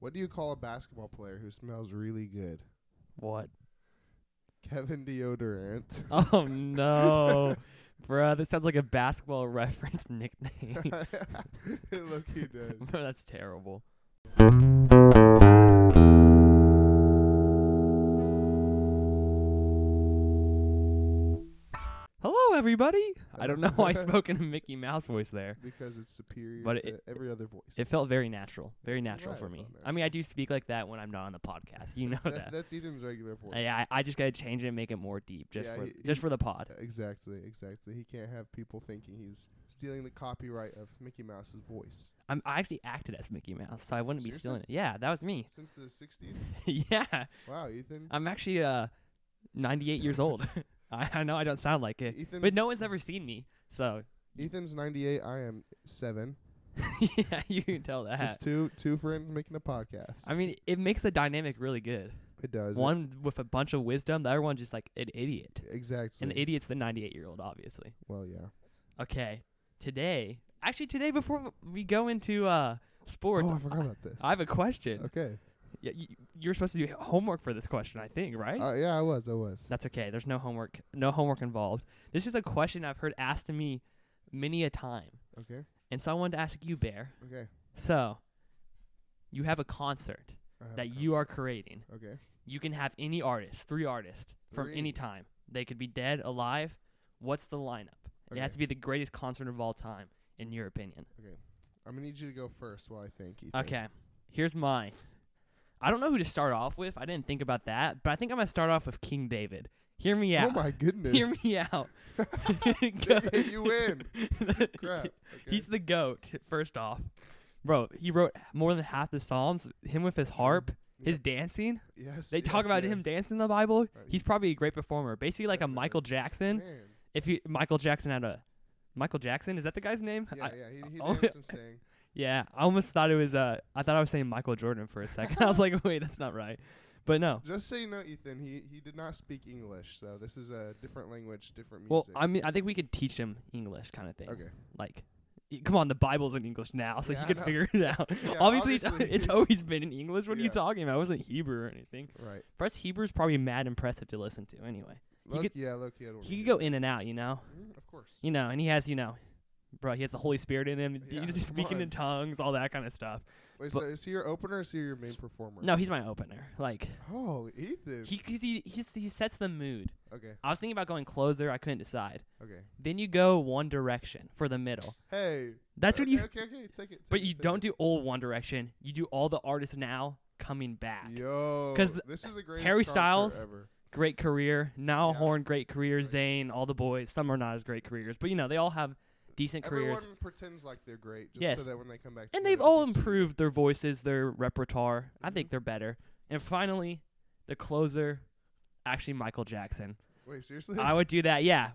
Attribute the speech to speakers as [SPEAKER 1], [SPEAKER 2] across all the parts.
[SPEAKER 1] What do you call a basketball player who smells really good?
[SPEAKER 2] What?
[SPEAKER 1] Kevin Deodorant.
[SPEAKER 2] Oh no, bruh, This sounds like a basketball reference nickname.
[SPEAKER 1] Look, he does.
[SPEAKER 2] Bro, that's terrible. Hello, everybody. I don't know why I spoke in a Mickey Mouse voice there.
[SPEAKER 1] Because it's superior
[SPEAKER 2] But
[SPEAKER 1] to
[SPEAKER 2] it-
[SPEAKER 1] every other voice.
[SPEAKER 2] It felt very natural, very natural
[SPEAKER 1] Yeah,
[SPEAKER 2] for
[SPEAKER 1] it
[SPEAKER 2] me.
[SPEAKER 1] felt
[SPEAKER 2] I mean, I do speak like that when I'm not on the podcast. You know
[SPEAKER 1] That-
[SPEAKER 2] that.
[SPEAKER 1] That's Eden's regular voice.
[SPEAKER 2] Yeah, I, I just gotta change it and make it more deep, just
[SPEAKER 1] Yeah,
[SPEAKER 2] for
[SPEAKER 1] he-
[SPEAKER 2] just
[SPEAKER 1] he-
[SPEAKER 2] for the pod.
[SPEAKER 1] Exactly, exactly. He can't have people thinking he's stealing the copyright of Mickey Mouse's voice.
[SPEAKER 2] I'm, I actually acted as Mickey Mouse, so I wouldn't be
[SPEAKER 1] Seriously?
[SPEAKER 2] stealing it. Yeah, that was me.
[SPEAKER 1] Since the 60s?
[SPEAKER 2] yeah,
[SPEAKER 1] Wow, Ethan.
[SPEAKER 2] I'm actually uh, 98 years old. I, I know I don't sound like it,
[SPEAKER 1] Ethan's,
[SPEAKER 2] but no one's ever seen me, so
[SPEAKER 1] Ethan's 98, I am 7.
[SPEAKER 2] yeah, you can tell that.
[SPEAKER 1] Just two two friends making a podcast.
[SPEAKER 2] I mean, it makes the dynamic really good.
[SPEAKER 1] it does.
[SPEAKER 2] one with a bunch of wisdom, the other one just like an idiot.
[SPEAKER 1] Exactly.
[SPEAKER 2] An idiot's the 98 year old, obviously.
[SPEAKER 1] Well, yeah.
[SPEAKER 2] Okay, today, actually today, before we go into uh sports,
[SPEAKER 1] oh, I forgot about this.
[SPEAKER 2] I have a question.
[SPEAKER 1] okay.
[SPEAKER 2] Yeah, you, you're supposed to do homework for this question, I think, right?
[SPEAKER 1] Uh, yeah, I was. I was.
[SPEAKER 2] That's okay. There's no homework. No homework involved. This is a question I've heard asked to me many a time,
[SPEAKER 1] Okay.
[SPEAKER 2] and so I wanted to ask you, Bear.
[SPEAKER 1] Okay.
[SPEAKER 2] So, you have a concert
[SPEAKER 1] I have
[SPEAKER 2] that
[SPEAKER 1] a
[SPEAKER 2] you are creating.
[SPEAKER 1] concept. Okay.
[SPEAKER 2] You can have any artist, three artists from
[SPEAKER 1] Three.
[SPEAKER 2] any time. They could be dead, alive. What's the lineup? It
[SPEAKER 1] Okay.
[SPEAKER 2] has to be the greatest concert of all time, in your opinion.
[SPEAKER 1] I'm gonna need you to go first while I think. Ethan. Oh
[SPEAKER 2] Okay, here's mine. I don't know who to start off with. I didn't think about that, but I think I'm gonna start off with King David. Hear me out.
[SPEAKER 1] Oh my goodness.
[SPEAKER 2] Hear me out.
[SPEAKER 1] you win. Crap. Okay.
[SPEAKER 2] He's the goat. First off, bro, he wrote more than half the psalms. Him with his harp, his dancing.
[SPEAKER 1] yes.
[SPEAKER 2] They talk
[SPEAKER 1] yes,
[SPEAKER 2] about him
[SPEAKER 1] yes.
[SPEAKER 2] dancing in the Bible.
[SPEAKER 1] Uh,
[SPEAKER 2] He's probably a great performer. Basically, like a
[SPEAKER 1] Definitely.
[SPEAKER 2] Michael Jackson.
[SPEAKER 1] Man.
[SPEAKER 2] If you Michael Jackson had a Michael Jackson, is that the guy's name?
[SPEAKER 1] Yeah,
[SPEAKER 2] I,
[SPEAKER 1] yeah. He, he
[SPEAKER 2] oh,
[SPEAKER 1] danced and sang.
[SPEAKER 2] yeah, I almost thought it was. Uh, I thought I was saying Michael Jordan for a second. I was like, wait, that's not right. But no.
[SPEAKER 1] Just so you know, Ethan, he he did not speak English, so this is a different language, different
[SPEAKER 2] Well,
[SPEAKER 1] music.
[SPEAKER 2] I mean, I think we could teach him English kind of thing.
[SPEAKER 1] okay.
[SPEAKER 2] like y- come on the bible's in english now so
[SPEAKER 1] Yeah,
[SPEAKER 2] you
[SPEAKER 1] I
[SPEAKER 2] could
[SPEAKER 1] know.
[SPEAKER 2] figure it out
[SPEAKER 1] Yeah,
[SPEAKER 2] obviously, it's-
[SPEAKER 1] obviously.
[SPEAKER 2] it's always been in english what are you
[SPEAKER 1] Yeah.
[SPEAKER 2] talking about it wasn't hebrew or anything
[SPEAKER 1] Right.
[SPEAKER 2] for us hebrew's probably mad impressive to listen to anyway
[SPEAKER 1] Look,
[SPEAKER 2] could-
[SPEAKER 1] yeah, look, he had one.
[SPEAKER 2] he
[SPEAKER 1] of
[SPEAKER 2] could go
[SPEAKER 1] these.
[SPEAKER 2] in and out you know
[SPEAKER 1] Mhm, Of course.
[SPEAKER 2] you know and he has you know bro he has the holy spirit in him
[SPEAKER 1] Yeah,
[SPEAKER 2] he's just
[SPEAKER 1] come
[SPEAKER 2] speaking in
[SPEAKER 1] on.
[SPEAKER 2] tongues all that kind of stuff
[SPEAKER 1] Wait,
[SPEAKER 2] but-
[SPEAKER 1] so is he your opener or is he your main performer?
[SPEAKER 2] no he's my opener like
[SPEAKER 1] Oh, Ethan.
[SPEAKER 2] he 'cause he, he's, he sets the mood
[SPEAKER 1] okay.
[SPEAKER 2] i was thinking about going closer i couldn't decide
[SPEAKER 1] Okay.
[SPEAKER 2] then you go one direction for the middle
[SPEAKER 1] Hey.
[SPEAKER 2] that's
[SPEAKER 1] okay,
[SPEAKER 2] what you
[SPEAKER 1] Okay, okay, take it. Take
[SPEAKER 2] but
[SPEAKER 1] it,
[SPEAKER 2] you
[SPEAKER 1] take
[SPEAKER 2] don't
[SPEAKER 1] it.
[SPEAKER 2] do all one direction you do all the artists now coming back
[SPEAKER 1] Yo,
[SPEAKER 2] 'Cause th-
[SPEAKER 1] this is the greatest
[SPEAKER 2] Harry
[SPEAKER 1] concert
[SPEAKER 2] Styles-
[SPEAKER 1] ever.
[SPEAKER 2] great career. Now
[SPEAKER 1] Yeah.
[SPEAKER 2] Horn, great career.
[SPEAKER 1] Right.
[SPEAKER 2] Zayn, all the boys. Some are not as great careers, but you know they all have decent
[SPEAKER 1] Everyone
[SPEAKER 2] careers,
[SPEAKER 1] pretends like they're great, just
[SPEAKER 2] Yes.
[SPEAKER 1] so that when they come back,
[SPEAKER 2] and
[SPEAKER 1] together,
[SPEAKER 2] they've all
[SPEAKER 1] they sing.
[SPEAKER 2] improved their voices, their repertoire. I
[SPEAKER 1] Mhm.
[SPEAKER 2] think they're better. And finally, the closer, actually Michael Jackson.
[SPEAKER 1] Wait, seriously?
[SPEAKER 2] I would do that. Yeah,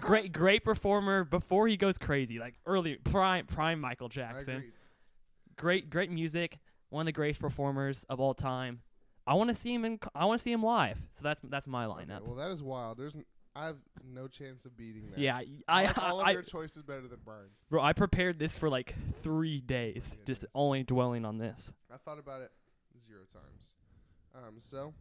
[SPEAKER 2] great, great performer before he goes crazy, like early prime, prime Michael
[SPEAKER 1] I
[SPEAKER 2] Jackson.
[SPEAKER 1] agreed.
[SPEAKER 2] Great, great music. One of the greatest performers of all time. I want to see him in. co- I want to see him live. So that's that's my
[SPEAKER 1] Okay,
[SPEAKER 2] lineup.
[SPEAKER 1] well, that is wild. There's, n- I have no chance of beating that.
[SPEAKER 2] yeah,
[SPEAKER 1] I,
[SPEAKER 2] I,
[SPEAKER 1] like all of
[SPEAKER 2] I,
[SPEAKER 1] your choices better than mine.
[SPEAKER 2] Bro, I prepared this for like three days,
[SPEAKER 1] Yeah,
[SPEAKER 2] just
[SPEAKER 1] nice.
[SPEAKER 2] only dwelling on this.
[SPEAKER 1] I thought about it zero times. Um, so,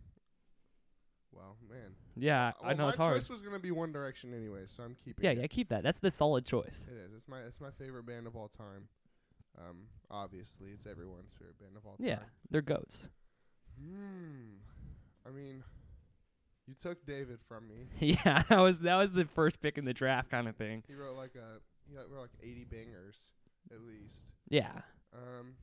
[SPEAKER 1] well, man,
[SPEAKER 2] Yeah,
[SPEAKER 1] Uh,
[SPEAKER 2] I
[SPEAKER 1] well,
[SPEAKER 2] know
[SPEAKER 1] my
[SPEAKER 2] it's hard.
[SPEAKER 1] choice was gonna be One Direction anyway, so I'm keeping.
[SPEAKER 2] Yeah,
[SPEAKER 1] it.
[SPEAKER 2] yeah, keep that. That's the solid choice.
[SPEAKER 1] It is. It's my it's my favorite band of all time. Um, obviously, it's everyone's favorite band of all time.
[SPEAKER 2] Yeah, they're goats.
[SPEAKER 1] Hmm. I mean, you took David from me.
[SPEAKER 2] yeah, that was that was the first pick in the draft kind of thing.
[SPEAKER 1] He wrote like a he wrote like eighty bangers at least.
[SPEAKER 2] Yeah,
[SPEAKER 1] Um.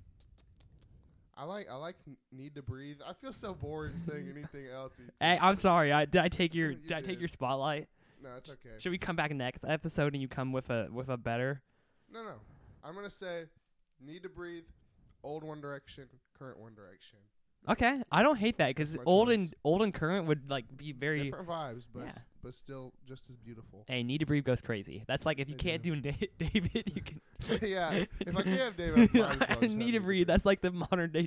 [SPEAKER 1] I like I like N- Need to Breathe. I feel so bored saying anything else. Ethan.
[SPEAKER 2] hey, I'm sorry. I did I take your
[SPEAKER 1] You
[SPEAKER 2] did I take
[SPEAKER 1] did.
[SPEAKER 2] your spotlight?
[SPEAKER 1] no, it's okay.
[SPEAKER 2] Should we come back next episode and you come with a with a better?
[SPEAKER 1] No, no. I'm gonna say Need to Breathe, old One Direction, current One Direction.
[SPEAKER 2] Okay, I don't hate that because
[SPEAKER 1] my
[SPEAKER 2] old
[SPEAKER 1] choice.
[SPEAKER 2] and old and current would like be very.
[SPEAKER 1] Different vibes, but
[SPEAKER 2] yeah.
[SPEAKER 1] s- but still just as beautiful.
[SPEAKER 2] Hey, need to breathe goes crazy. That's like if you
[SPEAKER 1] They
[SPEAKER 2] can't do, Na- David, you can.
[SPEAKER 1] yeah, if I can have David, I might as well just have
[SPEAKER 2] need to breathe. That's like the modern day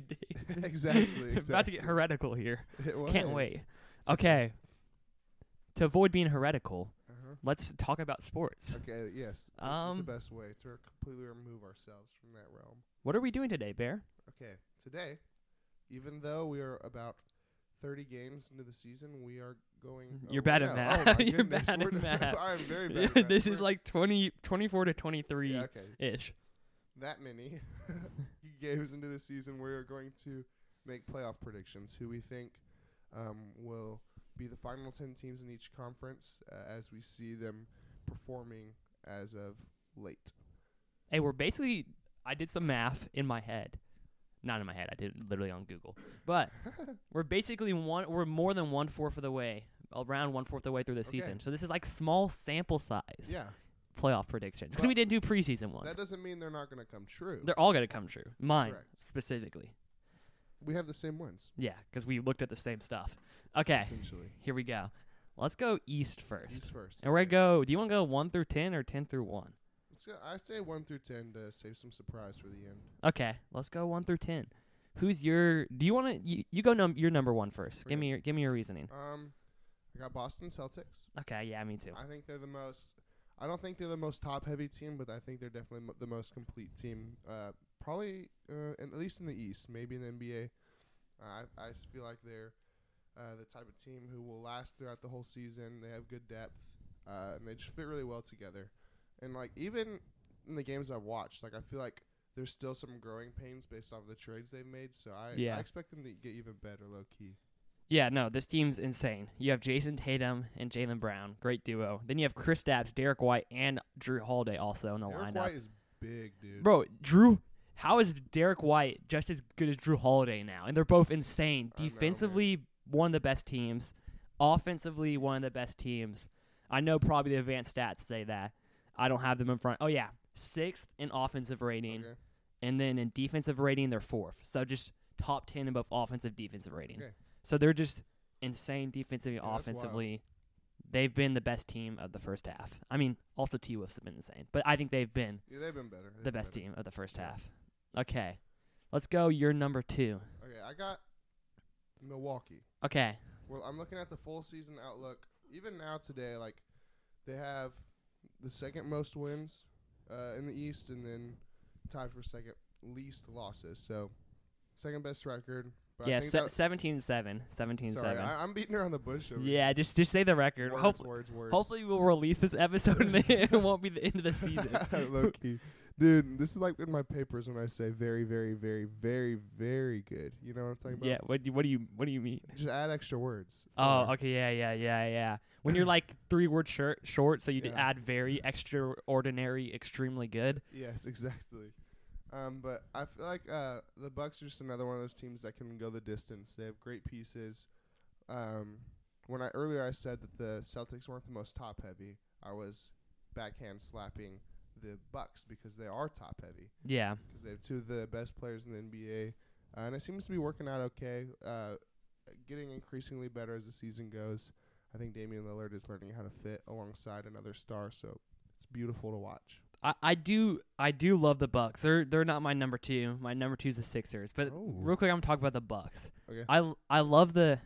[SPEAKER 2] David.
[SPEAKER 1] exactly,
[SPEAKER 2] About to get
[SPEAKER 1] exactly.
[SPEAKER 2] heretical here.
[SPEAKER 1] It was.
[SPEAKER 2] Can't wait.
[SPEAKER 1] It's
[SPEAKER 2] Okay. To avoid being heretical,
[SPEAKER 1] Uh-huh.
[SPEAKER 2] let's talk about sports.
[SPEAKER 1] Okay, yes. That's
[SPEAKER 2] Um,
[SPEAKER 1] the best way to completely remove ourselves from that realm.
[SPEAKER 2] What are we doing today, Bear?
[SPEAKER 1] Okay, today Even though we are about 30 games into the season, we are going.
[SPEAKER 2] Mm-hmm. You're
[SPEAKER 1] oh,
[SPEAKER 2] bad
[SPEAKER 1] yeah. Oh,
[SPEAKER 2] at math.
[SPEAKER 1] my
[SPEAKER 2] You're
[SPEAKER 1] goodness,
[SPEAKER 2] bad
[SPEAKER 1] we're
[SPEAKER 2] at
[SPEAKER 1] d-
[SPEAKER 2] math.
[SPEAKER 1] I am very bad. at math.
[SPEAKER 2] this is
[SPEAKER 1] We're-
[SPEAKER 2] like 20, 24 to 23
[SPEAKER 1] Yeah, okay.
[SPEAKER 2] ish.
[SPEAKER 1] that many games into the season, we're going to make playoff predictions. Who we think um, will be the final ten teams in each conference uh, as we see them performing as of late.
[SPEAKER 2] Hey, we're basically. I did some math in my head, not in my head. I did it literally on Google. But we're basically one. We're more than one fourth of the way, around one fourth of the way through the
[SPEAKER 1] Okay.
[SPEAKER 2] season. So this is like small sample size
[SPEAKER 1] Yeah,
[SPEAKER 2] playoff predictions because
[SPEAKER 1] Well,
[SPEAKER 2] we didn't do preseason ones.
[SPEAKER 1] that doesn't mean they're not going to come true.
[SPEAKER 2] They're all gonna come true. Mine
[SPEAKER 1] Correct.
[SPEAKER 2] specifically.
[SPEAKER 1] we have the same ones
[SPEAKER 2] Yeah, because we looked at the same stuff. Okay,
[SPEAKER 1] essentially.
[SPEAKER 2] here we go. Let's go east Eh. first.
[SPEAKER 1] East first.
[SPEAKER 2] And we're
[SPEAKER 1] okay.
[SPEAKER 2] gonna go. Do you want to go one through ten or ten through one?
[SPEAKER 1] Let's go. I say one through ten to save some surprise for the end.
[SPEAKER 2] Okay, let's go one through ten. Who's your? Do you want to? You, you go num your number one first. Give
[SPEAKER 1] Okay.
[SPEAKER 2] me your give me your reasoning.
[SPEAKER 1] Um, I got Boston Celtics.
[SPEAKER 2] Okay, yeah, me too.
[SPEAKER 1] I think they're the most. I don't think they're the most top-heavy team, but I think they're definitely mo- the most complete team. Uh, probably, uh, in, at least in the East, maybe in the NBA. Uh, I, I s- feel like they're uh, the type of team who will last throughout the whole season. They have good depth, uh, and they just fit really well together. And like even in the games I've watched, like I feel like there's still some growing pains based off the trades they've made. So I,
[SPEAKER 2] Yeah.
[SPEAKER 1] I expect them to get even better, low key.
[SPEAKER 2] Yeah, no, this team's insane. You have Jason Tatum and Jalen Brown, great duo. Then you have Chris Dabbs, Derek White, and Drew Holiday also in the
[SPEAKER 1] Derek
[SPEAKER 2] lineup.
[SPEAKER 1] White is big, dude.
[SPEAKER 2] Bro, Drew, how is Derek White just as good as Drew Holiday now? And they're both insane.
[SPEAKER 1] I know, man.
[SPEAKER 2] Defensively, one of the best teams. Offensively, one of the best teams. I know probably the advanced stats say that. I don't have them in front. Oh yeah, sixth in offensive rating,
[SPEAKER 1] Okay.
[SPEAKER 2] and then in defensive rating they're fourth. So just top ten in both offensive defensive rating.
[SPEAKER 1] Okay.
[SPEAKER 2] So they're just insane defensively,
[SPEAKER 1] Yeah, that's wild.
[SPEAKER 2] offensively. They've been the best team of the first half. I mean, also T Wolves have been insane, but I think they've been
[SPEAKER 1] Yeah, they've been better. They've
[SPEAKER 2] the
[SPEAKER 1] been
[SPEAKER 2] best
[SPEAKER 1] better.
[SPEAKER 2] team of the first
[SPEAKER 1] Yeah.
[SPEAKER 2] half. Okay. Let's go your number 2.
[SPEAKER 1] Okay, I got Milwaukee.
[SPEAKER 2] Okay.
[SPEAKER 1] Well, I'm looking at the full season outlook. Even now today, like they have the second most wins uh, in the East, and then tied for second least losses. So second best record. But I
[SPEAKER 2] yeah,
[SPEAKER 1] think
[SPEAKER 2] se-
[SPEAKER 1] that-
[SPEAKER 2] 17 7, 17
[SPEAKER 1] sorry,
[SPEAKER 2] 7.
[SPEAKER 1] I, I'm beating around the bush. Over
[SPEAKER 2] yeah, just just say the
[SPEAKER 1] here.
[SPEAKER 2] record.
[SPEAKER 1] Words,
[SPEAKER 2] hopefully
[SPEAKER 1] words, words.
[SPEAKER 2] hopefully we'll release this episode and it won't be the end of the season.
[SPEAKER 1] Low key. Dude, this is like in my papers when I say very, very, very, very, very good. You know what I'm talking about?
[SPEAKER 2] yeah, what do, what do you what do you mean?
[SPEAKER 1] Just add extra words.
[SPEAKER 2] Oh,
[SPEAKER 1] for-
[SPEAKER 2] okay. Yeah, yeah, yeah, yeah. When you're like three word shirt short, so you
[SPEAKER 1] Yeah.
[SPEAKER 2] add very extraordinary, extremely good.
[SPEAKER 1] Yes, exactly. Um, but I feel like uh, the Bucks are just another one of those teams that can go the distance. They have great pieces. Um, when I earlier I said that the Celtics weren't the most top heavy, I was backhand slapping the Bucks because they are top heavy
[SPEAKER 2] Yeah.
[SPEAKER 1] because they have two of the best players in the NBA, uh, and it seems to be working out okay. Uh, getting increasingly better as the season goes. I think Damian Lillard is learning how to fit alongside another star, so it's beautiful to watch.
[SPEAKER 2] I, I do I do love the Bucks. They're they're not my number two. My number two is the Sixers. But
[SPEAKER 1] Oh.
[SPEAKER 2] real quick, I'm talking about the Bucks.
[SPEAKER 1] Okay.
[SPEAKER 2] I l- I love the,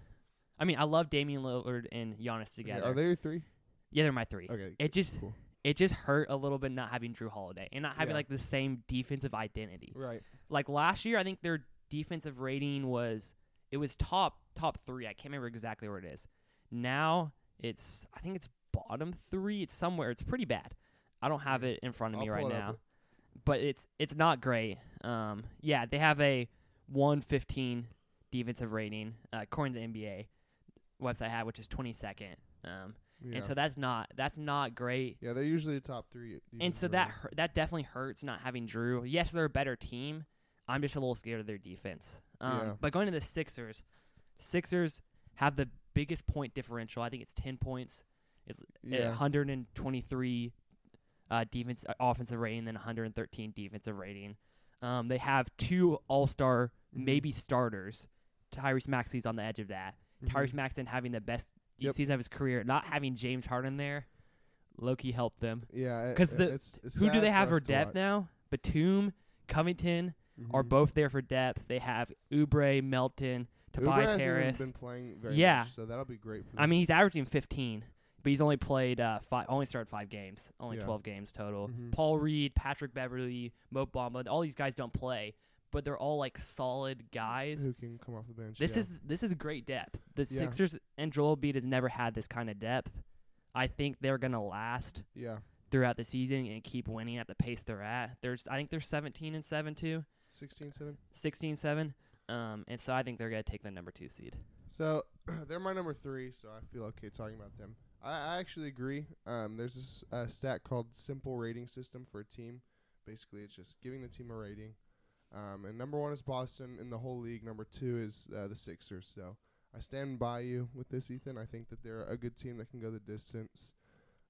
[SPEAKER 2] I mean I love Damian Lillard and Giannis
[SPEAKER 1] Okay,
[SPEAKER 2] together.
[SPEAKER 1] Are they your three?
[SPEAKER 2] yeah, they're my three.
[SPEAKER 1] Okay.
[SPEAKER 2] It just
[SPEAKER 1] Cool.
[SPEAKER 2] it just hurt a little bit not having Drew Holiday and not having
[SPEAKER 1] Yeah.
[SPEAKER 2] like the same defensive identity.
[SPEAKER 1] Right.
[SPEAKER 2] Like last year, I think their defensive rating was it was top top three. I can't remember exactly where it is. Now it's I think it's bottom three. It's somewhere. It's pretty bad. I don't have it in front of
[SPEAKER 1] Hmm. I'll
[SPEAKER 2] me
[SPEAKER 1] pull
[SPEAKER 2] right
[SPEAKER 1] it up.
[SPEAKER 2] now, but it's it's not great. Um, yeah, they have a 115 defensive rating uh, according to the NBA website I had, which is 22nd. Um,
[SPEAKER 1] Yeah.
[SPEAKER 2] and so that's not that's not great.
[SPEAKER 1] yeah, they're usually the top three.
[SPEAKER 2] And
[SPEAKER 1] defensive
[SPEAKER 2] so that
[SPEAKER 1] rating.
[SPEAKER 2] hurt, that definitely hurts not having Drew. Yes, they're a better team. I'm just a little scared of their defense. Um,
[SPEAKER 1] Yeah.
[SPEAKER 2] But going to the Sixers, Sixers have the biggest point differential. I think it's 10 points, uh,
[SPEAKER 1] yeah.
[SPEAKER 2] 123 uh, defense uh, offensive rating, then 113 defensive rating. Um, they have two All Star,
[SPEAKER 1] Mhm.
[SPEAKER 2] maybe starters. Tyrese Maxey's on the edge of that.
[SPEAKER 1] Mhm.
[SPEAKER 2] Tyrese Maxey having the best
[SPEAKER 1] Yep.
[SPEAKER 2] season of his career, not having James Harden there, Loki helped them.
[SPEAKER 1] Yeah, it-
[SPEAKER 2] 'cause
[SPEAKER 1] it-
[SPEAKER 2] the-
[SPEAKER 1] Uh, it's, it's
[SPEAKER 2] Who do
[SPEAKER 1] sad
[SPEAKER 2] they
[SPEAKER 1] for
[SPEAKER 2] have for
[SPEAKER 1] us to
[SPEAKER 2] depth
[SPEAKER 1] watch.
[SPEAKER 2] now? Batum, Covington are
[SPEAKER 1] Mhm.
[SPEAKER 2] both there for depth. They have Oubre, Melton,
[SPEAKER 1] Oubre
[SPEAKER 2] Tobias
[SPEAKER 1] hasn't even
[SPEAKER 2] Harris.
[SPEAKER 1] been playing very
[SPEAKER 2] Yeah.
[SPEAKER 1] much, so that'll be great for them.
[SPEAKER 2] I mean, he's averaging 15, but he's only played uh, five, only started five games, only
[SPEAKER 1] Yeah.
[SPEAKER 2] 12 games total.
[SPEAKER 1] Mhm.
[SPEAKER 2] Paul Reed, Patrick Beverly, Mo Bamba, all these guys don't play, but they're all like solid guys.
[SPEAKER 1] who can come off the bench.
[SPEAKER 2] This
[SPEAKER 1] yeah.
[SPEAKER 2] is this is great depth. The
[SPEAKER 1] Yeah.
[SPEAKER 2] Sixers and Joel Embiid has never had this kind of depth. I think they're gonna last
[SPEAKER 1] yeah,
[SPEAKER 2] throughout the season and keep winning at the pace they're at. There's I think they're 17 and 7 too,
[SPEAKER 1] 16, 7.
[SPEAKER 2] 16 7. Um, and so I think they're gonna take the number two seed.
[SPEAKER 1] So they're my number three, so I feel okay talking about them. I, I actually agree. Um, there's this uh, stat called simple rating system for a team. Basically, it's just giving the team a rating. Um, and number one is Boston in the whole league. Number two is uh, the Sixers. So I stand by you with this, Ethan. I think that they're a good team that can go the distance.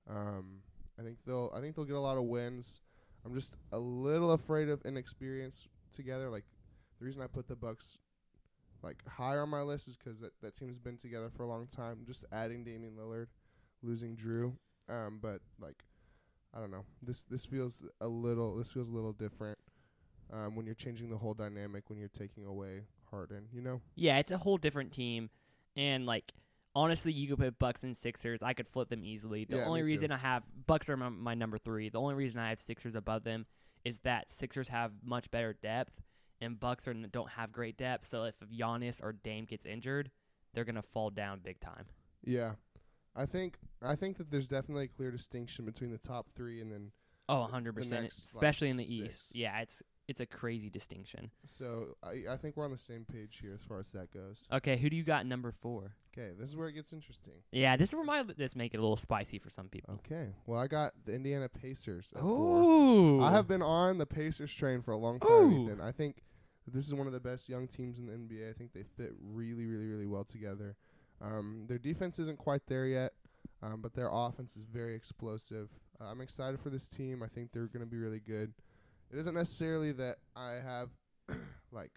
[SPEAKER 1] Um, I think they'll. I think they'll get a lot of wins. I'm just a little afraid of inexperience together. Like the reason I put the Bucks like higher on my list is because that, that team's been together for a long time. Just adding Damian Lillard, losing Drew, um, but like I don't know. This this feels a little this feels a little different um, when you're changing the whole dynamic when you're taking away Harden. You know?
[SPEAKER 2] Yeah, it's a whole different team, and like honestly, you could put Bucks and Sixers. I could flip them easily. The
[SPEAKER 1] Yeah,
[SPEAKER 2] only
[SPEAKER 1] me too.
[SPEAKER 2] reason I have Bucks are my, my number three. The only reason I have Sixers above them is that Sixers have much better depth, and Bucks are n- don't have great depth. So if Giannis or Dame gets injured, they're gonna fall down big time.
[SPEAKER 1] Yeah. I think I think that there's definitely a clear distinction between the top three and then
[SPEAKER 2] Oh,
[SPEAKER 1] the
[SPEAKER 2] 100 percent,
[SPEAKER 1] next, like,
[SPEAKER 2] especially in the
[SPEAKER 1] six.
[SPEAKER 2] East. Yeah, it's it's a crazy distinction.
[SPEAKER 1] so I, I think we're on the same page here as far as that goes.
[SPEAKER 2] Okay, who do you got number four?
[SPEAKER 1] Okay, this is where it gets interesting.
[SPEAKER 2] Yeah, this is where my this make it a little spicy for some people.
[SPEAKER 1] Okay, well I got the Indiana Pacers. at Oh, four.
[SPEAKER 2] Ooh,
[SPEAKER 1] I have been on the Pacers train for a long time,
[SPEAKER 2] Ooh.
[SPEAKER 1] Ethan. I think that this is one of the best young teams in the NBA. I think they fit really, really, really well together. Um, their defense isn't quite there yet, um, but their offense is very explosive. Uh, I'm excited for this team. I think they're going to be really good. It isn't necessarily that I have like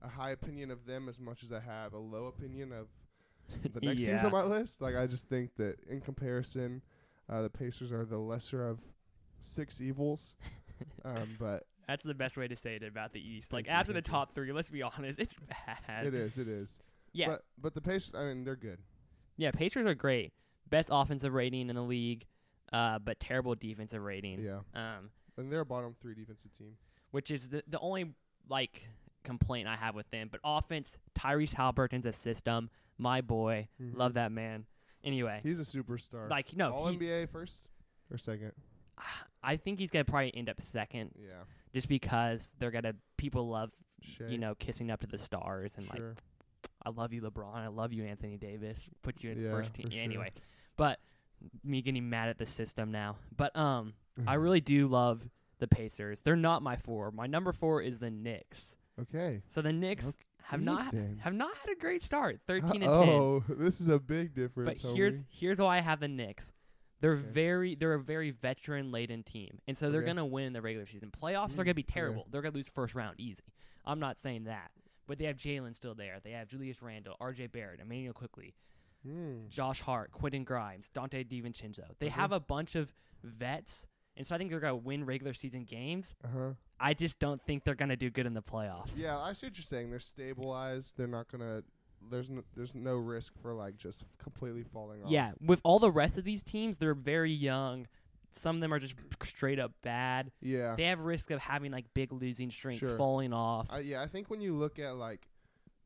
[SPEAKER 1] a high opinion of them as much as I have a low opinion of the next teams
[SPEAKER 2] Yeah.
[SPEAKER 1] on my list. Like I just think that in comparison, uh, the Pacers are the lesser of six evils. Um, but
[SPEAKER 2] That's the best way to say it about the East. Like
[SPEAKER 1] Thank you,
[SPEAKER 2] after the
[SPEAKER 1] thank you.
[SPEAKER 2] top three, let's be honest, it's bad.
[SPEAKER 1] it is, it is.
[SPEAKER 2] Yeah,
[SPEAKER 1] But but the Pacers, I mean, they're good.
[SPEAKER 2] yeah. Pacers are great. Best offensive rating in the league, uh, but terrible defensive rating.
[SPEAKER 1] Yeah,
[SPEAKER 2] Um,
[SPEAKER 1] and they're a bottom three defensive team.
[SPEAKER 2] which is the the only like complaint I have with them. But offense, Tyrese Halliburton's a system. My boy,
[SPEAKER 1] Mhm.
[SPEAKER 2] love that man. Anyway,
[SPEAKER 1] He's a superstar.
[SPEAKER 2] like no,
[SPEAKER 1] All
[SPEAKER 2] he-
[SPEAKER 1] NBA first or second?
[SPEAKER 2] I think he's gonna probably end up second,
[SPEAKER 1] Yeah,
[SPEAKER 2] just because they're gonna people love
[SPEAKER 1] Shea,
[SPEAKER 2] you know kissing up to the stars and like.
[SPEAKER 1] sure.
[SPEAKER 2] I love you, LeBron. I love you, Anthony Davis. Put you in
[SPEAKER 1] Yeah,
[SPEAKER 2] first team
[SPEAKER 1] for sure.
[SPEAKER 2] anyway. But me getting mad at the system now. But um, I really do love the Pacers. They're not my four. My number four is the Knicks.
[SPEAKER 1] okay.
[SPEAKER 2] So the Knicks
[SPEAKER 1] Okay,
[SPEAKER 2] have not
[SPEAKER 1] Ethan.
[SPEAKER 2] have not had a great start, thirteen and ten.
[SPEAKER 1] Oh, this is a big
[SPEAKER 2] But
[SPEAKER 1] difference.
[SPEAKER 2] here's
[SPEAKER 1] homie.
[SPEAKER 2] here's why I have the Knicks. They're
[SPEAKER 1] Okay.
[SPEAKER 2] very they're a very veteran laden team, and so they're
[SPEAKER 1] Okay.
[SPEAKER 2] gonna win in the regular season. Playoffs
[SPEAKER 1] Mm,
[SPEAKER 2] are gonna be
[SPEAKER 1] okay.
[SPEAKER 2] terrible. They're gonna lose first round easy. I'm not saying that, but they have Jalen still there. They have Julius Randle, R.J. Barrett, Emmanuel Quickly,
[SPEAKER 1] Hmm,
[SPEAKER 2] Josh Hart, Quentin Grimes, Dante DiVincenzo. They
[SPEAKER 1] Mhm.
[SPEAKER 2] have a bunch of vets, and so I think they're gonna win regular season games.
[SPEAKER 1] uh-huh.
[SPEAKER 2] I just don't think they're gonna do good in the playoffs.
[SPEAKER 1] Yeah, I see what you're saying. They're stabilized. They're not gonna. There's no, there's no risk for like just completely falling off.
[SPEAKER 2] Yeah, with all the rest of these teams, they're very young. Some of them are just straight up bad.
[SPEAKER 1] Yeah.
[SPEAKER 2] they have risk of having like big losing streaks,
[SPEAKER 1] Sure.
[SPEAKER 2] falling off.
[SPEAKER 1] I, yeah, I think when you look at like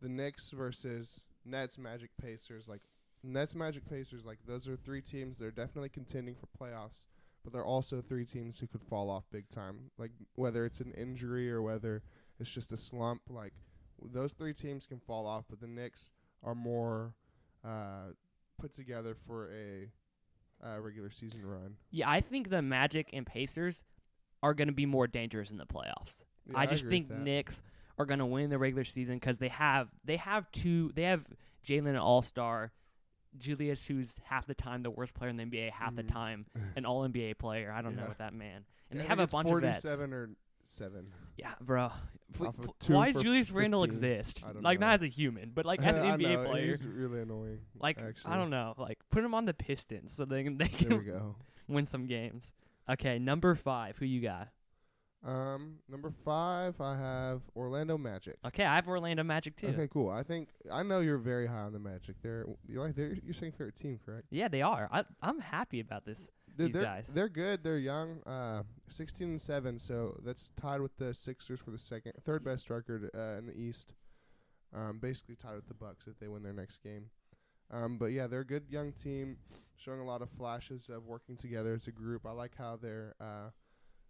[SPEAKER 1] the Knicks versus Nets, Magic, Pacers, like Nets, Magic, Pacers, like those are three teams that are definitely contending for playoffs, but they're also three teams who could fall off big time. Like whether it's an injury or whether it's just a slump, like those three teams can fall off, but the Knicks are more uh, put together for a uh, regular season run.
[SPEAKER 2] yeah, I think the Magic and Pacers are going to be more dangerous in the playoffs.
[SPEAKER 1] Yeah,
[SPEAKER 2] I just
[SPEAKER 1] agree with
[SPEAKER 2] think
[SPEAKER 1] that.
[SPEAKER 2] Knicks are going to win the regular season because they have they have two they have Jalen an All Star, Julius who's half the time the worst player in the NBA, half the
[SPEAKER 1] Mhm.
[SPEAKER 2] time an All NBA player. I don't know
[SPEAKER 1] Yeah.
[SPEAKER 2] what that man.
[SPEAKER 1] Yeah,
[SPEAKER 2] And
[SPEAKER 1] I
[SPEAKER 2] they have
[SPEAKER 1] think
[SPEAKER 2] a
[SPEAKER 1] it's
[SPEAKER 2] bunch of vets.
[SPEAKER 1] forty-seven or seven.
[SPEAKER 2] Yeah, bro. F-
[SPEAKER 1] Off of
[SPEAKER 2] f-
[SPEAKER 1] two
[SPEAKER 2] Why
[SPEAKER 1] for
[SPEAKER 2] does Julius Randle
[SPEAKER 1] 15.
[SPEAKER 2] exist?
[SPEAKER 1] I don't
[SPEAKER 2] Like
[SPEAKER 1] know.
[SPEAKER 2] not as a human, but like as an
[SPEAKER 1] I
[SPEAKER 2] NBA
[SPEAKER 1] know,
[SPEAKER 2] player.
[SPEAKER 1] he's really annoying.
[SPEAKER 2] like
[SPEAKER 1] actually.
[SPEAKER 2] I don't know, like put him on the Pistons so they can they
[SPEAKER 1] There we
[SPEAKER 2] can
[SPEAKER 1] go.
[SPEAKER 2] win some games. Okay, number five, who you got?
[SPEAKER 1] Um, number five, I have Orlando Magic.
[SPEAKER 2] Okay, I have Orlando Magic too.
[SPEAKER 1] Okay, cool. I think I know you're very high on the Magic. They're you like they're your second favorite team, correct?
[SPEAKER 2] Yeah, they are. I, I'm happy about this.
[SPEAKER 1] Dude,
[SPEAKER 2] these
[SPEAKER 1] they're,
[SPEAKER 2] guys.
[SPEAKER 1] They're good. They're young. Uh, 16 and 7, so that's tied with the Sixers for the second, third best record uh, in the East. Um, basically tied with the Bucks if they win their next game. Um, but yeah, they're a good young team, showing a lot of flashes of working together as a group. I like how they're. Uh,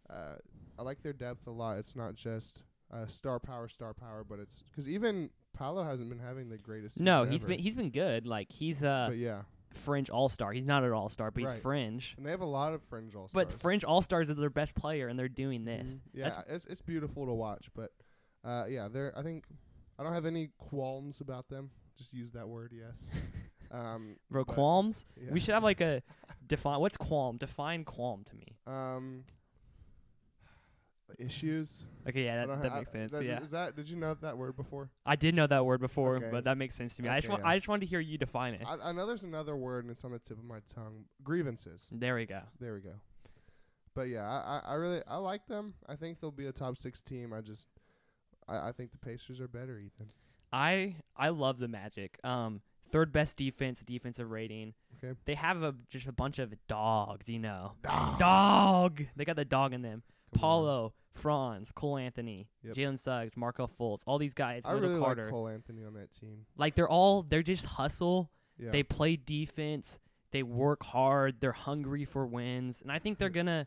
[SPEAKER 1] uh, I like their depth a lot. It's not just uh, star power, star power, but it's because even Paolo hasn't been having the greatest.
[SPEAKER 2] no,
[SPEAKER 1] he's
[SPEAKER 2] he's been uh, he's been good. Like he's a
[SPEAKER 1] but yeah,
[SPEAKER 2] fringe all star. He's not an all star, but he's
[SPEAKER 1] Right.
[SPEAKER 2] fringe.
[SPEAKER 1] and they have a lot of fringe all
[SPEAKER 2] But fringe all stars is their best player, and they're doing this.
[SPEAKER 1] Mhm. Yeah, it's it's beautiful to watch, but uh, yeah, they're I think I don't have any qualms about them. Just use that word, yes. um,
[SPEAKER 2] Bro,
[SPEAKER 1] but-
[SPEAKER 2] qualms. We should
[SPEAKER 1] yes.
[SPEAKER 2] have like a define. What's qualm? Define qualm to me.
[SPEAKER 1] um issues.
[SPEAKER 2] Okay,
[SPEAKER 1] I
[SPEAKER 2] yeah,
[SPEAKER 1] don't
[SPEAKER 2] that,
[SPEAKER 1] ha-
[SPEAKER 2] that
[SPEAKER 1] I-
[SPEAKER 2] makes sense.
[SPEAKER 1] that-
[SPEAKER 2] yeah,
[SPEAKER 1] Is that did you know that word before?
[SPEAKER 2] I did know that word before,
[SPEAKER 1] Okay.
[SPEAKER 2] but that makes sense to me. I just
[SPEAKER 1] Okay,
[SPEAKER 2] want,
[SPEAKER 1] yeah.
[SPEAKER 2] I just wanted to hear you define it.
[SPEAKER 1] I, I know there's another word and it's on the tip of my tongue. Grievances.
[SPEAKER 2] there we go.
[SPEAKER 1] There we go. But yeah, I, I I really I like them. I think they'll be a top six team. I just I, I think the Pacers are better, Ethan.
[SPEAKER 2] I I love the Magic. Um, third best defense, defensive rating.
[SPEAKER 1] Okay.
[SPEAKER 2] They have a just a bunch of dogs, you know.
[SPEAKER 1] Dog.
[SPEAKER 2] Dog. They got the dog in them.
[SPEAKER 1] Come on.
[SPEAKER 2] Paulo, Franz, Cole Anthony,
[SPEAKER 1] Yep.
[SPEAKER 2] Jalen Suggs, Markel Fultz, all these guys.
[SPEAKER 1] I
[SPEAKER 2] Wendell
[SPEAKER 1] really
[SPEAKER 2] Carter.
[SPEAKER 1] like Cole Anthony on that team.
[SPEAKER 2] Like they're all they're just hustle.
[SPEAKER 1] Yeah.
[SPEAKER 2] They play defense. They work hard. They're hungry for wins, and I think they're
[SPEAKER 1] Mm-hmm.
[SPEAKER 2] gonna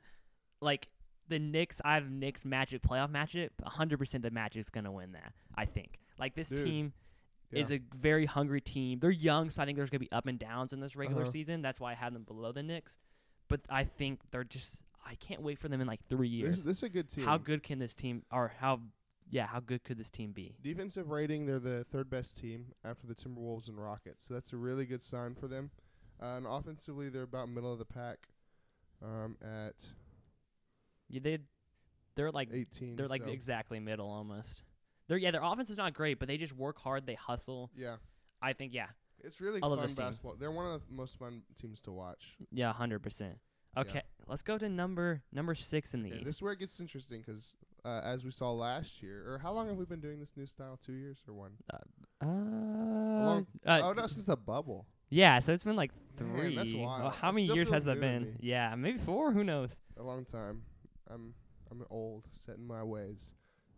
[SPEAKER 2] like the Knicks. I have Knicks Magic playoff matchup. 100 percent the Magic's gonna win that. I think. Like this
[SPEAKER 1] Dude,
[SPEAKER 2] team is
[SPEAKER 1] yeah.
[SPEAKER 2] a very hungry team. They're young, so I think there's gonna be up and downs in this regular
[SPEAKER 1] Uh-huh.
[SPEAKER 2] season. That's why I have them below the Knicks. But I think they're just. I can't wait for them in like three
[SPEAKER 1] This, is-
[SPEAKER 2] years.
[SPEAKER 1] this is a good team.
[SPEAKER 2] How good can this team, or how, yeah, how good could this team be?
[SPEAKER 1] Defensive rating, they're the third best team after the Timberwolves and Rockets, so that's a really good sign for them. Uh, and offensively, they're about middle of the pack um, at
[SPEAKER 2] Yeah, they, they're like
[SPEAKER 1] 18.
[SPEAKER 2] They're like
[SPEAKER 1] so-
[SPEAKER 2] exactly middle almost. They're yeah, their offense is not great, but they just work hard, they hustle.
[SPEAKER 1] yeah,
[SPEAKER 2] I think yeah.
[SPEAKER 1] it's really
[SPEAKER 2] I
[SPEAKER 1] fun
[SPEAKER 2] love this team.
[SPEAKER 1] basketball. They're one of the most fun teams to watch.
[SPEAKER 2] Yeah, 100%.
[SPEAKER 1] Yeah.
[SPEAKER 2] Okay, let's go to number number 6 in the
[SPEAKER 1] Yeah,
[SPEAKER 2] East.
[SPEAKER 1] this is where it gets interesting because uh, as we saw last year, or how long have we been doing this new style? Two years or one?
[SPEAKER 2] uh, uh,
[SPEAKER 1] oh no, since the bubble.
[SPEAKER 2] Yeah, so it's been like 3.
[SPEAKER 1] Man, that's
[SPEAKER 2] Well,
[SPEAKER 1] wild.
[SPEAKER 2] how
[SPEAKER 1] It
[SPEAKER 2] many
[SPEAKER 1] still
[SPEAKER 2] years
[SPEAKER 1] feels
[SPEAKER 2] has that
[SPEAKER 1] new to
[SPEAKER 2] been?
[SPEAKER 1] me.
[SPEAKER 2] Yeah, maybe 4, who knows.
[SPEAKER 1] a long time. I'm I'm old, set in my ways.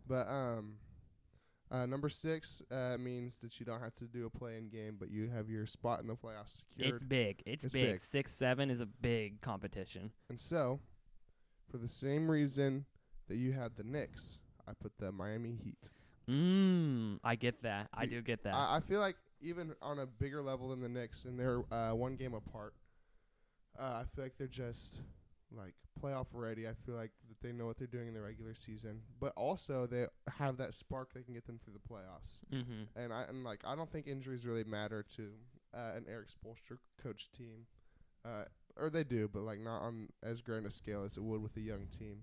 [SPEAKER 1] But um, uh, number six uh, means that you don't have to do a play-in game, but you have your spot in the playoffs secured.
[SPEAKER 2] It's big. It's,
[SPEAKER 1] It's
[SPEAKER 2] big.
[SPEAKER 1] big.
[SPEAKER 2] 6 7 is a big competition.
[SPEAKER 1] and so, for the same reason that you had the Knicks, I put the Miami Heat.
[SPEAKER 2] Mm, I get that. I
[SPEAKER 1] We-
[SPEAKER 2] do get that.
[SPEAKER 1] I, I feel like even on a bigger level than the Knicks, and they're uh, one game apart. Uh, I feel like they're just like playoff ready. I feel like that they know what they're doing in the regular season, but also they have that spark that can get them through the playoffs.
[SPEAKER 2] mhm.
[SPEAKER 1] And I and like I don't think injuries really matter to uh, an Eric Spoelstra coach team, uh, or they do, but like not on as grand a scale as it would with a young team.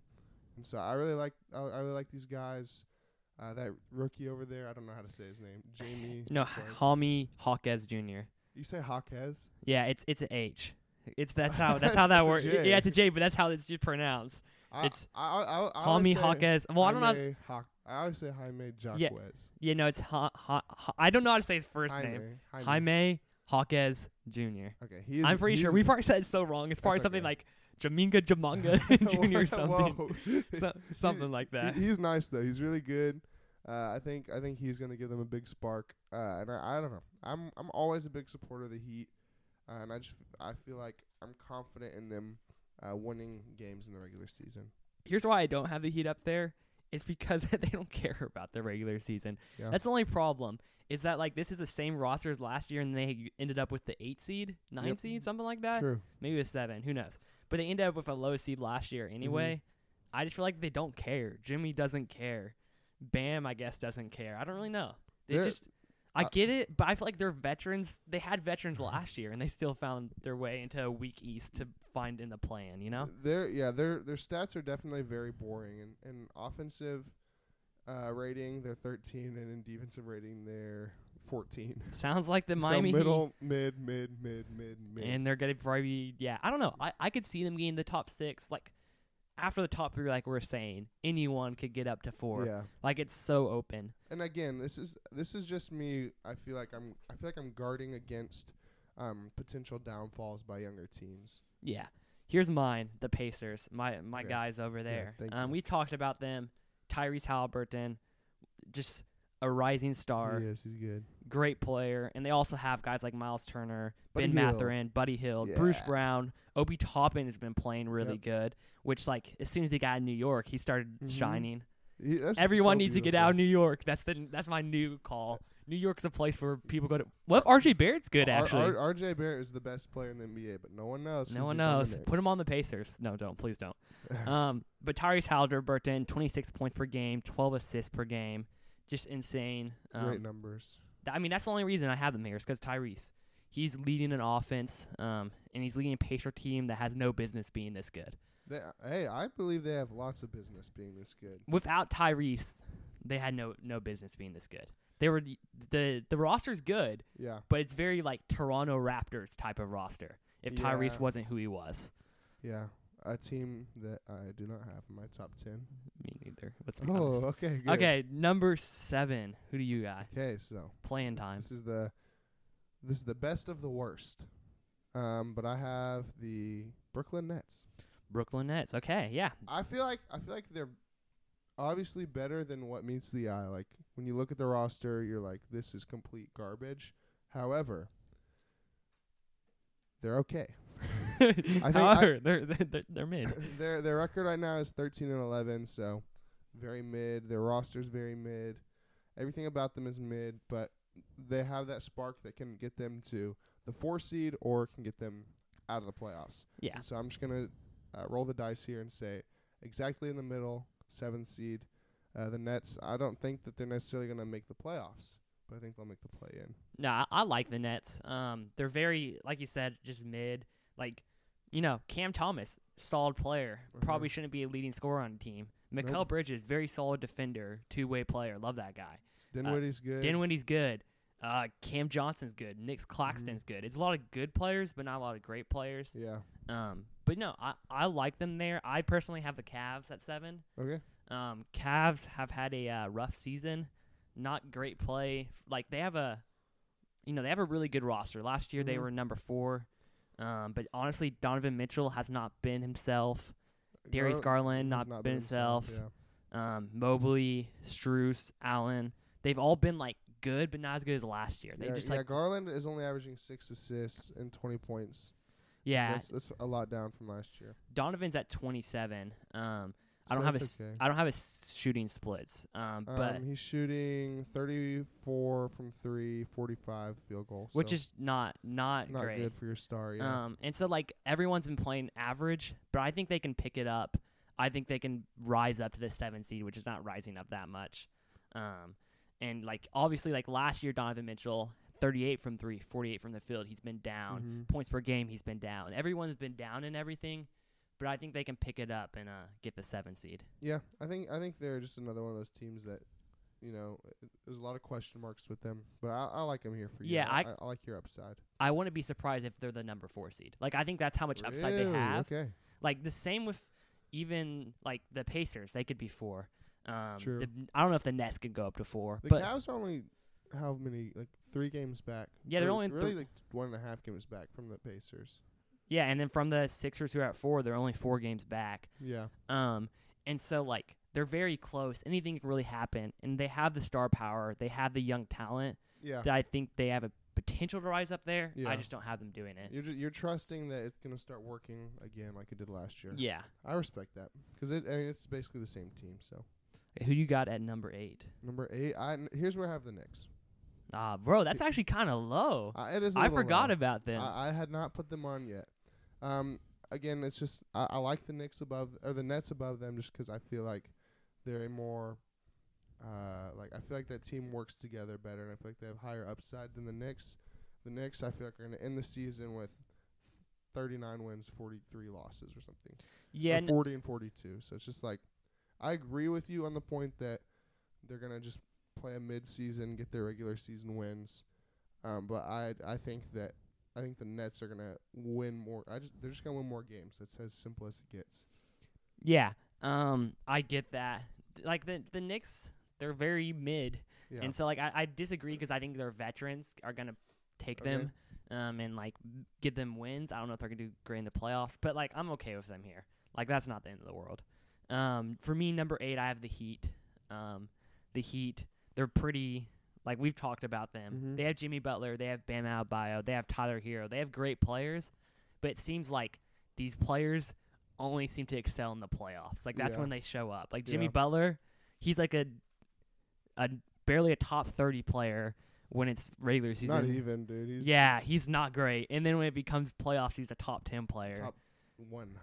[SPEAKER 1] And so I really like I, I really like these guys. Uh, that rookie over there, I don't know how to say his name. Jamie.
[SPEAKER 2] No,
[SPEAKER 1] Jaquez.
[SPEAKER 2] Hami Hawkes Jr.
[SPEAKER 1] you say Hawkes?
[SPEAKER 2] Yeah, it's it's a H. It's that's how that's how that
[SPEAKER 1] It's a
[SPEAKER 2] works.
[SPEAKER 1] J.
[SPEAKER 2] Yeah, it's a J, but that's how it's just pronounced.
[SPEAKER 1] I,
[SPEAKER 2] It's
[SPEAKER 1] I, I, I, I
[SPEAKER 2] Hami
[SPEAKER 1] always say
[SPEAKER 2] Hawkes. Well, I don't know. how-
[SPEAKER 1] Jaime Hawk- I always say Jaime Jaquez.
[SPEAKER 2] Yeah, Yeah, no, it's ha, ha, ha, I don't know how to say his first
[SPEAKER 1] Jaime,
[SPEAKER 2] name.
[SPEAKER 1] Jaime.
[SPEAKER 2] Jaime Hawkes Jr.
[SPEAKER 1] Okay, he is.
[SPEAKER 2] I'm pretty
[SPEAKER 1] he's-
[SPEAKER 2] sure we probably said it so wrong. It's probably
[SPEAKER 1] That's
[SPEAKER 2] something
[SPEAKER 1] okay.
[SPEAKER 2] like Jaminga Jamanga Jr. or something,
[SPEAKER 1] Whoa.
[SPEAKER 2] so, something like that.
[SPEAKER 1] He- he's nice though. He's really good. Uh, I think I think he's gonna give them a big spark. Uh, and I, I don't know. I'm I'm always a big supporter of the Heat, uh, and I just I feel like I'm confident in them uh, winning games in the regular season.
[SPEAKER 2] Here's why I don't have the Heat up there. It's because they don't care about the regular season.
[SPEAKER 1] Yeah.
[SPEAKER 2] That's the only problem. Is that like this is the same roster as last year, and they ended up with the eight seed, nine
[SPEAKER 1] Yep.
[SPEAKER 2] seed, something like that.
[SPEAKER 1] True.
[SPEAKER 2] maybe a seven, who knows? But they ended up with a low seed last
[SPEAKER 1] Mm-hmm.
[SPEAKER 2] year anyway. I just feel like they don't care. Jimmy doesn't care. Bam, I guess, doesn't care. I don't really know. They
[SPEAKER 1] They're- uh,
[SPEAKER 2] just, I
[SPEAKER 1] I-
[SPEAKER 2] get it, but I feel like they're veterans. They had veterans
[SPEAKER 1] Mm-hmm.
[SPEAKER 2] last year, and they still found their way into a weak East to find in the plan. You know,
[SPEAKER 1] Their yeah, their their stats are definitely very boring. And in offensive uh, rating, they're 13, and in defensive rating, they're 14.
[SPEAKER 2] sounds like the Miami
[SPEAKER 1] so
[SPEAKER 2] Heat,
[SPEAKER 1] middle, mid, mid, mid, mid, mid.
[SPEAKER 2] and they're gonna probably, yeah. I don't know. I I could see them getting the top six, like. After the top three, like we we're saying, anyone could get up to four.
[SPEAKER 1] yeah.
[SPEAKER 2] Like it's so open.
[SPEAKER 1] And again, this is this is just me. I feel like I'm I feel like I'm guarding against um, potential downfalls by younger teams.
[SPEAKER 2] Yeah. Here's mine, the Pacers. My my
[SPEAKER 1] Yeah.
[SPEAKER 2] guys over there.
[SPEAKER 1] thank you.
[SPEAKER 2] um, we talked about them. Tyrese Halliburton, just a rising star,
[SPEAKER 1] Yes, he's good.
[SPEAKER 2] great player, and they also have guys like Miles Turner,
[SPEAKER 1] Buddy
[SPEAKER 2] Ben
[SPEAKER 1] Hield.
[SPEAKER 2] Matherin, Buddy Hill, Bruce
[SPEAKER 1] Yeah.
[SPEAKER 2] Brown, Obi Toppin has been playing really
[SPEAKER 1] Yep.
[SPEAKER 2] good. Which like as soon as he got in New York, he started
[SPEAKER 1] Mhm.
[SPEAKER 2] shining.
[SPEAKER 1] He- that's so
[SPEAKER 2] Everyone needs to get
[SPEAKER 1] beautiful.
[SPEAKER 2] out of New York. That's the that's my new call. New York's a place where people go to. Well, if RJ Barrett's good
[SPEAKER 1] R-
[SPEAKER 2] actually.
[SPEAKER 1] R- RJ Barrett is the best player in the NBA, but no one knows.
[SPEAKER 2] No one knows. Put him on the Pacers. No, don't. Please don't. um, but Tyrese Halliburton, 26 points per game, 12 assists per game. Just insane. Um,
[SPEAKER 1] Great numbers.
[SPEAKER 2] th- I mean, that's the only reason I have them here is because Tyrese. He's leading an offense, um, and he's leading a Pacer team that has no business being this good.
[SPEAKER 1] They, hey, I believe they have lots of business being this good.
[SPEAKER 2] Without Tyrese, they had no no business being this good. They were the the roster's good,
[SPEAKER 1] Yeah,
[SPEAKER 2] but it's very like Toronto Raptors type of roster. If Tyrese
[SPEAKER 1] Yeah.
[SPEAKER 2] wasn't who he was,
[SPEAKER 1] yeah. A team that I do not have in my top ten.
[SPEAKER 2] me neither. Let's be honest.
[SPEAKER 1] Oh, okay, good.
[SPEAKER 2] Okay, number seven. Who do you got?
[SPEAKER 1] Okay, so
[SPEAKER 2] Playing time.
[SPEAKER 1] this is the this is the best of the worst. Um, but I have the Brooklyn Nets.
[SPEAKER 2] Brooklyn Nets. Okay, yeah.
[SPEAKER 1] I feel like I feel like they're obviously better than what meets the eye. Like when you look at the roster, you're like, this is complete garbage. However, they're okay. I-
[SPEAKER 2] However, they're, they're they're mid.
[SPEAKER 1] their their record right now is 13 and 11, so very mid. Their roster's very mid. Everything about them is mid, but they have that spark that can get them to the four seed or can get them out of the playoffs.
[SPEAKER 2] Yeah.
[SPEAKER 1] So I'm just gonna uh, roll the dice here and say exactly in the middle, seventh seed, uh, the Nets. I don't think that they're necessarily gonna make the playoffs, but I think they'll make the play in.
[SPEAKER 2] No, I, I like the Nets. Um, they're very like you said, just mid. Like, you know, Cam Thomas, solid player. Probably shouldn't be a leading scorer on the team. Mikel
[SPEAKER 1] Uh-huh. Nope.
[SPEAKER 2] Bridges, very solid defender, two way player. Love that guy.
[SPEAKER 1] Dinwiddie's good.
[SPEAKER 2] Uh,
[SPEAKER 1] Mm-hmm.
[SPEAKER 2] Dinwiddie's good. Uh, Cam Johnson's good. Nick Claxton's good. It's a lot of good players, but not a lot of great players.
[SPEAKER 1] Yeah.
[SPEAKER 2] Um, but no, I, I like them there. I personally have the Cavs at seven.
[SPEAKER 1] Okay.
[SPEAKER 2] Um, Cavs have had a uh, rough season, not great play. Like they have a, you know, they have a really good roster. Last year they
[SPEAKER 1] Mhm.
[SPEAKER 2] were number four, um, but honestly, Donovan Mitchell has not been himself. Darius Garland
[SPEAKER 1] has
[SPEAKER 2] not, been himself.
[SPEAKER 1] Yeah.
[SPEAKER 2] Um, Mobley, Struess, Allen, they've all been like good, but not as good as last year. They
[SPEAKER 1] yeah,
[SPEAKER 2] just
[SPEAKER 1] yeah,
[SPEAKER 2] like
[SPEAKER 1] Garland is only averaging six assists and twenty points.
[SPEAKER 2] yeah.
[SPEAKER 1] that's, that's a lot down from last year.
[SPEAKER 2] Donovan's at twenty seven. Um,
[SPEAKER 1] So
[SPEAKER 2] I don't have
[SPEAKER 1] that's
[SPEAKER 2] his
[SPEAKER 1] okay.
[SPEAKER 2] I don't have his shooting splits. Um,
[SPEAKER 1] Um,
[SPEAKER 2] but
[SPEAKER 1] he's shooting thirty-four from three, 45 field goals,
[SPEAKER 2] which is not not,
[SPEAKER 1] not
[SPEAKER 2] great.
[SPEAKER 1] good for your star. Yeah,
[SPEAKER 2] Um, and so like everyone's been playing average, but I think they can pick it up. I think they can rise up to the seven seed, which is not rising up that much. Um, and like obviously like last year, Donovan Mitchell, 38 from three, 48 from the field, he's been down.
[SPEAKER 1] Mhm.
[SPEAKER 2] Points per game, he's been down. Everyone's been down in everything, but I think they can pick it up and uh, get the seven seed.
[SPEAKER 1] yeah. I think I think they're just another one of those teams that, you know, uh, there's a lot of question marks with them. But I, I like them here for you.
[SPEAKER 2] Yeah,
[SPEAKER 1] I,
[SPEAKER 2] I-
[SPEAKER 1] I like your upside.
[SPEAKER 2] I wouldn't be surprised if they're the number four seed. Like I think that's how much upside they
[SPEAKER 1] Really?
[SPEAKER 2] have.
[SPEAKER 1] Okay,
[SPEAKER 2] Like the same with even like the Pacers, they could be four. Um,
[SPEAKER 1] True.
[SPEAKER 2] The, I don't know if the Nets could go up to four,
[SPEAKER 1] the
[SPEAKER 2] but
[SPEAKER 1] Cavs are only how many like three games back.
[SPEAKER 2] Yeah, they're
[SPEAKER 1] Or
[SPEAKER 2] only
[SPEAKER 1] really
[SPEAKER 2] thr-
[SPEAKER 1] like one and a half games back from the Pacers.
[SPEAKER 2] yeah. And then from the Sixers who are at four, they're only four games back.
[SPEAKER 1] Yeah,
[SPEAKER 2] Um, and so like they're very close. Anything can really happen, and they have the star power. They have the young talent
[SPEAKER 1] yeah.
[SPEAKER 2] that I think they have a potential to rise up there. I
[SPEAKER 1] Yeah.
[SPEAKER 2] just don't have them doing it.
[SPEAKER 1] You're, ju- you're trusting that it's going to start working again like it did last year.
[SPEAKER 2] Yeah.
[SPEAKER 1] I respect that because it, I mean, it's basically the same team. So
[SPEAKER 2] Who you got at number eight?
[SPEAKER 1] number eight, I n- here's where I have the Knicks.
[SPEAKER 2] Ah, bro, that's actually kind of low.
[SPEAKER 1] I, it is. a
[SPEAKER 2] I
[SPEAKER 1] little
[SPEAKER 2] forgot
[SPEAKER 1] low.
[SPEAKER 2] about them.
[SPEAKER 1] I, I had not put them on yet. Um, again, it's just I, I like the Knicks above or the Nets above them just 'cause I feel like they're a more uh, like I feel like that team works together better, and I feel like they have higher upside than the Knicks. The Knicks, I feel like, are going to end the season with 39 wins, 43 losses, or something.
[SPEAKER 2] yeah.
[SPEAKER 1] or
[SPEAKER 2] n-
[SPEAKER 1] 40 and 42. So it's just like, I agree with you on the point that they're gonna just play a mid-season, get their regular season wins. Um, but I I think that I think the Nets are gonna win more. I just they're just gonna win more games. That's as simple as it gets.
[SPEAKER 2] Yeah, um, I get that. D- Like the the Knicks, they're very mid,
[SPEAKER 1] Yeah.
[SPEAKER 2] and so like I, I disagree because I think their veterans are gonna take
[SPEAKER 1] Okay.
[SPEAKER 2] them. um, and like get them wins. I don't know if they're gonna do great in the playoffs, but like I'm okay with them here. Like that's not the end of the world. Um, for me, number eight, I have the Heat. Um, the Heat, they're pretty. Like we've talked about them.
[SPEAKER 1] Mhm.
[SPEAKER 2] They have Jimmy Butler. They have Bam Adebayo. They have Tyler Hero. They have great players, but it seems like these players only seem to excel in the playoffs. Like that's
[SPEAKER 1] Yeah.
[SPEAKER 2] when they show up. Like Jimmy
[SPEAKER 1] Yeah.
[SPEAKER 2] Butler, he's like a, a barely a top thirty player when it's regular season.
[SPEAKER 1] Not even, dude. He's
[SPEAKER 2] yeah, he's not great. And then when it becomes playoffs, he's a top ten player.
[SPEAKER 1] top one.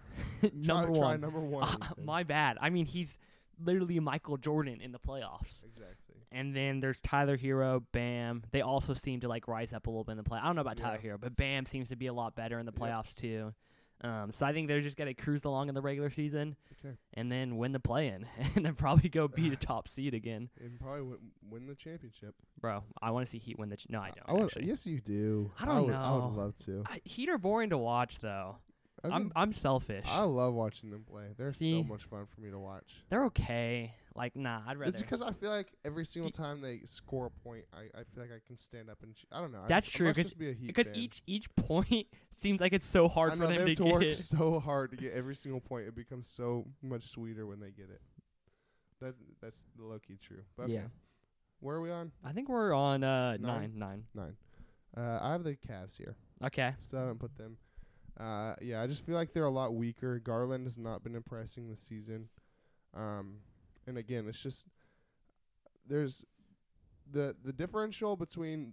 [SPEAKER 2] number
[SPEAKER 1] try, Try
[SPEAKER 2] one.
[SPEAKER 1] number one.
[SPEAKER 2] Uh,
[SPEAKER 1] Ethan.
[SPEAKER 2] my bad. I mean, he's literally Michael Jordan in the playoffs.
[SPEAKER 1] exactly.
[SPEAKER 2] And then there's Tyler Hero, Bam. They also seem to like rise up a little bit in the play. I don't know about Tyler
[SPEAKER 1] Yeah.
[SPEAKER 2] Hero, but Bam seems to be a lot better in the
[SPEAKER 1] Yep.
[SPEAKER 2] playoffs too. Um, so I think they're just gonna cruise along in the regular season
[SPEAKER 1] Okay,
[SPEAKER 2] and then win the play in, and then probably go beat a top seed again,
[SPEAKER 1] and probably win, win the championship.
[SPEAKER 2] bro. I want to see Heat win the. Ch- no, I don't.
[SPEAKER 1] I would,
[SPEAKER 2] actually.
[SPEAKER 1] yes, you do.
[SPEAKER 2] I don't
[SPEAKER 1] would, I
[SPEAKER 2] know.
[SPEAKER 1] would love to.
[SPEAKER 2] I, heat are boring to watch though.
[SPEAKER 1] I,
[SPEAKER 2] I'm
[SPEAKER 1] mean,
[SPEAKER 2] I'm selfish.
[SPEAKER 1] I love watching them play. They're
[SPEAKER 2] See?
[SPEAKER 1] so much fun for me to watch.
[SPEAKER 2] They're okay. Like nah, I'd rather.
[SPEAKER 1] It's because I feel like every single
[SPEAKER 2] Ye-
[SPEAKER 1] time they score a point, I, I feel like I can stand up and ch- I don't know. I
[SPEAKER 2] That's
[SPEAKER 1] must- I
[SPEAKER 2] true,
[SPEAKER 1] must
[SPEAKER 2] 'cause-
[SPEAKER 1] just be a Heat
[SPEAKER 2] because
[SPEAKER 1] fan.
[SPEAKER 2] each each point seems like it's so hard
[SPEAKER 1] I
[SPEAKER 2] for
[SPEAKER 1] know,
[SPEAKER 2] them
[SPEAKER 1] they
[SPEAKER 2] to
[SPEAKER 1] have to work
[SPEAKER 2] get.
[SPEAKER 1] so hard to get every single point. It becomes so much sweeter when they get it. That's that's low key true. But okay.
[SPEAKER 2] Yeah.
[SPEAKER 1] where are we on
[SPEAKER 2] I think we're on uh nine
[SPEAKER 1] Nine?
[SPEAKER 2] nine.
[SPEAKER 1] nine? Uh, I have the Cavs here.
[SPEAKER 2] Okay.
[SPEAKER 1] Still haven't put them. Uh, yeah, I just feel like they're a lot weaker. Garland has not been impressing this season. Um, and again, it's just there's the the differential between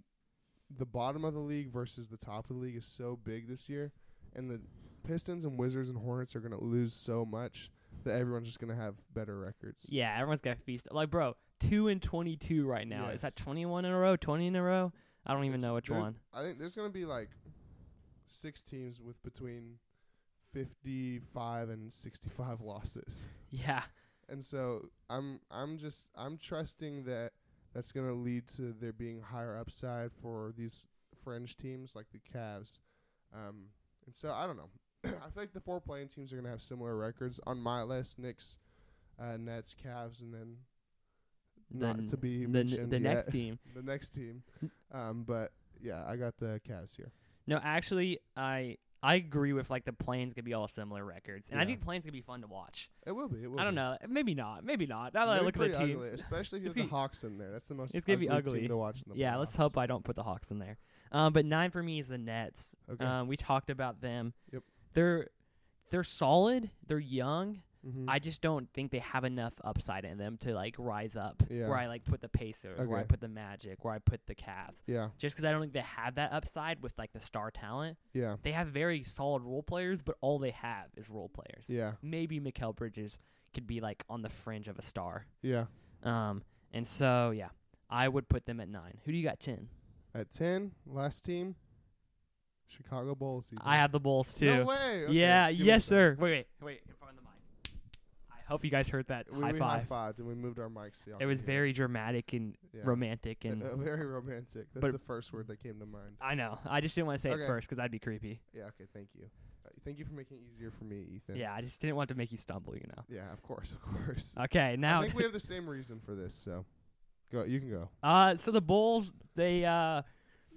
[SPEAKER 1] the bottom of the league versus the top of the league is so big this year, and the Pistons and Wizards and Hornets are gonna lose so much that everyone's just gonna have better records.
[SPEAKER 2] Yeah, everyone's got feast. Like bro, two and twenty two right now. Is that
[SPEAKER 1] Yes.
[SPEAKER 2] twenty one in a row? Twenty in a row? I don't even
[SPEAKER 1] It's-
[SPEAKER 2] know which
[SPEAKER 1] there's-
[SPEAKER 2] one.
[SPEAKER 1] I think there's gonna be like six teams with between fifty five and sixty five losses.
[SPEAKER 2] Yeah.
[SPEAKER 1] And so I'm I'm just I'm trusting that that's going to lead to there being higher upside for these fringe teams like the Cavs. Um, and so I don't know. I feel like the four playing teams are going to have similar records on my list: Knicks, uh, Nets, Cavs, and then not
[SPEAKER 2] Then
[SPEAKER 1] to be
[SPEAKER 2] the, n-
[SPEAKER 1] mentioned
[SPEAKER 2] the next
[SPEAKER 1] yet,
[SPEAKER 2] team.
[SPEAKER 1] the next team. Um, but yeah, I got the Cavs here.
[SPEAKER 2] No, actually, I I agree with like the planes gonna be all similar records, and I
[SPEAKER 1] Yeah.
[SPEAKER 2] think planes gonna be fun to watch.
[SPEAKER 1] It will be. It will
[SPEAKER 2] I don't
[SPEAKER 1] be.
[SPEAKER 2] know, maybe not, maybe not. Now that I
[SPEAKER 1] They're
[SPEAKER 2] look at
[SPEAKER 1] pretty
[SPEAKER 2] the
[SPEAKER 1] ugly,
[SPEAKER 2] teams,
[SPEAKER 1] especially if you
[SPEAKER 2] It's
[SPEAKER 1] have the
[SPEAKER 2] gonna-
[SPEAKER 1] Hawks in there. That's the most
[SPEAKER 2] it's gonna be ugly.
[SPEAKER 1] team to watch in the
[SPEAKER 2] yeah. Let's
[SPEAKER 1] playoffs.
[SPEAKER 2] hope I don't put the Hawks in there. Um, but nine for me is the Nets.
[SPEAKER 1] Okay.
[SPEAKER 2] Um, we talked about them.
[SPEAKER 1] Yep.
[SPEAKER 2] They're they're solid. They're young.
[SPEAKER 1] Mhm.
[SPEAKER 2] I just don't think they have enough upside in them to like rise up.
[SPEAKER 1] Yeah.
[SPEAKER 2] Where I like put the Pacers, where I
[SPEAKER 1] Okay.
[SPEAKER 2] put the Magic, where I put the Cavs.
[SPEAKER 1] yeah
[SPEAKER 2] Just because I don't think they have that upside with like the star talent.
[SPEAKER 1] yeah
[SPEAKER 2] They have very solid role players, but all they have is role players.
[SPEAKER 1] yeah
[SPEAKER 2] Maybe Mikel Bridges could be like on the fringe of a star.
[SPEAKER 1] yeah.
[SPEAKER 2] Um, and so yeah, I would put them at nine. Who do you got ten?
[SPEAKER 1] At ten, last team, Chicago Bulls. Ethan.
[SPEAKER 2] I have the Bulls too.
[SPEAKER 1] No way. Okay,
[SPEAKER 2] yeah,
[SPEAKER 1] give me
[SPEAKER 2] yes,
[SPEAKER 1] some.
[SPEAKER 2] sir. Wait, wait, wait. In front of the mic. I hope you guys heard that
[SPEAKER 1] We,
[SPEAKER 2] high
[SPEAKER 1] we
[SPEAKER 2] five.
[SPEAKER 1] high-fived and we moved our mics. so y'all
[SPEAKER 2] It
[SPEAKER 1] could
[SPEAKER 2] was
[SPEAKER 1] hear
[SPEAKER 2] very dramatic and
[SPEAKER 1] yeah.
[SPEAKER 2] romantic,
[SPEAKER 1] Uh,
[SPEAKER 2] and
[SPEAKER 1] uh, very romantic. That's
[SPEAKER 2] but-
[SPEAKER 1] the first word that came to mind.
[SPEAKER 2] I know. I just didn't want to say it
[SPEAKER 1] Okay.
[SPEAKER 2] first because I'd be creepy.
[SPEAKER 1] Yeah. Okay. Thank you. Uh, thank you for making it easier for me, Ethan.
[SPEAKER 2] Yeah, I just didn't want to make you stumble. You know.
[SPEAKER 1] Yeah. Of course. Of course.
[SPEAKER 2] Okay,
[SPEAKER 1] I
[SPEAKER 2] now
[SPEAKER 1] think we have the same reason for this. So, go. You can go.
[SPEAKER 2] uh, so the Bulls they uh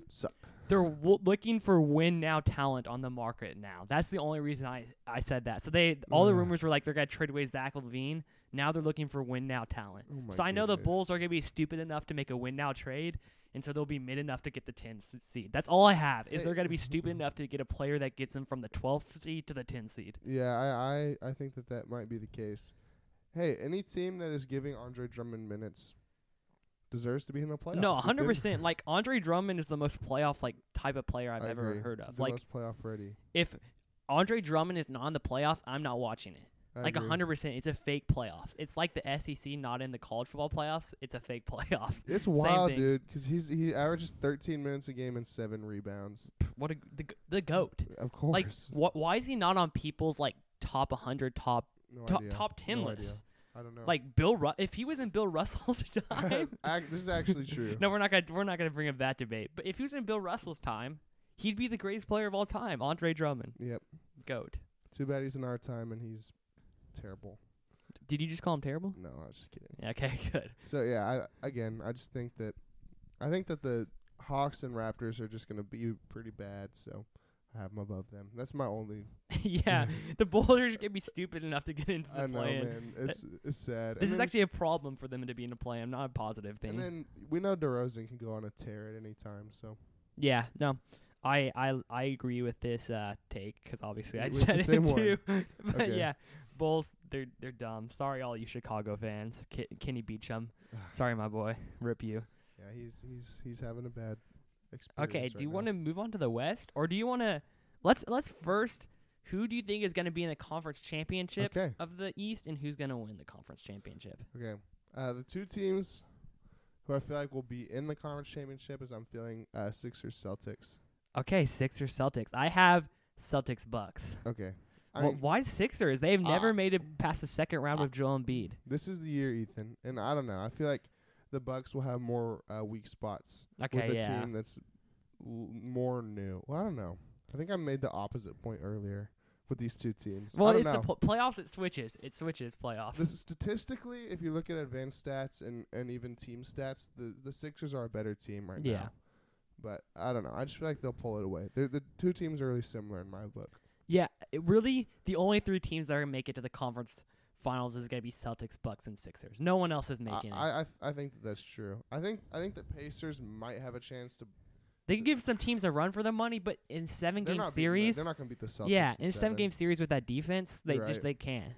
[SPEAKER 1] Suck.
[SPEAKER 2] they're w- looking for win now talent on the market now. That's the only reason I, I said that. So they all the
[SPEAKER 1] Ugh.
[SPEAKER 2] rumors were like they're gonna trade away Zach Levine. Now they're looking for win now talent.
[SPEAKER 1] Oh my
[SPEAKER 2] so I know the
[SPEAKER 1] goodness.
[SPEAKER 2] Bulls are gonna be stupid enough to make a win now trade, and so they'll be mid enough to get the 10 s- seed. That's all I have is
[SPEAKER 1] Hey.
[SPEAKER 2] they're gonna be stupid enough to get a player that gets them from the 12th seed to the 10th seed.
[SPEAKER 1] Yeah. I, I I think that that might be the case. Hey, any team that is giving Andre Drummond minutes deserves to be in the playoffs.
[SPEAKER 2] no,
[SPEAKER 1] Ethan.
[SPEAKER 2] 100. percent Like Andre Drummond is the most playoff like type of player I've
[SPEAKER 1] I
[SPEAKER 2] ever
[SPEAKER 1] agree.
[SPEAKER 2] heard of.
[SPEAKER 1] The
[SPEAKER 2] like
[SPEAKER 1] most playoff ready.
[SPEAKER 2] if Andre Drummond is not in the playoffs, I'm not watching it.
[SPEAKER 1] I
[SPEAKER 2] like
[SPEAKER 1] agree.
[SPEAKER 2] hundred percent. It's a fake playoff. It's like the SEC not in the college football playoffs. It's a fake playoffs.
[SPEAKER 1] It's
[SPEAKER 2] Same
[SPEAKER 1] wild,
[SPEAKER 2] thing.
[SPEAKER 1] dude, 'cause he's he averages 13 minutes a game and seven rebounds.
[SPEAKER 2] What a g- the g- the goat.
[SPEAKER 1] Of
[SPEAKER 2] Like
[SPEAKER 1] course,
[SPEAKER 2] wh- why is he not on people's like top hundred, top
[SPEAKER 1] no
[SPEAKER 2] top,
[SPEAKER 1] idea.
[SPEAKER 2] top ten
[SPEAKER 1] No idea.
[SPEAKER 2] lists?
[SPEAKER 1] I don't know.
[SPEAKER 2] Like Bill, Ru- if he was in Bill Russell's time,
[SPEAKER 1] Ac- this is actually true.
[SPEAKER 2] no, we're not gonna we're not gonna bring up that debate. But if he was in Bill Russell's time, he'd be the greatest player of all time. Andre Drummond,
[SPEAKER 1] Yep.
[SPEAKER 2] goat.
[SPEAKER 1] Too bad he's in our time and he's terrible.
[SPEAKER 2] Did you just call him terrible?
[SPEAKER 1] No, I was just kidding.
[SPEAKER 2] Yeah, Okay, good.
[SPEAKER 1] So yeah, I again, I just think that I think that the Hawks and Raptors are just going to be pretty bad, so I have them above them. That's my only.
[SPEAKER 2] yeah, the Boulders can be stupid enough to get into
[SPEAKER 1] I
[SPEAKER 2] the
[SPEAKER 1] know,
[SPEAKER 2] play.
[SPEAKER 1] man. It's it's sad.
[SPEAKER 2] This
[SPEAKER 1] And
[SPEAKER 2] is
[SPEAKER 1] then-
[SPEAKER 2] actually a problem for them to be in a play. I'm not a positive thing.
[SPEAKER 1] And then we know DeRozan can go on a tear at any time, so
[SPEAKER 2] Yeah, no, I I I agree with this uh, take because obviously I
[SPEAKER 1] It's the
[SPEAKER 2] said
[SPEAKER 1] same
[SPEAKER 2] it
[SPEAKER 1] one.
[SPEAKER 2] too. but
[SPEAKER 1] Okay.
[SPEAKER 2] yeah, Bulls they're they're dumb. Sorry, all you Chicago fans. Ki- Kenny Beachum, sorry my boy, rip you.
[SPEAKER 1] yeah, he's he's he's having a bad experience.
[SPEAKER 2] Okay, do you want
[SPEAKER 1] to?
[SPEAKER 2] to move on to the West or do you want to let's let's first who do you think is going to be in the conference championship
[SPEAKER 1] Okay.
[SPEAKER 2] of the East and who's going to win the conference championship?
[SPEAKER 1] Okay. Uh, the two teams who I feel like will be in the conference championship is I'm feeling uh, Sixers Celtics.
[SPEAKER 2] Okay, Sixers Celtics. I have Celtics Bucks.
[SPEAKER 1] Okay. I
[SPEAKER 2] Wh-
[SPEAKER 1] mean,
[SPEAKER 2] why Sixers? They've
[SPEAKER 1] Uh,
[SPEAKER 2] never made it past the second round
[SPEAKER 1] I-
[SPEAKER 2] with Joel Embiid.
[SPEAKER 1] this is the year, Ethan, and I don't know. I feel like the Bucks will have more uh, weak spots
[SPEAKER 2] Okay,
[SPEAKER 1] with a
[SPEAKER 2] yeah.
[SPEAKER 1] team that's l- more new. Well, I don't know. I think I made the opposite point earlier with these two teams. I
[SPEAKER 2] Well,
[SPEAKER 1] don't
[SPEAKER 2] it's
[SPEAKER 1] know.
[SPEAKER 2] the pl- playoffs. It switches. It switches playoffs.
[SPEAKER 1] The statistically, if you look at advanced stats and, and even team stats, the, the Sixers are a better team right
[SPEAKER 2] Yeah.
[SPEAKER 1] now. But I don't know. I just feel like they'll pull it away. They're, the two teams are really similar in my book.
[SPEAKER 2] yeah, it really, the only three teams that are gonna make it to the conference finals is gonna be Celtics, Bucks, and Sixers. No one else is
[SPEAKER 1] I,
[SPEAKER 2] making it.
[SPEAKER 1] I, I, th- I think that that's true. I think I think the Pacers might have a chance to.
[SPEAKER 2] They can give some teams a run for their money, but in seven
[SPEAKER 1] they're
[SPEAKER 2] game
[SPEAKER 1] not beating the-
[SPEAKER 2] series,
[SPEAKER 1] they're not going to beat the Celtics.
[SPEAKER 2] yeah,
[SPEAKER 1] in
[SPEAKER 2] in seven game series with that defense, they
[SPEAKER 1] You're
[SPEAKER 2] just
[SPEAKER 1] right.
[SPEAKER 2] they can't.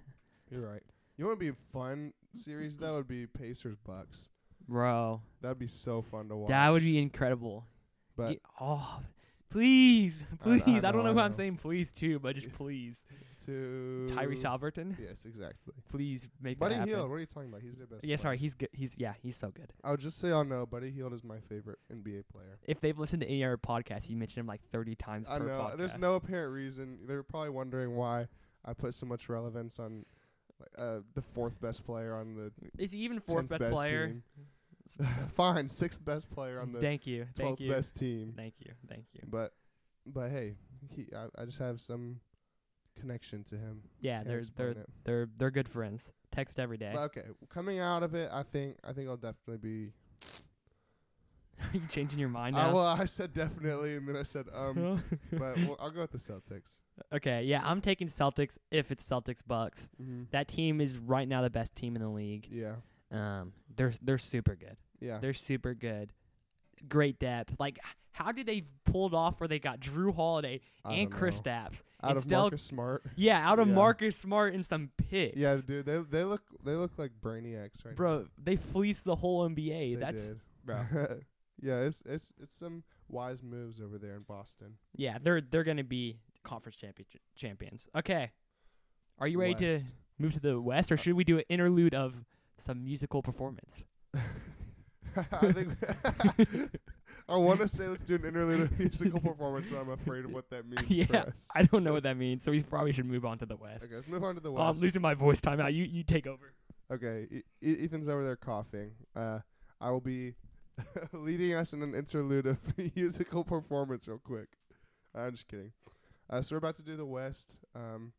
[SPEAKER 1] You're right. You want to be a fun series? That would be Pacers Bucks.
[SPEAKER 2] Bro,
[SPEAKER 1] That'd be so fun to watch.
[SPEAKER 2] that would be incredible.
[SPEAKER 1] But
[SPEAKER 2] Get- oh, please,
[SPEAKER 1] I
[SPEAKER 2] please. I, don't know
[SPEAKER 1] know,
[SPEAKER 2] who
[SPEAKER 1] I
[SPEAKER 2] I'm
[SPEAKER 1] know.
[SPEAKER 2] saying please to, but just please,
[SPEAKER 1] to
[SPEAKER 2] Tyrese Alberton,
[SPEAKER 1] Yes, exactly.
[SPEAKER 2] please make
[SPEAKER 1] Buddy
[SPEAKER 2] that happen.
[SPEAKER 1] Hield. What are you talking about? He's their best.
[SPEAKER 2] Yeah,
[SPEAKER 1] player.
[SPEAKER 2] sorry, he's good. He's yeah, he's so good.
[SPEAKER 1] I'll just say y'all know Buddy Heald is my favorite NBA player.
[SPEAKER 2] if they've listened to any of our podcast, you mentioned him like 30 times
[SPEAKER 1] I
[SPEAKER 2] per
[SPEAKER 1] know.
[SPEAKER 2] podcast.
[SPEAKER 1] There's no apparent reason. They're probably wondering why I put so much relevance on like, uh, the fourth best player on the
[SPEAKER 2] Is he even fourth
[SPEAKER 1] 10th
[SPEAKER 2] best, player?
[SPEAKER 1] team. Fine, sixth best player on the
[SPEAKER 2] Thank you. Thank
[SPEAKER 1] twelfth
[SPEAKER 2] you.
[SPEAKER 1] best team.
[SPEAKER 2] Thank you. Thank you.
[SPEAKER 1] But but hey, he I, I just have some connection to him.
[SPEAKER 2] Yeah,
[SPEAKER 1] Can't
[SPEAKER 2] they're
[SPEAKER 1] explain
[SPEAKER 2] they're
[SPEAKER 1] it.
[SPEAKER 2] they're they're good friends. Text every day.
[SPEAKER 1] But okay, coming out of it, I think I think I'll definitely be.
[SPEAKER 2] Are you changing your mind
[SPEAKER 1] I,
[SPEAKER 2] now?
[SPEAKER 1] well, I said definitely, and then I said um, but well, I'll go with the Celtics.
[SPEAKER 2] okay, yeah, I'm taking Celtics if it's Celtics Bucks.
[SPEAKER 1] Mm-hmm.
[SPEAKER 2] That team is right now the best team in the league.
[SPEAKER 1] Yeah,
[SPEAKER 2] Um, they're they're super good.
[SPEAKER 1] yeah.
[SPEAKER 2] They're super good. Great depth. Like h- how did they pulled off where they got Drew Holiday
[SPEAKER 1] I
[SPEAKER 2] and
[SPEAKER 1] don't know.
[SPEAKER 2] Chris Stapps?
[SPEAKER 1] out
[SPEAKER 2] and
[SPEAKER 1] of
[SPEAKER 2] still-
[SPEAKER 1] Marcus Smart.
[SPEAKER 2] Yeah, out of
[SPEAKER 1] Yeah.
[SPEAKER 2] Marcus Smart and some picks.
[SPEAKER 1] Yeah, dude, they they look they look like brainiacs right
[SPEAKER 2] bro, they fleece the whole
[SPEAKER 1] now.
[SPEAKER 2] NBA.
[SPEAKER 1] They
[SPEAKER 2] That's
[SPEAKER 1] did.
[SPEAKER 2] bro.
[SPEAKER 1] yeah, it's it's it's some wise moves over there in Boston.
[SPEAKER 2] Yeah, they're they're gonna be conference champion champions. Okay, are you ready to
[SPEAKER 1] West. Uh,
[SPEAKER 2] move to the West, or should we do an interlude of some musical performance?
[SPEAKER 1] I think I want to say let's do an interlude of musical performance, but I'm afraid of what that means for
[SPEAKER 2] Yeah,
[SPEAKER 1] us.
[SPEAKER 2] I don't know what that means, so we probably should move on to the West.
[SPEAKER 1] Okay, let's move on to the
[SPEAKER 2] Oh,
[SPEAKER 1] West.
[SPEAKER 2] I'm losing my voice. Time out. You you take over.
[SPEAKER 1] Okay, E- E- Ethan's over there coughing. Uh, I will be leading us in an interlude of musical performance real quick. I'm just kidding. Uh, so we're about to do the West. Um,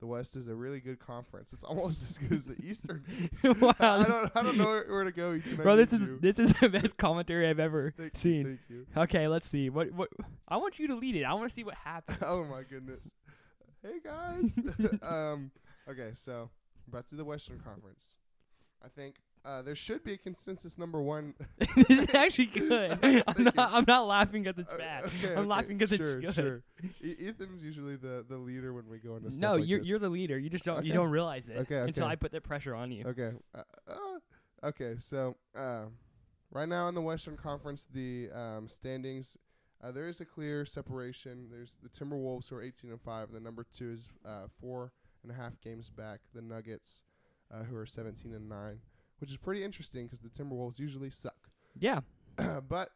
[SPEAKER 1] the West is a really good conference. It's almost as good as the Eastern.
[SPEAKER 2] wow,
[SPEAKER 1] I don't, I don't know where, where to go. Ethan. I
[SPEAKER 2] bro, this
[SPEAKER 1] need
[SPEAKER 2] is
[SPEAKER 1] you.
[SPEAKER 2] this is the best commentary I've ever
[SPEAKER 1] Thank-
[SPEAKER 2] seen.
[SPEAKER 1] Thank you.
[SPEAKER 2] Okay, let's see. What what? I want you to lead it. I want to see what happens.
[SPEAKER 1] Oh my goodness. Hey guys. um, okay, so we're about to do the Western Conference. I think uh, there should be a consensus number one
[SPEAKER 2] this is actually good.
[SPEAKER 1] Thank
[SPEAKER 2] I'm
[SPEAKER 1] you.
[SPEAKER 2] not, I'm not laughing 'cause it's
[SPEAKER 1] Uh,
[SPEAKER 2] bad.
[SPEAKER 1] okay,
[SPEAKER 2] I'm
[SPEAKER 1] okay,
[SPEAKER 2] laughing 'cause
[SPEAKER 1] sure,
[SPEAKER 2] it's good.
[SPEAKER 1] Sure. E- Ethan's usually the, the leader when we go into stuff
[SPEAKER 2] No,
[SPEAKER 1] like
[SPEAKER 2] you're
[SPEAKER 1] this.
[SPEAKER 2] you're the leader. You just don't you
[SPEAKER 1] Okay.
[SPEAKER 2] don't realize it
[SPEAKER 1] Okay,
[SPEAKER 2] until
[SPEAKER 1] okay.
[SPEAKER 2] I put the pressure on you.
[SPEAKER 1] okay. Uh, uh, okay, so uh, right now in the Western Conference, the um, standings uh, there is a clear separation. There's the Timberwolves who are 18 and five. and The number two is uh, four and a half games back. The Nuggets uh, who are 17 and nine, which is pretty interesting because the Timberwolves usually suck.
[SPEAKER 2] Yeah.
[SPEAKER 1] but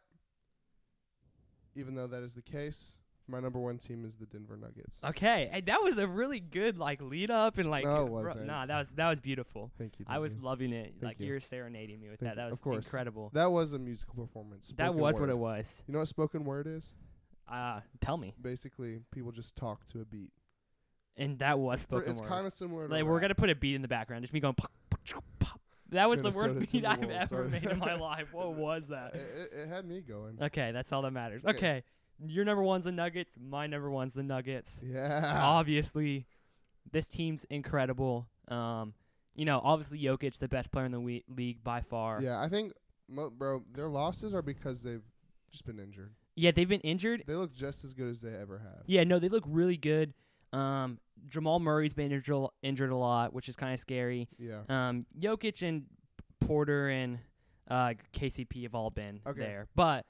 [SPEAKER 1] even though that is the case, my number one team is the Denver Nuggets.
[SPEAKER 2] Okay. Hey, that was a really good like lead up and like
[SPEAKER 1] No, it
[SPEAKER 2] bro-
[SPEAKER 1] wasn't.
[SPEAKER 2] nah, that was that was beautiful.
[SPEAKER 1] Thank you.
[SPEAKER 2] I was
[SPEAKER 1] Daniel.
[SPEAKER 2] loving it. like
[SPEAKER 1] you.
[SPEAKER 2] you. were serenading me with
[SPEAKER 1] Thank
[SPEAKER 2] that. That
[SPEAKER 1] you.
[SPEAKER 2] was
[SPEAKER 1] Of course.
[SPEAKER 2] incredible.
[SPEAKER 1] That was a musical performance.
[SPEAKER 2] that
[SPEAKER 1] spoken
[SPEAKER 2] was
[SPEAKER 1] word.
[SPEAKER 2] what it was.
[SPEAKER 1] You know what spoken word is?
[SPEAKER 2] Uh tell me.
[SPEAKER 1] Basically, people just talk to a beat.
[SPEAKER 2] And that was
[SPEAKER 1] Pr-
[SPEAKER 2] spoken
[SPEAKER 1] it's
[SPEAKER 2] word.
[SPEAKER 1] kind of similar. To
[SPEAKER 2] like we're
[SPEAKER 1] rap.
[SPEAKER 2] gonna put a beat in the background, just me going. pop, pop, chop, pop. That was the
[SPEAKER 1] Minnesota
[SPEAKER 2] worst beat I've
[SPEAKER 1] Timberwolves,
[SPEAKER 2] ever
[SPEAKER 1] sorry.
[SPEAKER 2] made in my life. What was that?
[SPEAKER 1] It, it, it had me going.
[SPEAKER 2] Okay, that's all that matters.
[SPEAKER 1] Okay.
[SPEAKER 2] Okay, your number one's the Nuggets. My number one's the Nuggets.
[SPEAKER 1] Yeah.
[SPEAKER 2] Obviously, this team's incredible. Um, you know, obviously Jokic, the best player in the we- league by far.
[SPEAKER 1] Yeah, I think, mo- bro, their losses are because they've just been injured.
[SPEAKER 2] Yeah, they've been injured.
[SPEAKER 1] They look just as good as they ever have.
[SPEAKER 2] Yeah, no, they look really good. Um, Jamal Murray's been injured, injured a lot, which is kind of scary.
[SPEAKER 1] Yeah.
[SPEAKER 2] Um, Jokic and Porter and uh, KCP have all been
[SPEAKER 1] Okay.
[SPEAKER 2] there, but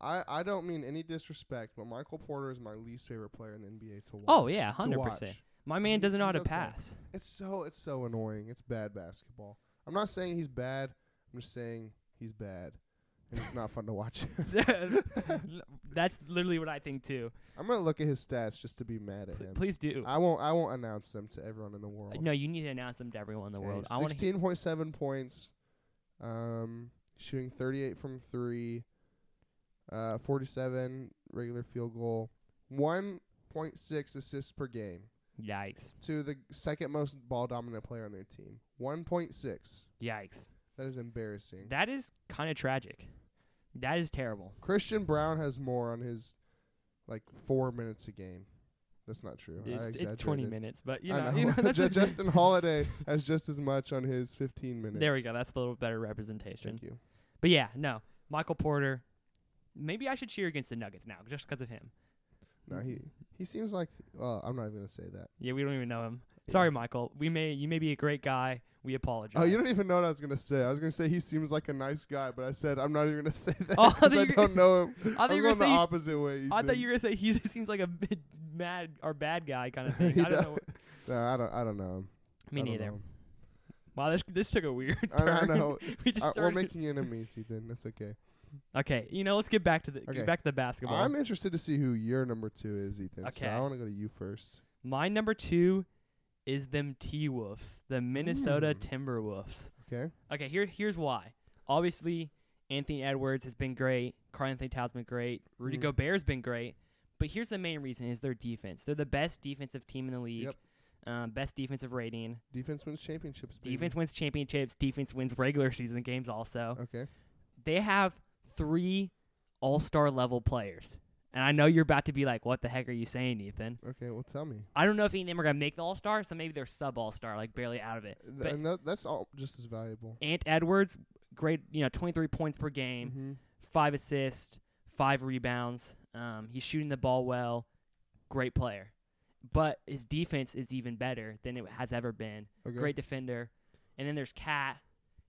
[SPEAKER 1] I, I don't mean any disrespect, but Michael Porter is my least favorite player in the NBA to watch.
[SPEAKER 2] Oh, yeah,
[SPEAKER 1] to
[SPEAKER 2] 100%.
[SPEAKER 1] watch.
[SPEAKER 2] my man
[SPEAKER 1] He's-
[SPEAKER 2] doesn't know how
[SPEAKER 1] he's
[SPEAKER 2] to
[SPEAKER 1] okay.
[SPEAKER 2] pass.
[SPEAKER 1] It's so it's so annoying. It's bad basketball. I'm not saying he's bad. I'm just saying he's bad, and it's not fun to watch.
[SPEAKER 2] That's literally what I think too.
[SPEAKER 1] I'm gonna look at his stats just to be mad at
[SPEAKER 2] Pl-
[SPEAKER 1] him.
[SPEAKER 2] Please do.
[SPEAKER 1] I won't I won't announce them to everyone in the world.
[SPEAKER 2] No, you need to announce them to everyone in the world. I want to.
[SPEAKER 1] Sixteen point seven points, um, shooting thirty eight from three, uh, forty seven regular field goal, one point six assists per game.
[SPEAKER 2] Yikes!
[SPEAKER 1] to the second most ball dominant player on their team. 1.6.
[SPEAKER 2] Yikes!
[SPEAKER 1] That is embarrassing.
[SPEAKER 2] That is kind of tragic. That is terrible.
[SPEAKER 1] Christian Brown has more on his like 4 minutes a game. That's not true. I
[SPEAKER 2] It's, it's
[SPEAKER 1] exaggerated.
[SPEAKER 2] twenty minutes, but you
[SPEAKER 1] I
[SPEAKER 2] know, you know that's
[SPEAKER 1] Ju- Justin Holiday has just as much on his 15 minutes.
[SPEAKER 2] There we go. That's a little better representation.
[SPEAKER 1] Thank you.
[SPEAKER 2] But yeah, no, Michael Porter. Maybe I should cheer against the Nuggets now, just because of him.
[SPEAKER 1] No, he he seems like well, I'm not even going to say that.
[SPEAKER 2] Yeah, we don't even know him.
[SPEAKER 1] Yeah.
[SPEAKER 2] Sorry, Michael. We may you may be a great guy. We apologize.
[SPEAKER 1] Oh, you don't even know what I was going to say. I was going to say he seems like a nice guy, but I said I'm not even going to say that
[SPEAKER 2] Oh, I
[SPEAKER 1] 'cause
[SPEAKER 2] thought you
[SPEAKER 1] I
[SPEAKER 2] were-
[SPEAKER 1] don't know him.
[SPEAKER 2] I thought
[SPEAKER 1] am
[SPEAKER 2] you were
[SPEAKER 1] going the
[SPEAKER 2] saying.
[SPEAKER 1] opposite way.
[SPEAKER 2] I
[SPEAKER 1] think.
[SPEAKER 2] thought you were gonna say he seems like a bit mad or bad guy kind of thing.
[SPEAKER 1] He
[SPEAKER 2] I don't
[SPEAKER 1] does.
[SPEAKER 2] know. what-
[SPEAKER 1] No, I don't I don't know him.
[SPEAKER 2] Me
[SPEAKER 1] I don't
[SPEAKER 2] neither.
[SPEAKER 1] know him.
[SPEAKER 2] Wow, this this took a weird
[SPEAKER 1] I
[SPEAKER 2] turn.
[SPEAKER 1] know, I know.
[SPEAKER 2] we just
[SPEAKER 1] Uh, we're
[SPEAKER 2] started.
[SPEAKER 1] making enemies, Ethan. That's okay.
[SPEAKER 2] okay, you know, let's get back to the
[SPEAKER 1] Okay.
[SPEAKER 2] get back to the basketball.
[SPEAKER 1] I'm interested to see who your number two is, Ethan. So
[SPEAKER 2] Okay.
[SPEAKER 1] I want to go to you first.
[SPEAKER 2] My number two is them T Wolves, the Minnesota
[SPEAKER 1] Mm.
[SPEAKER 2] Timberwolves.
[SPEAKER 1] Okay.
[SPEAKER 2] Okay, here here's why. Obviously, Anthony Edwards has been great. Carl Anthony Towns been great. Rudy
[SPEAKER 1] Mhm.
[SPEAKER 2] Gobert's been great. But here's the main reason: is their defense. They're the best defensive team in the league.
[SPEAKER 1] Yep.
[SPEAKER 2] Um, best defensive rating.
[SPEAKER 1] Defense wins championships. baby.
[SPEAKER 2] Defense wins championships. Defense wins regular season games. Also,
[SPEAKER 1] Okay.
[SPEAKER 2] they have three All Star level players, and I know you're about to be like, "What the heck are you saying, Ethan?"
[SPEAKER 1] Okay. Well, tell me.
[SPEAKER 2] I don't know if any of them are gonna make the All Star, so maybe they're sub All Star, like barely out of it.
[SPEAKER 1] Th-
[SPEAKER 2] But-
[SPEAKER 1] and that, that's all just as valuable.
[SPEAKER 2] Ant Edwards, great, you know, 23 points per game,
[SPEAKER 1] Mm-hmm.
[SPEAKER 2] five assists, five rebounds. Um, he's shooting the ball well, great player, but his defense is even better than it has ever been.
[SPEAKER 1] Mm-hmm. Okay.
[SPEAKER 2] great defender. And then there's Cat.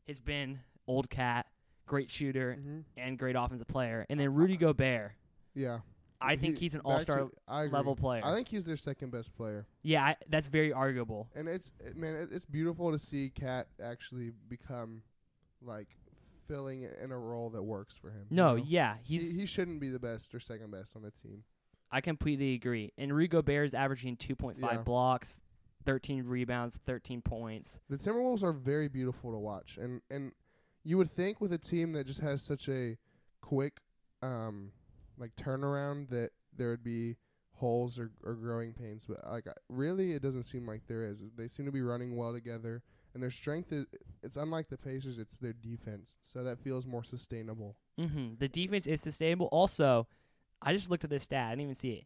[SPEAKER 2] He's been old Cat, great shooter
[SPEAKER 1] hmm
[SPEAKER 2] and great offensive player. And then Rudy Gobert.
[SPEAKER 1] Yeah.
[SPEAKER 2] I think
[SPEAKER 1] He-
[SPEAKER 2] he's an all-star
[SPEAKER 1] actually, I agree.
[SPEAKER 2] level player.
[SPEAKER 1] I think he's their second best player,
[SPEAKER 2] yeah, I, that's very arguable.
[SPEAKER 1] and it's it, man, it, it's beautiful to see Cat actually become like filling in a role that works for him. you
[SPEAKER 2] No,
[SPEAKER 1] know?
[SPEAKER 2] yeah,
[SPEAKER 1] he,
[SPEAKER 2] he's.
[SPEAKER 1] he shouldn't be the best or second best on a team.
[SPEAKER 2] I completely agree. And Rudy Gobert is averaging 2.5
[SPEAKER 1] Yeah.
[SPEAKER 2] blocks, 13 rebounds, 13 points.
[SPEAKER 1] The Timberwolves are very beautiful to watch, and and you would think with a team that just has such a quick, um, like turnaround that there would be holes or, or growing pains, but like I- really it doesn't seem like there is. They seem to be running well together, and their strength is it's unlike the Pacers. It's their defense, so that feels more sustainable.
[SPEAKER 2] hmm The defense is sustainable. Also, I just looked at this stat. I didn't even see it.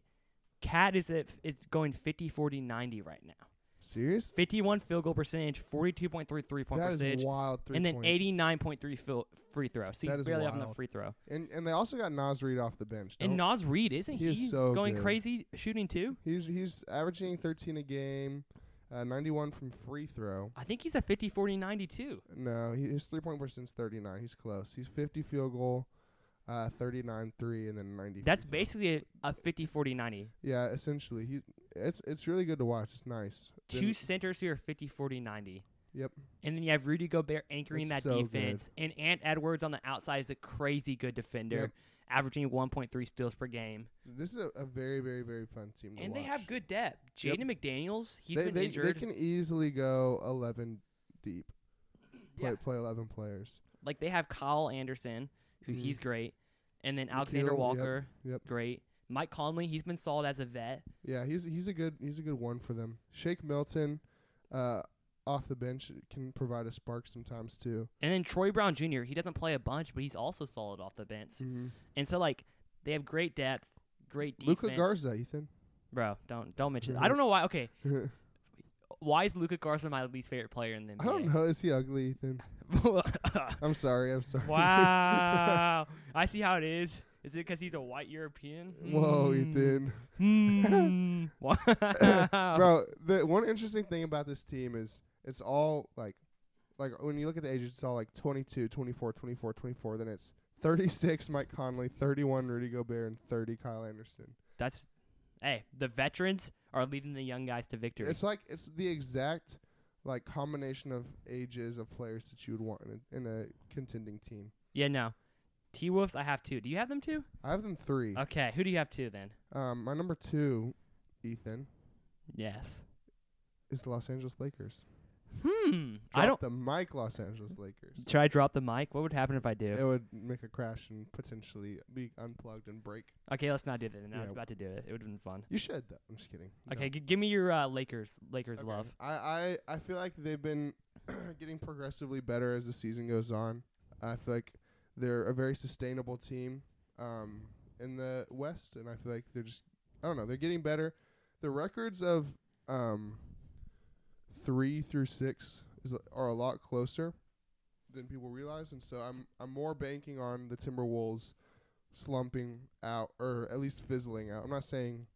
[SPEAKER 2] Cat is at, is going 50, 40, 90 right now.
[SPEAKER 1] Serious?
[SPEAKER 2] 51 field goal percentage, 42.3 three point
[SPEAKER 1] That is
[SPEAKER 2] percentage,
[SPEAKER 1] wild. Three
[SPEAKER 2] and then
[SPEAKER 1] point.
[SPEAKER 2] 89.3 fil- free throw. So
[SPEAKER 1] That
[SPEAKER 2] he's
[SPEAKER 1] is
[SPEAKER 2] barely off on the
[SPEAKER 1] wild.
[SPEAKER 2] free throw.
[SPEAKER 1] and and they also got Nas Reed off the bench.
[SPEAKER 2] And
[SPEAKER 1] Don't-
[SPEAKER 2] Nas Reed, isn't
[SPEAKER 1] He
[SPEAKER 2] he,
[SPEAKER 1] is so
[SPEAKER 2] going
[SPEAKER 1] good.
[SPEAKER 2] crazy shooting too?
[SPEAKER 1] He's he's averaging 13 a game, uh, 91 from free throw.
[SPEAKER 2] I think he's a 50 40 90 too.
[SPEAKER 1] No, he, his three point percent's 39. He's close. He's 50 field goal, uh, 39 three, and then 90.
[SPEAKER 2] That's
[SPEAKER 1] free throw.
[SPEAKER 2] basically a, a 50 40 90.
[SPEAKER 1] Yeah, essentially, he's it's it's really good to watch. It's nice. Then-
[SPEAKER 2] Two centers here are 50 40 90.
[SPEAKER 1] Yep.
[SPEAKER 2] And then you have Rudy Gobert anchoring
[SPEAKER 1] That's
[SPEAKER 2] that
[SPEAKER 1] so good.
[SPEAKER 2] defense. And Ant Edwards on the outside is a crazy good defender,
[SPEAKER 1] Yep.
[SPEAKER 2] averaging 1.3 steals per game.
[SPEAKER 1] this is a, a very very very fun team. To
[SPEAKER 2] and they
[SPEAKER 1] watch.
[SPEAKER 2] have good depth.
[SPEAKER 1] Yep.
[SPEAKER 2] Jaden McDaniels, he's
[SPEAKER 1] They,
[SPEAKER 2] been
[SPEAKER 1] they,
[SPEAKER 2] injured.
[SPEAKER 1] they can easily go 11 deep. Play
[SPEAKER 2] Yeah.
[SPEAKER 1] play 11 players.
[SPEAKER 2] Like they have Kyle Anderson, who
[SPEAKER 1] Mhm.
[SPEAKER 2] he's great, and then Alexander
[SPEAKER 1] yep,
[SPEAKER 2] Walker,
[SPEAKER 1] yep.
[SPEAKER 2] great. Mike Conley, he's been solid as a vet.
[SPEAKER 1] Yeah, he's he's a good he's a good one for them. Shake Milton, uh, off the bench can provide a spark sometimes too.
[SPEAKER 2] And then Troy Brown Jr. He doesn't play a bunch, but he's also solid off the bench.
[SPEAKER 1] Mm-hmm.
[SPEAKER 2] And so like they have great depth, great defense.
[SPEAKER 1] Luca Garza, Ethan.
[SPEAKER 2] bro, don't don't mention. I don't know why. Okay,
[SPEAKER 1] I
[SPEAKER 2] why is Luca Garza my least favorite player in the NBA?
[SPEAKER 1] don't know. Is he ugly, Ethan? I'm sorry. I'm sorry.
[SPEAKER 2] wow, I see how it is. Is it because he's a white European?
[SPEAKER 1] Whoa,
[SPEAKER 2] Hmm.
[SPEAKER 1] Ethan.
[SPEAKER 2] Hmm. wow.
[SPEAKER 1] Bro, the one interesting thing about this team is it's all like like when you look at the ages, it's all like 22, 24, 24, 24. Then it's 36 Mike Conley, 31 Rudy Gobert, and 30 Kyle Anderson.
[SPEAKER 2] That's hey, the veterans are leading the young guys to victory.
[SPEAKER 1] It's like it's the exact like combination of ages of players that you would want in a, in a contending team.
[SPEAKER 2] yeah, no. T Wolves, I have two. Do you have them too?
[SPEAKER 1] I have them three.
[SPEAKER 2] Okay, who do you have two then?
[SPEAKER 1] Um, my number two, Ethan,
[SPEAKER 2] Yes.
[SPEAKER 1] is the Los Angeles Lakers.
[SPEAKER 2] Hmm.
[SPEAKER 1] Drop
[SPEAKER 2] I don't.
[SPEAKER 1] the Mike Los Angeles Lakers.
[SPEAKER 2] Should I drop the mic? What would happen if I do?
[SPEAKER 1] It would make a crash and potentially be unplugged and break.
[SPEAKER 2] Okay, let's not do that. No, I was
[SPEAKER 1] Yeah.
[SPEAKER 2] about to do it. It would have been fun.
[SPEAKER 1] You should though. I'm just kidding. No.
[SPEAKER 2] Okay, g- give me your uh, Lakers. Lakers
[SPEAKER 1] Okay.
[SPEAKER 2] love.
[SPEAKER 1] I, I I feel like they've been getting progressively better as the season goes on. I feel like they're a very sustainable team um, in the West, and I feel like they're just I don't know they're getting better. The records of um, three through six is are a lot closer than people realize, and so I'm I'm more banking on the Timberwolves slumping out or at least fizzling out. I'm not saying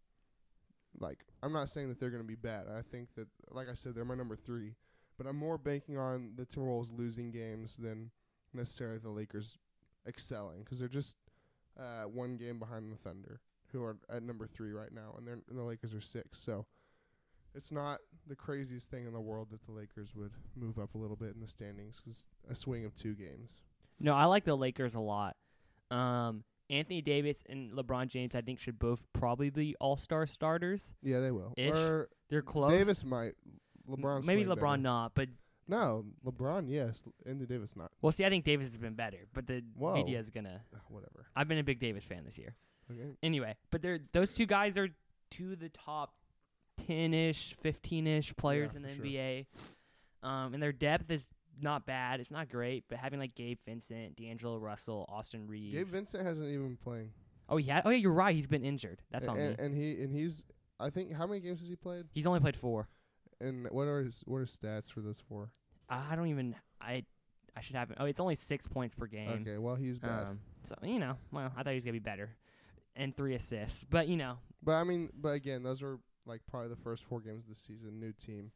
[SPEAKER 1] like I'm not saying that they're going to be bad. I think that like I said they're my number 3, but I'm more banking on the Timberwolves losing games than necessarily the Lakers excelling cuz they're just uh, one game behind the Thunder who are at number 3 right now and they're and the Lakers are 6. So it's not the craziest thing in the world that the Lakers would move up a little bit in the standings cuz a swing of two games.
[SPEAKER 2] No, I like the Lakers a lot. Um, Anthony Davis and LeBron James, I think, should both probably be All Star starters.
[SPEAKER 1] Yeah, they will.
[SPEAKER 2] Ish.
[SPEAKER 1] Or
[SPEAKER 2] They're close.
[SPEAKER 1] Davis might
[SPEAKER 2] M-
[SPEAKER 1] LeBron
[SPEAKER 2] maybe LeBron not, but
[SPEAKER 1] No, LeBron, yes. Andy Davis, not.
[SPEAKER 2] well, see, I think Davis has been better. But the
[SPEAKER 1] Whoa.
[SPEAKER 2] media is gonna.
[SPEAKER 1] Ugh, Whatever.
[SPEAKER 2] I've been a big Davis fan this year.
[SPEAKER 1] Okay.
[SPEAKER 2] Anyway, but they're those two guys are to the top ten ish, fifteen ish players
[SPEAKER 1] Yeah,
[SPEAKER 2] in
[SPEAKER 1] for
[SPEAKER 2] the
[SPEAKER 1] sure.
[SPEAKER 2] NBA. Um, and their depth is not bad. It's not great, but having like Gabe Vincent, D'Angelo Russell, Austin Reeves.
[SPEAKER 1] Gabe Vincent hasn't even been playing.
[SPEAKER 2] oh yeah, oh yeah, you're right. He's been injured. That's
[SPEAKER 1] A-
[SPEAKER 2] on me.
[SPEAKER 1] and, and he and he's I think how many games has he played?
[SPEAKER 2] He's only played four.
[SPEAKER 1] And what are his what are his stats for those four?
[SPEAKER 2] I don't even. I I should have. Oh, it's only six points per game.
[SPEAKER 1] Okay, well he's bad.
[SPEAKER 2] Um, so you know, well, I thought he was gonna be better, and three assists. But you know,
[SPEAKER 1] but I mean, but again, those are like probably the first four games of the season, new team.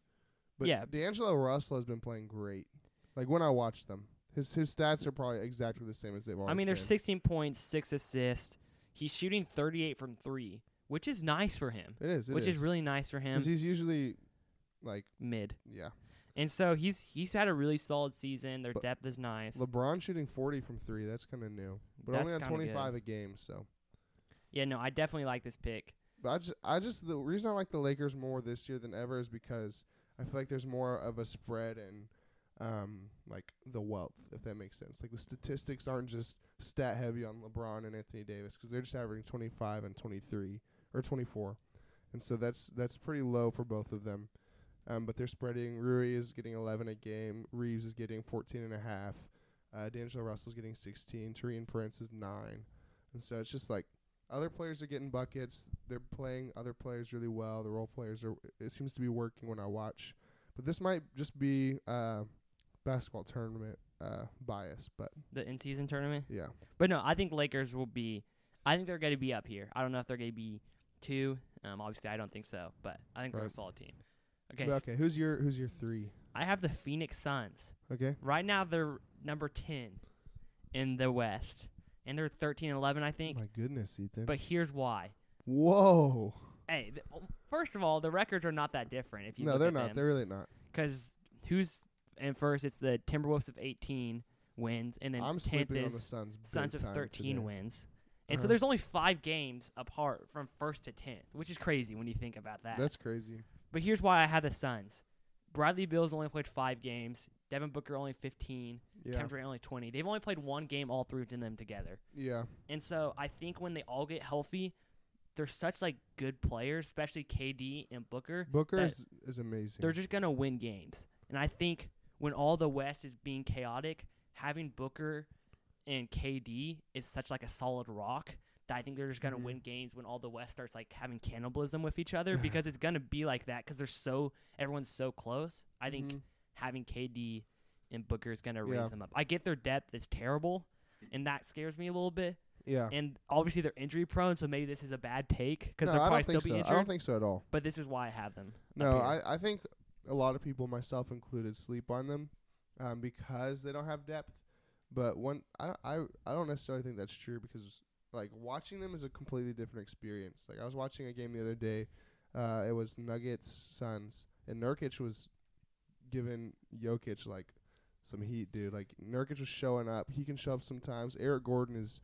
[SPEAKER 1] But
[SPEAKER 2] Yeah.
[SPEAKER 1] D'Angelo Russell has been playing great. Like when I watched them, his his stats are probably exactly the same as they've always.
[SPEAKER 2] I
[SPEAKER 1] been.
[SPEAKER 2] mean, there's 16 points, six assists. He's shooting 38 from three, which is nice for him.
[SPEAKER 1] It is, it
[SPEAKER 2] which is.
[SPEAKER 1] is.
[SPEAKER 2] really nice for him.
[SPEAKER 1] 'Cause he's usually like
[SPEAKER 2] mid,
[SPEAKER 1] yeah.
[SPEAKER 2] and so he's he's had a really solid season. Their
[SPEAKER 1] But
[SPEAKER 2] depth is nice.
[SPEAKER 1] LeBron shooting forty from three, that's kind of new, but
[SPEAKER 2] That's
[SPEAKER 1] only on
[SPEAKER 2] kinda good.
[SPEAKER 1] twenty five a game, so.
[SPEAKER 2] yeah, no, I definitely like this pick.
[SPEAKER 1] But I just, I just the reason I like the Lakers more this year than ever is because I feel like there's more of a spread and um like the wealth, if that makes sense. Like the statistics aren't just stat heavy on LeBron and Anthony Davis because they're just averaging 25 and 23 or 24, and so that's that's pretty low for both of them. Um, but they're spreading. Rui is getting 11 a game. Reeves is getting 14 and a half. Uh, D'Angelo Russell's getting 16. Torian Prince is nine, and so it's just like other players are getting buckets. They're playing other players really well. The role players are. It seems to be working when I watch. But this might just be uh, basketball tournament uh, bias. But
[SPEAKER 2] The in season tournament,
[SPEAKER 1] yeah,
[SPEAKER 2] but no, I think Lakers will be. I think they're going to be up here. I don't know if they're going to be two. Um, obviously, I don't think so, but I think they're a
[SPEAKER 1] Right.
[SPEAKER 2] solid team. Okay,
[SPEAKER 1] But
[SPEAKER 2] s-
[SPEAKER 1] okay. Who's your Who's your three?
[SPEAKER 2] I have the Phoenix Suns.
[SPEAKER 1] Okay,
[SPEAKER 2] Right now, they're number 10 in the West, and they're 13 and 11, I think.
[SPEAKER 1] Oh my goodness, Ethan.
[SPEAKER 2] But here's why.
[SPEAKER 1] Whoa,
[SPEAKER 2] Hey, th- oh, first of all, the records are not that different. If you
[SPEAKER 1] no,
[SPEAKER 2] look
[SPEAKER 1] they're
[SPEAKER 2] at
[SPEAKER 1] not.
[SPEAKER 2] them.
[SPEAKER 1] They're really not.
[SPEAKER 2] because who's and first it's the Timberwolves of 18 wins, and then
[SPEAKER 1] I'm
[SPEAKER 2] 10th
[SPEAKER 1] sleeping on the
[SPEAKER 2] is
[SPEAKER 1] Suns. big
[SPEAKER 2] Suns of
[SPEAKER 1] time
[SPEAKER 2] 13
[SPEAKER 1] today.
[SPEAKER 2] wins. And so
[SPEAKER 1] Uh-huh.
[SPEAKER 2] there's only five games apart from first to 10th, which is crazy when you think about that.
[SPEAKER 1] That's crazy.
[SPEAKER 2] But here's why I had the Suns. Bradley Bill's only played five games. Devin Booker only 15.
[SPEAKER 1] Yeah,
[SPEAKER 2] Kevin Durant only 20. They've only played one game all three of them together.
[SPEAKER 1] yeah.
[SPEAKER 2] And so I think when they all get healthy, they're such like good players, especially KD and Booker.
[SPEAKER 1] Booker
[SPEAKER 2] that-
[SPEAKER 1] is, is amazing.
[SPEAKER 2] They're just gonna win games, And I think when all the West is being chaotic, having Booker and KD is such like a solid rock that I think they're just gonna
[SPEAKER 1] Mhm.
[SPEAKER 2] win games when all the West starts like having cannibalism with each other because it's gonna be like that because they're so everyone's so close. I think
[SPEAKER 1] Mhm.
[SPEAKER 2] having KD and Booker is gonna raise
[SPEAKER 1] Yeah.
[SPEAKER 2] them up. I get their depth is terrible, and that scares me a little bit.
[SPEAKER 1] Yeah.
[SPEAKER 2] And obviously they're injury prone, so maybe this is a bad take because
[SPEAKER 1] No,
[SPEAKER 2] they'll
[SPEAKER 1] I
[SPEAKER 2] probably
[SPEAKER 1] don't
[SPEAKER 2] still
[SPEAKER 1] think
[SPEAKER 2] be
[SPEAKER 1] so.
[SPEAKER 2] injured.
[SPEAKER 1] I don't think so at all.
[SPEAKER 2] but this is why I have them.
[SPEAKER 1] No,
[SPEAKER 2] here.
[SPEAKER 1] I, I think a lot of people, myself included, sleep on them um, because they don't have depth. But one, I, don't- I, I don't necessarily think that's true because like watching them is a completely different experience. Like I was watching a game the other day, uh, it was Nuggets Suns, and Nurkic was giving Jokic like some heat, dude. Like Nurkic was showing up. He can show up sometimes. Eric Gordon is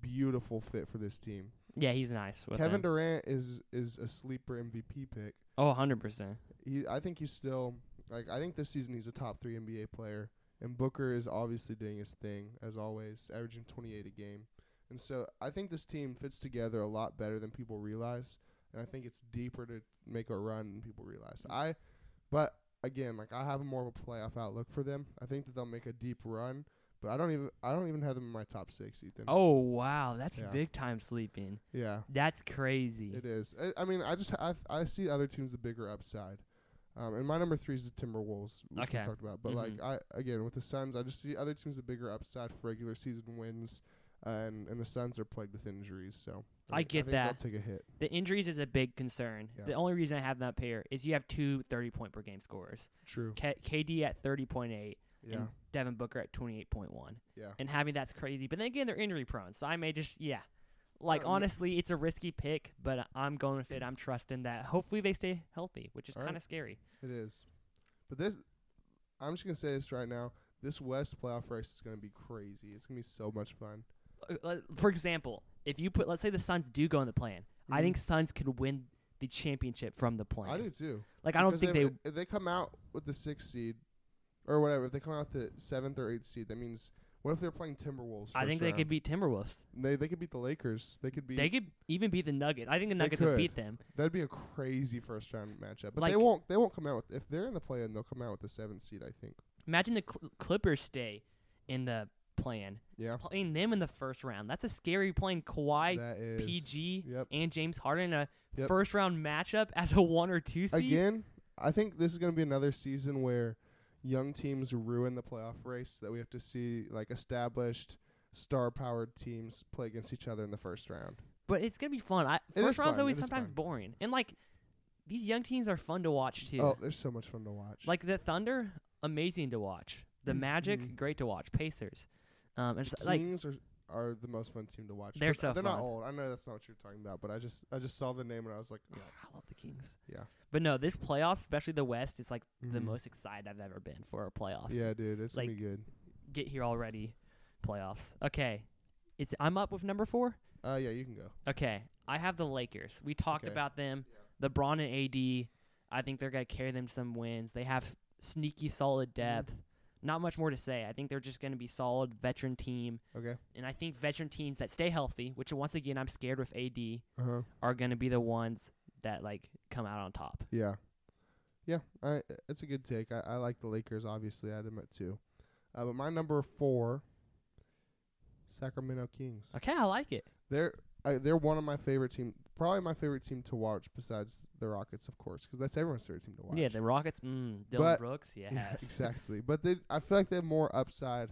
[SPEAKER 1] beautiful fit for this team.
[SPEAKER 2] Yeah, he's nice. With
[SPEAKER 1] Kevin
[SPEAKER 2] them.
[SPEAKER 1] Durant is is a sleeper MVP pick
[SPEAKER 2] Oh, 100%.
[SPEAKER 1] he I think he's still like I think this season he's a top three NBA player. And Booker is obviously doing his thing as always, averaging twenty eight a game. And so I think this team fits together a lot better than people realize. And I think it's deeper to make a run than people realize. I but again, like I have more of a playoff outlook for them. I think that they'll make a deep run, but I don't even I don't even have them in my top six, Ethan.
[SPEAKER 2] Oh, wow. That's
[SPEAKER 1] Mm. Yeah.
[SPEAKER 2] big time sleeping.
[SPEAKER 1] Yeah.
[SPEAKER 2] That's crazy.
[SPEAKER 1] It is. I, I mean, I just I, I see other teams the bigger upside. Um, and my number three is the Timberwolves, which
[SPEAKER 2] Okay.
[SPEAKER 1] we talked about. But
[SPEAKER 2] Mhm.
[SPEAKER 1] like I again with the Suns, I just see other teams the bigger upside for regular season wins, uh, and and the Suns are plagued with injuries. So
[SPEAKER 2] I get
[SPEAKER 1] think
[SPEAKER 2] that.
[SPEAKER 1] They'll take a hit.
[SPEAKER 2] The injuries is a big concern.
[SPEAKER 1] Yeah.
[SPEAKER 2] The only reason I have that pair is you have two 30 point per game scorers
[SPEAKER 1] True.
[SPEAKER 2] K- KD at 30.8
[SPEAKER 1] Yeah.
[SPEAKER 2] and Devin Booker at 28.1.
[SPEAKER 1] Yeah.
[SPEAKER 2] And having that's crazy. But then again, they're injury prone. So I may just, yeah. Like,
[SPEAKER 1] Um,
[SPEAKER 2] honestly, it's a risky pick, but I'm going with it. I'm trusting that hopefully they stay healthy, which is
[SPEAKER 1] All
[SPEAKER 2] kind
[SPEAKER 1] right.
[SPEAKER 2] of scary.
[SPEAKER 1] It is. But this, I'm just gonna say this right now. This West playoff race is gonna be crazy. It's gonna be so much fun.
[SPEAKER 2] Uh, uh, For example, if you put, let's say the Suns do go in the plan, I
[SPEAKER 1] Mhm.
[SPEAKER 2] think Suns could win the championship from the plan.
[SPEAKER 1] I do too.
[SPEAKER 2] Like I don't
[SPEAKER 1] Because
[SPEAKER 2] think they.
[SPEAKER 1] if, if they come out with the sixth seed or whatever, if they come out with the seventh or eighth seed, that means what if they're playing Timberwolves?
[SPEAKER 2] I think
[SPEAKER 1] first
[SPEAKER 2] they
[SPEAKER 1] round?
[SPEAKER 2] could beat Timberwolves.
[SPEAKER 1] They they could beat the Lakers. They could beat.
[SPEAKER 2] They could even beat the Nuggets. I think the
[SPEAKER 1] They
[SPEAKER 2] Nuggets would
[SPEAKER 1] could.
[SPEAKER 2] beat them.
[SPEAKER 1] that'd be a crazy first round matchup. But they
[SPEAKER 2] Like-
[SPEAKER 1] won't. They won't come out with if they're in the play in. They'll come out with the seventh seed. I think.
[SPEAKER 2] Imagine the Cl- Clippers stay in the plan,
[SPEAKER 1] Yeah.
[SPEAKER 2] playing them in the first round. That's a scary playing Kawhi,
[SPEAKER 1] that is
[SPEAKER 2] PG,
[SPEAKER 1] Yep.
[SPEAKER 2] and James Harden in a
[SPEAKER 1] Yep.
[SPEAKER 2] first round matchup as a one or two seed.
[SPEAKER 1] Again, I think this is going to be another season where young teams ruin the playoff race. That we have to see like established star powered teams play against each other in the first round.
[SPEAKER 2] But it's gonna be fun. I,
[SPEAKER 1] It
[SPEAKER 2] first
[SPEAKER 1] is
[SPEAKER 2] round's
[SPEAKER 1] fun.
[SPEAKER 2] always
[SPEAKER 1] It is
[SPEAKER 2] sometimes
[SPEAKER 1] fun.
[SPEAKER 2] boring, and like these young teams are fun to watch too.
[SPEAKER 1] Oh, they're so much fun to watch.
[SPEAKER 2] Like the Thunder, amazing to watch. The Magic,
[SPEAKER 1] Mhm.
[SPEAKER 2] great to watch. Pacers, um, and
[SPEAKER 1] The
[SPEAKER 2] s- like
[SPEAKER 1] Kings are are the most fun team to watch.
[SPEAKER 2] They're
[SPEAKER 1] But uh,
[SPEAKER 2] so
[SPEAKER 1] they're not
[SPEAKER 2] fun.
[SPEAKER 1] old. I know that's not what you're talking about, but I just I just saw the name and I was like, yeah.
[SPEAKER 2] I love the Kings.
[SPEAKER 1] Yeah.
[SPEAKER 2] But no, this playoffs, especially the West, is like the
[SPEAKER 1] Mhm.
[SPEAKER 2] most excited I've ever been for a playoffs.
[SPEAKER 1] yeah, dude, it's
[SPEAKER 2] Like-
[SPEAKER 1] gonna be good.
[SPEAKER 2] Get here already, playoffs. Okay. It's I'm up with number four.
[SPEAKER 1] Uh, yeah, you can go.
[SPEAKER 2] Okay. I have the Lakers. We talked
[SPEAKER 1] Okay.
[SPEAKER 2] about them. The Braun and AD. I think they're gonna carry them some wins. They have sneaky solid
[SPEAKER 1] Mm-hmm.
[SPEAKER 2] depth. Not much more to say. I think they're just gonna be solid veteran team.
[SPEAKER 1] Okay.
[SPEAKER 2] And I think veteran teams that stay healthy, which once again I'm scared with AD,
[SPEAKER 1] Uh huh.
[SPEAKER 2] are gonna be the ones that like come out on top.
[SPEAKER 1] Yeah. Yeah, I it's a good take. I, I like the Lakers. Obviously, I had them at two, uh, but my number four, Sacramento Kings.
[SPEAKER 2] Okay, I like it.
[SPEAKER 1] They're uh, they're one of my favorite team, probably my favorite team to watch besides the Rockets, of course, because that's everyone's favorite team to watch.
[SPEAKER 2] Yeah, the Rockets. Mm, Dylan
[SPEAKER 1] But-
[SPEAKER 2] Brooks. Yes.
[SPEAKER 1] Yeah, exactly. But they, I feel like they have more upside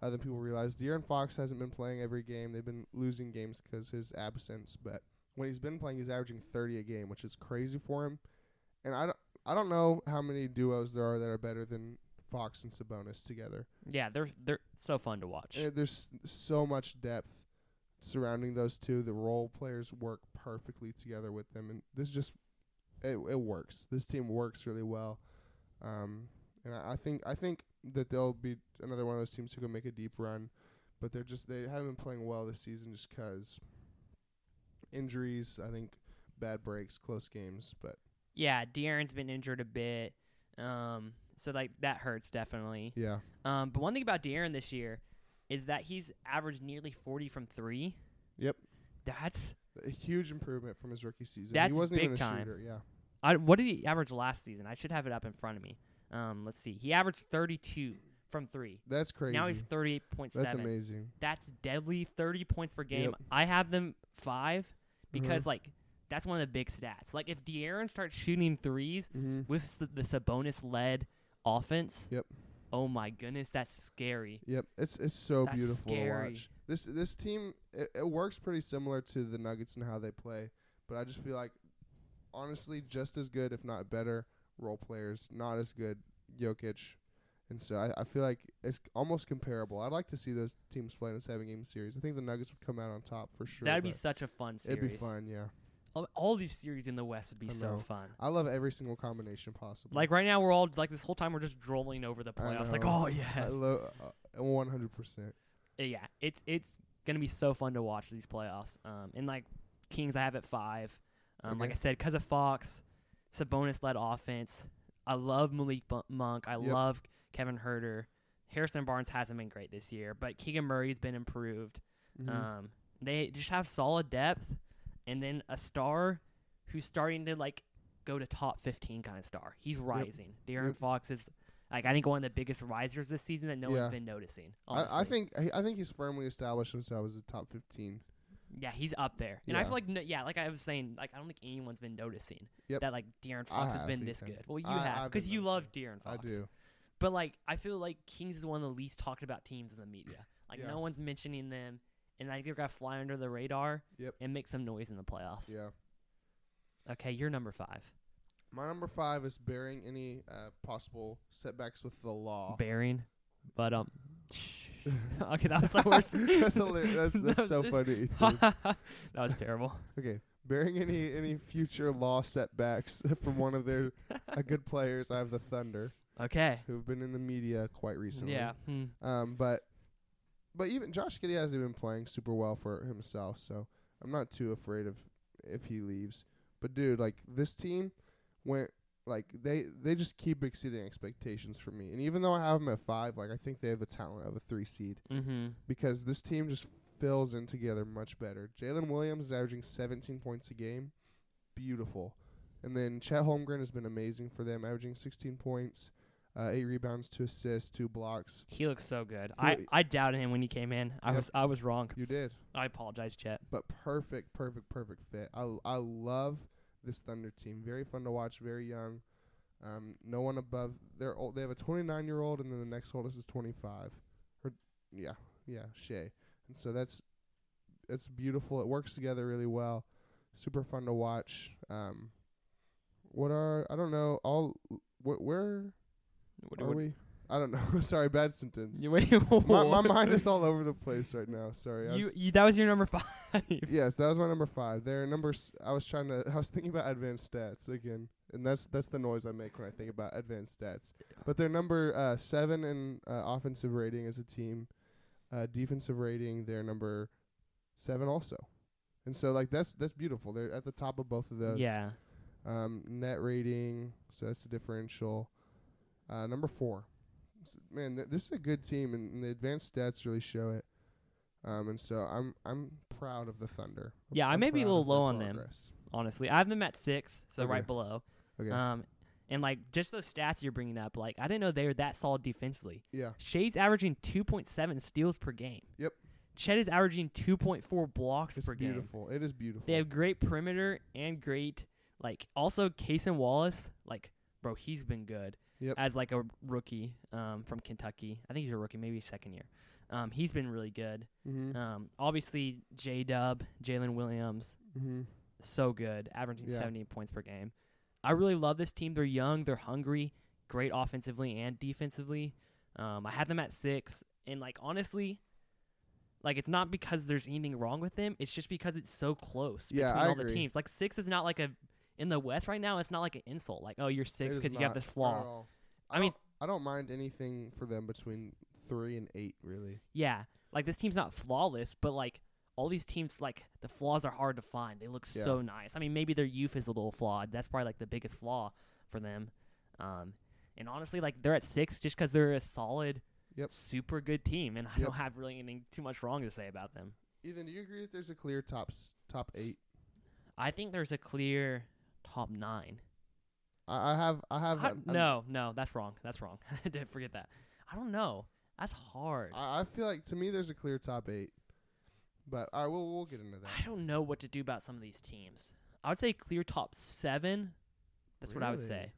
[SPEAKER 1] uh, than people realize. De'Aaron Fox hasn't been playing every game. They've been losing games because his absence. But when he's been playing, he's averaging 30 a game, which is crazy for him. And I don't, I don't know how many duos there are that are better than Fox and Sabonis together.
[SPEAKER 2] Yeah, they're they're so fun to watch.
[SPEAKER 1] And Uh, there's so much depth surrounding those two. The role players work perfectly together with them, and this just it, it works. This team works really well, um, and I, I think I think that they'll be another one of those teams who can make a deep run. But they're just they haven't been playing well this season just 'cause injuries. I think bad breaks, close games, but
[SPEAKER 2] yeah, De'Aaron's been injured a bit, um, so like that hurts definitely.
[SPEAKER 1] yeah,
[SPEAKER 2] Um, but one thing about De'Aaron this year is that he's averaged nearly forty from three.
[SPEAKER 1] Yep.
[SPEAKER 2] That's
[SPEAKER 1] a huge improvement from his rookie season.
[SPEAKER 2] That's
[SPEAKER 1] he wasn't
[SPEAKER 2] big
[SPEAKER 1] even a
[SPEAKER 2] time.
[SPEAKER 1] shooter. Yeah,
[SPEAKER 2] I, what did he average last season? I should have it up in front of me. Um, let's see. He averaged 32 from three.
[SPEAKER 1] That's crazy.
[SPEAKER 2] Now he's 38.7.
[SPEAKER 1] That's amazing.
[SPEAKER 2] That's deadly. 30 points per game.
[SPEAKER 1] Yep. Uh-huh.
[SPEAKER 2] I have them five because like that's one of the big stats. Like if De'Aaron starts shooting threes
[SPEAKER 1] Mm-hmm.
[SPEAKER 2] with s- the Sabonis led offense.
[SPEAKER 1] Yep.
[SPEAKER 2] Oh my goodness, that's scary.
[SPEAKER 1] Yep, it's it's so
[SPEAKER 2] That's
[SPEAKER 1] beautiful
[SPEAKER 2] scary.
[SPEAKER 1] to watch. This this team it, it works pretty similar to the Nuggets and how they play, but I just feel like honestly just as good if not better role players, not as good Jokic. And so I, I feel like it's almost comparable. I'd like to see those teams play in a seven game series. I think the Nuggets would come out on top for sure.
[SPEAKER 2] That'd be
[SPEAKER 1] but
[SPEAKER 2] such a fun series.
[SPEAKER 1] it'd be fun, yeah.
[SPEAKER 2] All, Um, all these series in the West would be
[SPEAKER 1] I
[SPEAKER 2] so
[SPEAKER 1] know.
[SPEAKER 2] fun.
[SPEAKER 1] I love every single combination possible.
[SPEAKER 2] Like right now, we're all like this whole time we're just drooling over the
[SPEAKER 1] I
[SPEAKER 2] playoffs. Like,
[SPEAKER 1] know.
[SPEAKER 2] oh
[SPEAKER 1] I
[SPEAKER 2] yes,
[SPEAKER 1] love one hundred percent.
[SPEAKER 2] Uh, yeah. It's it's gonna be so fun to watch these playoffs. Um, and like Kings, I have at five. Um, like
[SPEAKER 1] Okay.
[SPEAKER 2] I said, because of Fox, Sabonis led offense. I love Malik Bu- Monk. I
[SPEAKER 1] Yep.
[SPEAKER 2] love Kevin Herter. Harrison Barnes hasn't been great this year, but Keegan Murray's been improved.
[SPEAKER 1] Mm-hmm.
[SPEAKER 2] Um, they just have solid depth, and then a star who's starting to like go to top fifteen kind of star. He's rising. Darren
[SPEAKER 1] Yep.
[SPEAKER 2] Fox is like I think one of the biggest risers this season that no
[SPEAKER 1] Yeah.
[SPEAKER 2] one's been noticing. Honestly.
[SPEAKER 1] Mm-hmm. I, I think I, I think he's firmly established himself as a top fifteen
[SPEAKER 2] yeah, he's up there, and I
[SPEAKER 1] Yeah.
[SPEAKER 2] feel like no, yeah, like I was saying, like I don't think anyone's been noticing
[SPEAKER 1] Yep.
[SPEAKER 2] that like Darren
[SPEAKER 1] I
[SPEAKER 2] Fox has
[SPEAKER 1] have,
[SPEAKER 2] been this
[SPEAKER 1] Ethan.
[SPEAKER 2] good. Well, you
[SPEAKER 1] I-
[SPEAKER 2] have
[SPEAKER 1] I've
[SPEAKER 2] because
[SPEAKER 1] been
[SPEAKER 2] you love Darren Fox.
[SPEAKER 1] I do.
[SPEAKER 2] But like I feel like Kings is one of the least talked about teams in the media. Like
[SPEAKER 1] Yeah.
[SPEAKER 2] no one's mentioning them, and I think they're gonna fly under the radar
[SPEAKER 1] Yep.
[SPEAKER 2] and make some noise in the playoffs.
[SPEAKER 1] Yeah.
[SPEAKER 2] Okay, you're number five.
[SPEAKER 1] My number five is bearing any uh, possible setbacks with the law.
[SPEAKER 2] Bearing, but um. okay, that was the worst.
[SPEAKER 1] that's hilarious. That's, that's so funny. Ethan.
[SPEAKER 2] that was terrible.
[SPEAKER 1] okay, bearing any any future law setbacks from one of their uh, good players. I have the Thunder,
[SPEAKER 2] Okay.
[SPEAKER 1] who've been in the media quite recently.
[SPEAKER 2] Yeah. Hmm.
[SPEAKER 1] Um, but but even Josh Giddy hasn't been playing super well for himself, so I'm not too afraid of if he leaves. But dude, like this team went like they they just keep exceeding expectations for me. And even though I have them at five, like I think they have the talent of a three seed
[SPEAKER 2] Mm-hmm.
[SPEAKER 1] because this team just fills in together much better. Jalen Williams is averaging 17 points a game, beautiful. And then Chet Holmgren has been amazing for them, averaging 16 points, uh, eight rebounds, two assists, two blocks.
[SPEAKER 2] He looks so good. I,
[SPEAKER 1] Who-
[SPEAKER 2] I doubted him when he came in. I
[SPEAKER 1] Yep.
[SPEAKER 2] was I was wrong.
[SPEAKER 1] You did.
[SPEAKER 2] I apologize, Chet.
[SPEAKER 1] but perfect, perfect, perfect fit. I, I love this Thunder team. Very fun to watch. Very young. Um, no one above. They're old. They have a 29 year old, and then the next oldest is 25. Or yeah, yeah, Shea. And so that's it's beautiful. It works together really well. Super fun to watch. Um, what are I don't know. All wh- where
[SPEAKER 2] What,
[SPEAKER 1] are
[SPEAKER 2] what-
[SPEAKER 1] we? I don't know. Sorry, bad sentence.
[SPEAKER 2] You, wait,
[SPEAKER 1] My, my
[SPEAKER 2] what?
[SPEAKER 1] mind is all over the place right now. Sorry. I was-
[SPEAKER 2] You, you, that was your number five.
[SPEAKER 1] Yes, that was my number five. Their number. s- I was trying to. I was thinking about advanced stats again, and that's that's the noise I make when I think about advanced stats. But their number uh, seven in uh, offensive rating as a team, uh, defensive rating they're number seven also, and so like that's that's beautiful. They're at the top of both of those.
[SPEAKER 2] yeah.
[SPEAKER 1] Um, net rating, so that's the differential. Uh, number four. S- Man, th- this is a good team, and, and the advanced stats really show it. Um, and so I'm I'm proud of the Thunder.
[SPEAKER 2] Yeah, I
[SPEAKER 1] I'm
[SPEAKER 2] may be a
[SPEAKER 1] proud
[SPEAKER 2] little
[SPEAKER 1] of their
[SPEAKER 2] low on them.
[SPEAKER 1] progress.
[SPEAKER 2] Honestly, I have them at six, so
[SPEAKER 1] Okay.
[SPEAKER 2] right below.
[SPEAKER 1] Okay.
[SPEAKER 2] Um, and like just the stats you're bringing up, like I didn't know they were that solid defensively.
[SPEAKER 1] yeah.
[SPEAKER 2] Shay's averaging 2.7 steals per game.
[SPEAKER 1] Yep.
[SPEAKER 2] Chet is averaging 2.4 blocks
[SPEAKER 1] It's
[SPEAKER 2] per game.
[SPEAKER 1] beautiful. It is beautiful.
[SPEAKER 2] They have great perimeter and great like also Kaysen Wallace, like bro, he's been good
[SPEAKER 1] Yep.
[SPEAKER 2] as like a rookie um, from Kentucky. I think he's a rookie, maybe second year. Um, he's been really good.
[SPEAKER 1] mm-hmm.
[SPEAKER 2] Um, obviously J Dub, Jalen Williams,
[SPEAKER 1] mm-hmm.
[SPEAKER 2] so good, averaging
[SPEAKER 1] Yeah.
[SPEAKER 2] 70 points per game. I really love this team. They're young, they're hungry, great offensively and defensively. Um, I had them at six, and like honestly, like it's not because there's anything wrong with them. It's just because it's so close
[SPEAKER 1] Yeah,
[SPEAKER 2] between
[SPEAKER 1] I
[SPEAKER 2] all the
[SPEAKER 1] agree.
[SPEAKER 2] teams. Like six is not like a in the West right now. It's not like an insult. Like oh, you're six
[SPEAKER 1] It is
[SPEAKER 2] because you have
[SPEAKER 1] not
[SPEAKER 2] this
[SPEAKER 1] at
[SPEAKER 2] flaw.
[SPEAKER 1] all.
[SPEAKER 2] I mean-
[SPEAKER 1] don't- I don't mind anything for them between three and eight, really.
[SPEAKER 2] Yeah, like this team's not flawless, but like all these teams, like the flaws are hard to find. They look
[SPEAKER 1] Yeah.
[SPEAKER 2] so nice. I mean, maybe their youth is a little flawed. That's probably like the biggest flaw for them. Um, and honestly, like they're at six just because they're a solid,
[SPEAKER 1] Yep.
[SPEAKER 2] super good team, and I
[SPEAKER 1] Yep.
[SPEAKER 2] don't have really anything too much wrong to say about them.
[SPEAKER 1] Ethan, do you agree that there's a clear top s- top eight?
[SPEAKER 2] I think there's a clear top nine.
[SPEAKER 1] I, I have I have
[SPEAKER 2] I-
[SPEAKER 1] an- an-
[SPEAKER 2] no, no, that's wrong. That's wrong. I did forget that. I don't know. That's hard.
[SPEAKER 1] I, I feel like to me there's a clear top eight, but I will we'll get into that.
[SPEAKER 2] I don't know what to do about some of these teams. I would say clear top seven. That's what I would
[SPEAKER 1] Really?
[SPEAKER 2] say.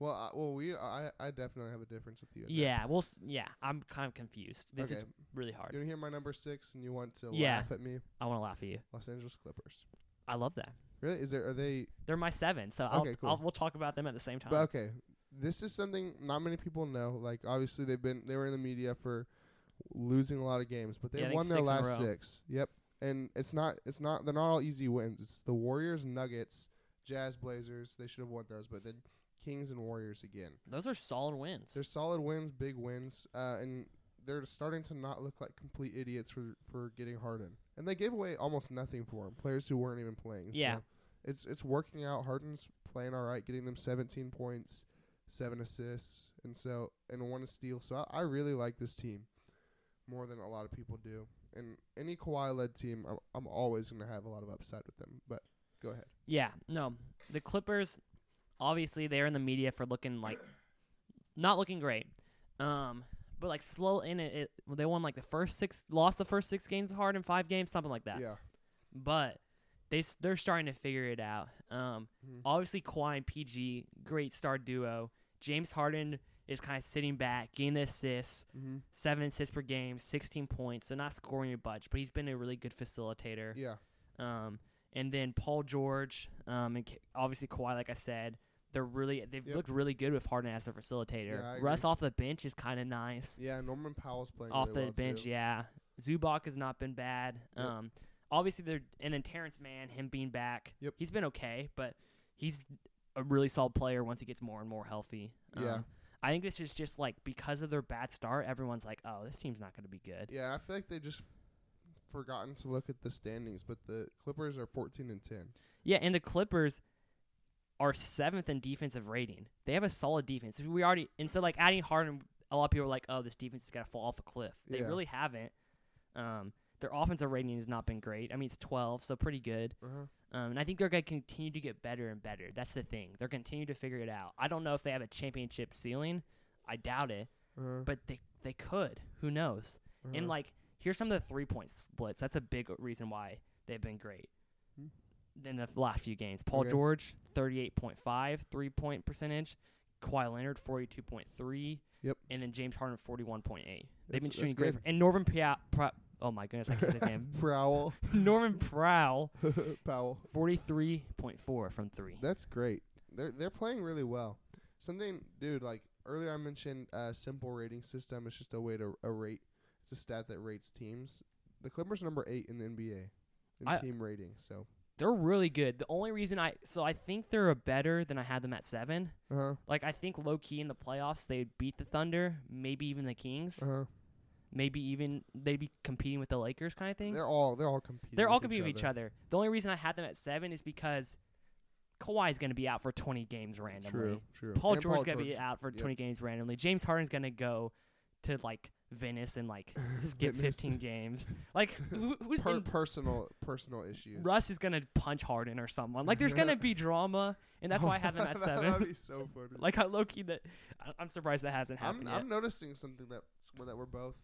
[SPEAKER 1] Well, I, well we I I definitely have a difference with you. on that.
[SPEAKER 2] Yeah, well, s- yeah, I'm kind of confused. This is
[SPEAKER 1] Okay.
[SPEAKER 2] really
[SPEAKER 1] You
[SPEAKER 2] hard.
[SPEAKER 1] want to hear my number six, and you want to
[SPEAKER 2] Yeah.
[SPEAKER 1] laugh at me?
[SPEAKER 2] I want to laugh at you.
[SPEAKER 1] Los Angeles Clippers.
[SPEAKER 2] I love that.
[SPEAKER 1] Really? Is there? Are they?
[SPEAKER 2] They're my seven, so I'll,
[SPEAKER 1] Okay, cool.
[SPEAKER 2] I'll we'll talk about them at the same time.
[SPEAKER 1] But okay, this is something not many people know. Like obviously they've been they were in the media for losing a lot of games, but they
[SPEAKER 2] Yeah, I think
[SPEAKER 1] won their
[SPEAKER 2] six in a
[SPEAKER 1] last
[SPEAKER 2] row.
[SPEAKER 1] six. Yep. And it's not it's not they're not all easy wins. It's the Warriors, Nuggets, Jazz, Blazers. They should have won those, but then Kings and Warriors again.
[SPEAKER 2] Those are solid wins.
[SPEAKER 1] They're solid wins, big wins, uh, and they're starting to not look like complete idiots for for getting Harden. And they gave away almost nothing for him, players who weren't even playing.
[SPEAKER 2] Yeah.
[SPEAKER 1] so it's it's working out. Harden's playing all right, getting them 17 points, seven assists, and so and one steal. So I, I really like this team more than a lot of people do. And any Kawhi led team, I'm, I'm always going to have a lot of upside with them. But go ahead.
[SPEAKER 2] Yeah, no. The Clippers, obviously, they're in the media for looking like not looking great. Um, but like slow in it, it well, they won like the first six, lost the first six games hard in five games, something like that.
[SPEAKER 1] Yeah.
[SPEAKER 2] But they s- they're starting to figure it out. Um,
[SPEAKER 1] Mhm.
[SPEAKER 2] obviously Kawhi and PG, great star duo. James Harden is kind of sitting back, getting the assists,
[SPEAKER 1] hmm
[SPEAKER 2] seven assists per game, sixteen points. They're not scoring a bunch, but he's been a really good facilitator.
[SPEAKER 1] Yeah.
[SPEAKER 2] Um, and then Paul George, um, and K- obviously Kawhi, like I said, they're really they've
[SPEAKER 1] Yep.
[SPEAKER 2] looked really good with Harden as their facilitator.
[SPEAKER 1] Yeah, I
[SPEAKER 2] Russ off the bench is kind of nice.
[SPEAKER 1] Yeah. Norman Powell's playing
[SPEAKER 2] off
[SPEAKER 1] really
[SPEAKER 2] the
[SPEAKER 1] well, too.
[SPEAKER 2] bench, yeah. Zubac has not been bad.
[SPEAKER 1] Yep.
[SPEAKER 2] Um, obviously they're and then Terrence Mann, him being back,
[SPEAKER 1] Yep.
[SPEAKER 2] he's been okay, but he's a really solid player once he gets more and more healthy. Um,
[SPEAKER 1] Yeah.
[SPEAKER 2] I think this is just like because of their bad start, everyone's like, oh, this team's not going to be good.
[SPEAKER 1] Yeah, I feel like they just forgotten to look at the standings, but the Clippers are 14 and 10.
[SPEAKER 2] Yeah, and the Clippers are seventh in defensive rating. They have a solid defense. We already and so like adding Harden, a lot of people are like, "Oh, this defense is gonna fall off a cliff." They
[SPEAKER 1] Yeah.
[SPEAKER 2] really haven't. Um, their offensive rating has not been great. I mean, it's 12, so pretty good.
[SPEAKER 1] Uh-huh.
[SPEAKER 2] Um, and I think they're gonna continue to get better and better. That's the thing. They're continue to figure it out. I don't know if they have a championship ceiling. I doubt it,
[SPEAKER 1] Uh-huh.
[SPEAKER 2] but they they could. Who knows? And
[SPEAKER 1] uh-huh.
[SPEAKER 2] like, here's some of the three point splits. That's a big reason why they've been great
[SPEAKER 1] Hmm.
[SPEAKER 2] in the last few games. Paul
[SPEAKER 1] Okay.
[SPEAKER 2] George, 38.5 three point percentage. Kawhi Leonard, 42.3.
[SPEAKER 1] Yep.
[SPEAKER 2] And then James Harden, 41.8. They've
[SPEAKER 1] That's-
[SPEAKER 2] been
[SPEAKER 1] that's
[SPEAKER 2] shooting great.
[SPEAKER 1] good.
[SPEAKER 2] And Norman Powell. oh my goodness, I can't say his name.
[SPEAKER 1] Prowl,
[SPEAKER 2] Norman Prowl,
[SPEAKER 1] Powell.
[SPEAKER 2] 43.4 from three.
[SPEAKER 1] That's great. They're they're playing really well. Something, dude. Like earlier, I mentioned uh, simple rating system. It's just a way to a rate. It's a stat that rates teams. The Clippers are number eight in the NBA in
[SPEAKER 2] I-
[SPEAKER 1] team rating. So,
[SPEAKER 2] They're really good. The only reason I. So I think they're a better than I had them at seven.
[SPEAKER 1] uh huh,
[SPEAKER 2] Like, I think low key in the playoffs, they'd beat the Thunder, maybe even the Kings.
[SPEAKER 1] uh huh.
[SPEAKER 2] maybe even they'd be competing with the Lakers kind of thing. They're,
[SPEAKER 1] They're all they're all competing.
[SPEAKER 2] all
[SPEAKER 1] with
[SPEAKER 2] competing with each other. The only reason I had them at seven is because Kawhi's going to be out for 20 games randomly.
[SPEAKER 1] True, true.
[SPEAKER 2] Paul
[SPEAKER 1] And
[SPEAKER 2] George's going to be
[SPEAKER 1] George-
[SPEAKER 2] out for
[SPEAKER 1] yep.
[SPEAKER 2] 20 games randomly. James Harden's going to go to like Venice and like skip
[SPEAKER 1] Venice.
[SPEAKER 2] 15 games. Like who, who's
[SPEAKER 1] Per,
[SPEAKER 2] in-
[SPEAKER 1] personal personal issues.
[SPEAKER 2] Russ is going to punch Harden or someone. Like there's going to be drama, and that's why I have them at
[SPEAKER 1] That'd
[SPEAKER 2] seven.
[SPEAKER 1] be so funny.
[SPEAKER 2] like I low key that I- I'm surprised that hasn't
[SPEAKER 1] I'm,
[SPEAKER 2] happened yet.
[SPEAKER 1] I'm noticing something that that we're both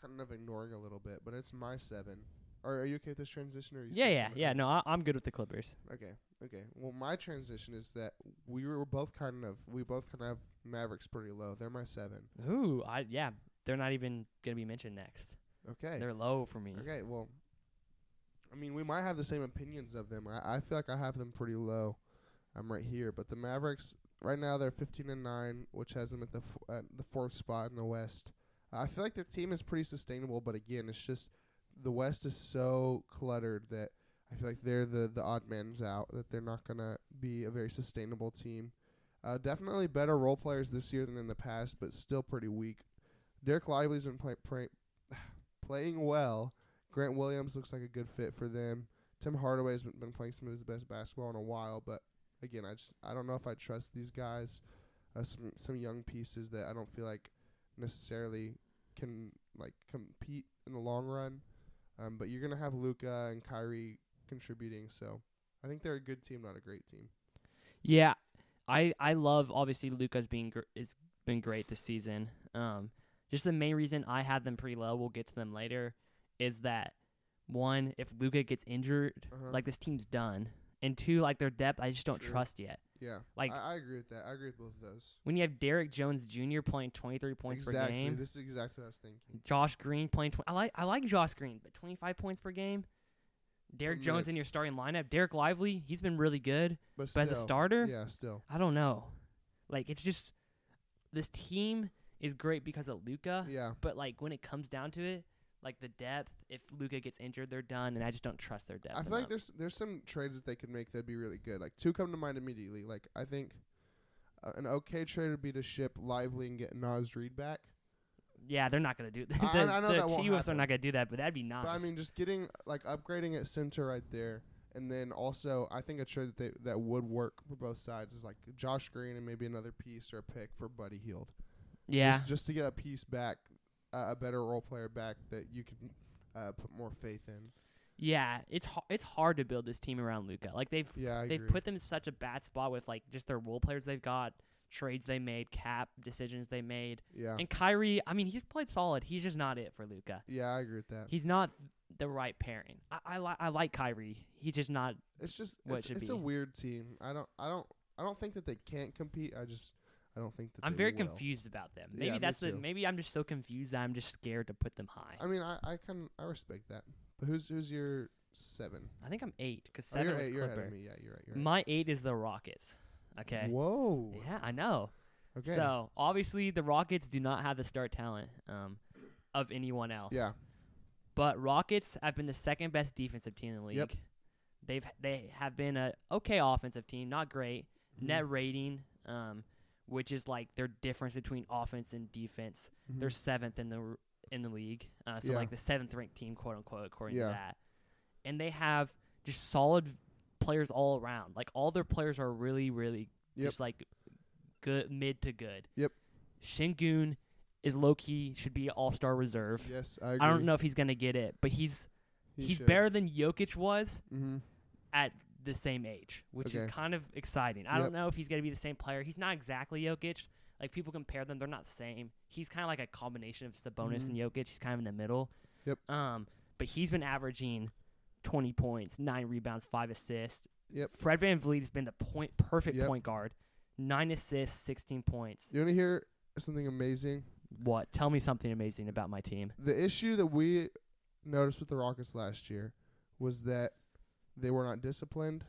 [SPEAKER 1] kind of ignoring a little bit, but it's my seven. Are, are you okay with this transition? Or are you
[SPEAKER 2] yeah,
[SPEAKER 1] still
[SPEAKER 2] yeah,
[SPEAKER 1] somewhere?
[SPEAKER 2] yeah. No, I, I'm good with the Clippers.
[SPEAKER 1] Okay, okay. Well, my transition is that we were both kind of we both kind of have Mavericks pretty low. They're my seven.
[SPEAKER 2] Ooh, I yeah, they're not even gonna be mentioned next.
[SPEAKER 1] Okay,
[SPEAKER 2] They're low for me.
[SPEAKER 1] okay. Well, I mean, we might have the same opinions of them. I, I feel like I have them pretty low. I'm right here, but the Mavericks right now they're 15 and nine, which has them at the f- at the fourth spot in the West. I feel like their team is pretty sustainable, but again, it's just the West is so cluttered that I feel like they're the the odd man's out. That they're not gonna be a very sustainable team. Uh, definitely better role players this year than in the past, but still pretty weak. Derek Lively's been play, play, playing well. Grant Williams looks like a good fit for them. Tim Hardaway's been, been playing some of his best basketball in a while, but again, I just I don't know if I trust these guys. Uh, some some young pieces that I don't feel like necessarily can like compete in the long run. Um, but you're gonna have Luca and Kyrie contributing, so I think they're a good team, not a great team.
[SPEAKER 2] Yeah, I I love obviously Luca's being gr- has been great this season. Um, just the main reason I had them pretty low. We'll get to them later. Is that one? If Luca gets injured,
[SPEAKER 1] Uh-huh.
[SPEAKER 2] like this team's done. And two, like their depth, I just don't
[SPEAKER 1] True.
[SPEAKER 2] trust yet.
[SPEAKER 1] yeah,
[SPEAKER 2] like-
[SPEAKER 1] I, I agree with that. I agree with both of those.
[SPEAKER 2] When you have Derek Jones Jr. playing 23 points per
[SPEAKER 1] exactly.
[SPEAKER 2] game,
[SPEAKER 1] This is exactly what I was thinking.
[SPEAKER 2] Josh Green playing. Tw- I like I like Josh Green, but 25 points per game. Derek
[SPEAKER 1] Well,
[SPEAKER 2] Jones in
[SPEAKER 1] minutes.
[SPEAKER 2] your starting lineup. Derek Lively, he's been really good,
[SPEAKER 1] But,
[SPEAKER 2] but
[SPEAKER 1] still,
[SPEAKER 2] as a starter,
[SPEAKER 1] yeah, still,
[SPEAKER 2] I don't know. Like it's just this team is great because of Luca,
[SPEAKER 1] yeah,
[SPEAKER 2] but like when it comes down to it, like the depth. If Luca gets injured, they're done, and I just don't trust their depth.
[SPEAKER 1] I feel like
[SPEAKER 2] enough.
[SPEAKER 1] there's there's some trades that they could make that'd be really good. Like two come to mind immediately. Like I think uh, an okay trade would be to ship Lively and get Nas Reed back.
[SPEAKER 2] yeah, they're not gonna do that.
[SPEAKER 1] I-
[SPEAKER 2] the
[SPEAKER 1] I know
[SPEAKER 2] the
[SPEAKER 1] that won't
[SPEAKER 2] TUFs are
[SPEAKER 1] happen.
[SPEAKER 2] not gonna do that, but that'd be nice.
[SPEAKER 1] But I mean, just getting like upgrading at center right there, and then also I think a trade that they, that would work for both sides is like Josh Green and maybe another piece or a pick for Buddy Heald.
[SPEAKER 2] yeah,
[SPEAKER 1] just, just to get a piece back, uh, a better role player back that you can uh, put more faith in.
[SPEAKER 2] yeah. It's ho- it's hard to build this team around Luca. Like they've
[SPEAKER 1] Yeah, I
[SPEAKER 2] they've
[SPEAKER 1] agree.
[SPEAKER 2] put them in such a bad spot with like just their role players they've got, trades they made, cap decisions they made,
[SPEAKER 1] yeah,
[SPEAKER 2] and Kyrie. I mean, he's played solid. He's just not it for Luca.
[SPEAKER 1] yeah, I agree with that.
[SPEAKER 2] He's not the right pairing. I I, li- I like Kyrie. He's just not.
[SPEAKER 1] It's just
[SPEAKER 2] what it
[SPEAKER 1] it's,
[SPEAKER 2] should
[SPEAKER 1] it's a
[SPEAKER 2] be.
[SPEAKER 1] weird team. I don't, I don't, I don't think that they can't compete. I just, I don't think that
[SPEAKER 2] I'm
[SPEAKER 1] they
[SPEAKER 2] very
[SPEAKER 1] will.
[SPEAKER 2] confused about them.
[SPEAKER 1] Yeah,
[SPEAKER 2] Maybe
[SPEAKER 1] me
[SPEAKER 2] that's the.
[SPEAKER 1] too.
[SPEAKER 2] Maybe I'm just so confused that I'm just scared to put them high.
[SPEAKER 1] I mean, I, I can, I respect that. But who's who's your seven?
[SPEAKER 2] I think I'm eight because
[SPEAKER 1] Oh,
[SPEAKER 2] seven
[SPEAKER 1] you're
[SPEAKER 2] was
[SPEAKER 1] eight. You're ahead
[SPEAKER 2] Clipper.
[SPEAKER 1] of me. Yeah, you're right. You're right.
[SPEAKER 2] My eight is the Rockets. Okay.
[SPEAKER 1] Whoa.
[SPEAKER 2] Yeah, I know.
[SPEAKER 1] Okay.
[SPEAKER 2] So obviously the Rockets do not have the star talent um, of anyone else.
[SPEAKER 1] yeah.
[SPEAKER 2] But Rockets have been the second best defensive team in the league.
[SPEAKER 1] Yep.
[SPEAKER 2] They've they have been a okay offensive team, not great.
[SPEAKER 1] Mm-hmm.
[SPEAKER 2] Net rating, um, which is like their difference between offense and defense.
[SPEAKER 1] Mhm.
[SPEAKER 2] They're seventh in the r- in the league, uh, so
[SPEAKER 1] Yeah.
[SPEAKER 2] like the seventh ranked team, quote unquote, according
[SPEAKER 1] Yeah.
[SPEAKER 2] to that. And they have just solid players all around. Like all their players are really, really
[SPEAKER 1] Yep.
[SPEAKER 2] just like good, mid to good.
[SPEAKER 1] Yep.
[SPEAKER 2] Shingun is low key should be all star reserve.
[SPEAKER 1] Yes, I. Agree.
[SPEAKER 2] I don't know if he's gonna get it, but he's he's better than Jokic was
[SPEAKER 1] Mm-hmm.
[SPEAKER 2] at the same age, which is
[SPEAKER 1] Okay.
[SPEAKER 2] kind of exciting. I
[SPEAKER 1] Yep.
[SPEAKER 2] don't know if he's gonna be the same player. He's not exactly Jokic. Like people compare them, they're not the same. He's kind of like a combination of Sabonis and Jokic. He's kind of in the middle.
[SPEAKER 1] Mm-hmm. Yep.
[SPEAKER 2] Um, but he's been averaging twenty points, nine rebounds, five assists.
[SPEAKER 1] Yep.
[SPEAKER 2] Fred Van Vliet has been the point perfect
[SPEAKER 1] Yep.
[SPEAKER 2] point guard. Nine assists, sixteen points.
[SPEAKER 1] You want to hear something amazing?
[SPEAKER 2] What? Tell me something amazing about my team.
[SPEAKER 1] The issue that we noticed with the Rockets last year was that they were not disciplined,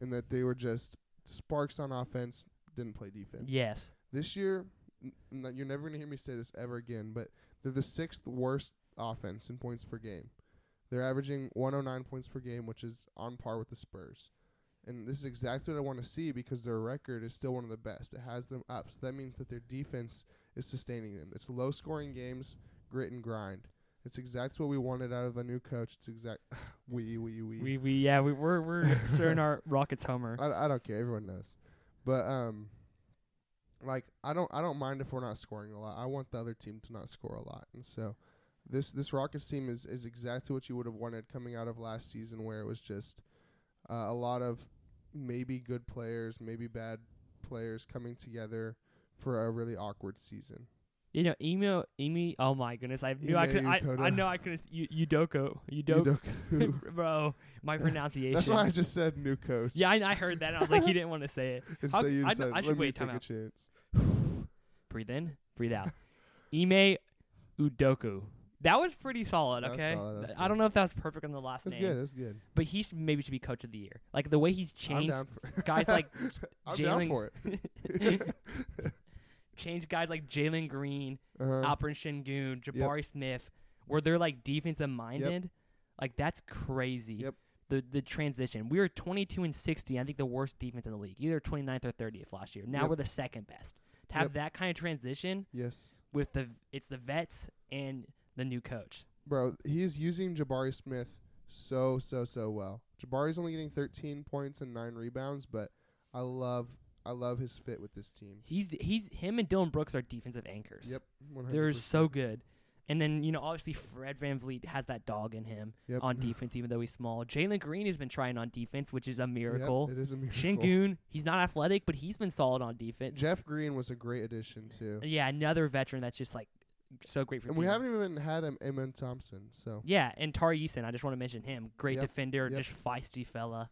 [SPEAKER 1] and that they were just sparks on offense, didn't play defense.
[SPEAKER 2] Yes.
[SPEAKER 1] This year, n- n- you're never going to hear me say this ever again, but they're the sixth worst offense in points per game. They're averaging 109 points per game, which is on par with the Spurs. And this is exactly what I want to see because their record is still one of the best. It has them up. So that means that their defense is sustaining them. It's low scoring games, grit and grind. It's exactly what we wanted out of a new coach. It's exact. we, we, we.
[SPEAKER 2] We we yeah we we're we're serving our Rockets homer.
[SPEAKER 1] I, I don't care. Everyone knows, but um, like I don't I don't mind if we're not scoring a lot. I want the other team to not score a lot, and so this this Rockets team is is exactly what you would have wanted coming out of last season, where it was just uh, a lot of maybe good players, maybe bad players coming together for a really awkward season.
[SPEAKER 2] You know, email Emi. Oh my goodness, I knew I
[SPEAKER 1] Ime
[SPEAKER 2] could. I, I
[SPEAKER 1] Udoka.
[SPEAKER 2] know I could. You Udoko, Udoko,
[SPEAKER 1] Udoka.
[SPEAKER 2] bro. My pronunciation.
[SPEAKER 1] That's why I just said new coach.
[SPEAKER 2] yeah, I, I heard that. And I was like, you didn't want to say it.
[SPEAKER 1] and
[SPEAKER 2] how-
[SPEAKER 1] so you
[SPEAKER 2] I-
[SPEAKER 1] said
[SPEAKER 2] I should
[SPEAKER 1] let me
[SPEAKER 2] wait,
[SPEAKER 1] take
[SPEAKER 2] time
[SPEAKER 1] a
[SPEAKER 2] out.
[SPEAKER 1] chance.
[SPEAKER 2] breathe in, breathe out. Ime Udoku. That was pretty solid.
[SPEAKER 1] That's
[SPEAKER 2] Okay,
[SPEAKER 1] solid, that's
[SPEAKER 2] I don't
[SPEAKER 1] good.
[SPEAKER 2] know if that was perfect on the last
[SPEAKER 1] That's
[SPEAKER 2] name,
[SPEAKER 1] good. That's good.
[SPEAKER 2] but he should, maybe should be coach of the year. Like the way he's
[SPEAKER 1] I'm
[SPEAKER 2] changed
[SPEAKER 1] down for
[SPEAKER 2] guys like
[SPEAKER 1] I'm down
[SPEAKER 2] Jalen-
[SPEAKER 1] for it.
[SPEAKER 2] changed guys like Jalen Green,
[SPEAKER 1] Uh-huh.
[SPEAKER 2] Alperen Shingun, Jabari Smith, where they're like defensive minded. Like that's crazy.
[SPEAKER 1] Yep.
[SPEAKER 2] The the transition. We were 22 and 60. I think the worst defense in the league, either 29th or 30th last year. Now
[SPEAKER 1] Yep.
[SPEAKER 2] we're the second best. To have
[SPEAKER 1] Yep.
[SPEAKER 2] that kind of transition
[SPEAKER 1] Yes.
[SPEAKER 2] with the it's the vets and the new coach.
[SPEAKER 1] Bro, he is using Jabari Smith so, so, so well. Jabari's only getting 13 points and 9 rebounds, but I love I love his fit with this team.
[SPEAKER 2] He's he's him and Dylan Brooks are defensive anchors.
[SPEAKER 1] Yep. 100%.
[SPEAKER 2] They're so good. And then, you know, obviously Fred Van Vliet has that dog in him
[SPEAKER 1] Yep.
[SPEAKER 2] on defense, even though he's small. Jalen Green has been trying on defense, which is a
[SPEAKER 1] Yep,
[SPEAKER 2] miracle.
[SPEAKER 1] it is a miracle.
[SPEAKER 2] Shingun, he's not athletic, but he's been solid on defense.
[SPEAKER 1] Jeff Green was a great addition too,
[SPEAKER 2] yeah, another veteran that's just like so great for
[SPEAKER 1] and we
[SPEAKER 2] team.
[SPEAKER 1] haven't even had him Amen Thompson. So
[SPEAKER 2] Yeah, and Tari Eason, I just want to mention him. Great
[SPEAKER 1] Yep,
[SPEAKER 2] defender,
[SPEAKER 1] yep.
[SPEAKER 2] just feisty fella.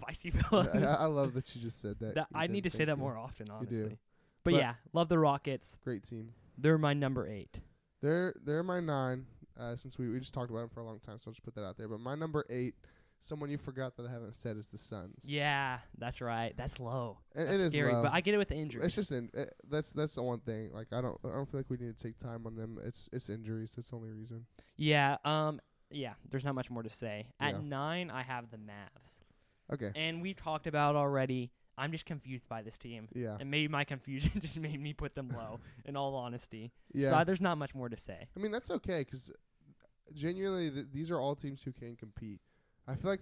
[SPEAKER 2] Feisty
[SPEAKER 1] I,
[SPEAKER 2] fella.
[SPEAKER 1] I love that you just said that.
[SPEAKER 2] That- I
[SPEAKER 1] Ethan.
[SPEAKER 2] need to say
[SPEAKER 1] Thank
[SPEAKER 2] that
[SPEAKER 1] you.
[SPEAKER 2] more often,
[SPEAKER 1] You do.
[SPEAKER 2] honestly. But,
[SPEAKER 1] But-
[SPEAKER 2] yeah, love the Rockets.
[SPEAKER 1] Great team.
[SPEAKER 2] They're my number eight.
[SPEAKER 1] They're they're my nine. Uh, since we, we just talked about him for a long time, so I'll just put that out there. But my number eight, someone you forgot that I haven't said is the Suns.
[SPEAKER 2] Yeah, that's right. That's low.
[SPEAKER 1] And
[SPEAKER 2] that's
[SPEAKER 1] it is
[SPEAKER 2] scary,
[SPEAKER 1] low.
[SPEAKER 2] but I get it with the injuries.
[SPEAKER 1] It's just in, uh, that's that's the one thing. Like I don't I don't feel like we need to take time on them. It's it's injuries. That's the only reason.
[SPEAKER 2] yeah, um, yeah. There's not much more to say. At
[SPEAKER 1] Yeah.
[SPEAKER 2] nine, I have the Mavs,
[SPEAKER 1] Okay.
[SPEAKER 2] and we talked about already. I'm just confused by this team,
[SPEAKER 1] Yeah.
[SPEAKER 2] and maybe my confusion just made me put them low. in all honesty,
[SPEAKER 1] Yeah.
[SPEAKER 2] so I, there's not much more to say.
[SPEAKER 1] I mean that's okay because genuinely th- these are all teams who can compete. I feel like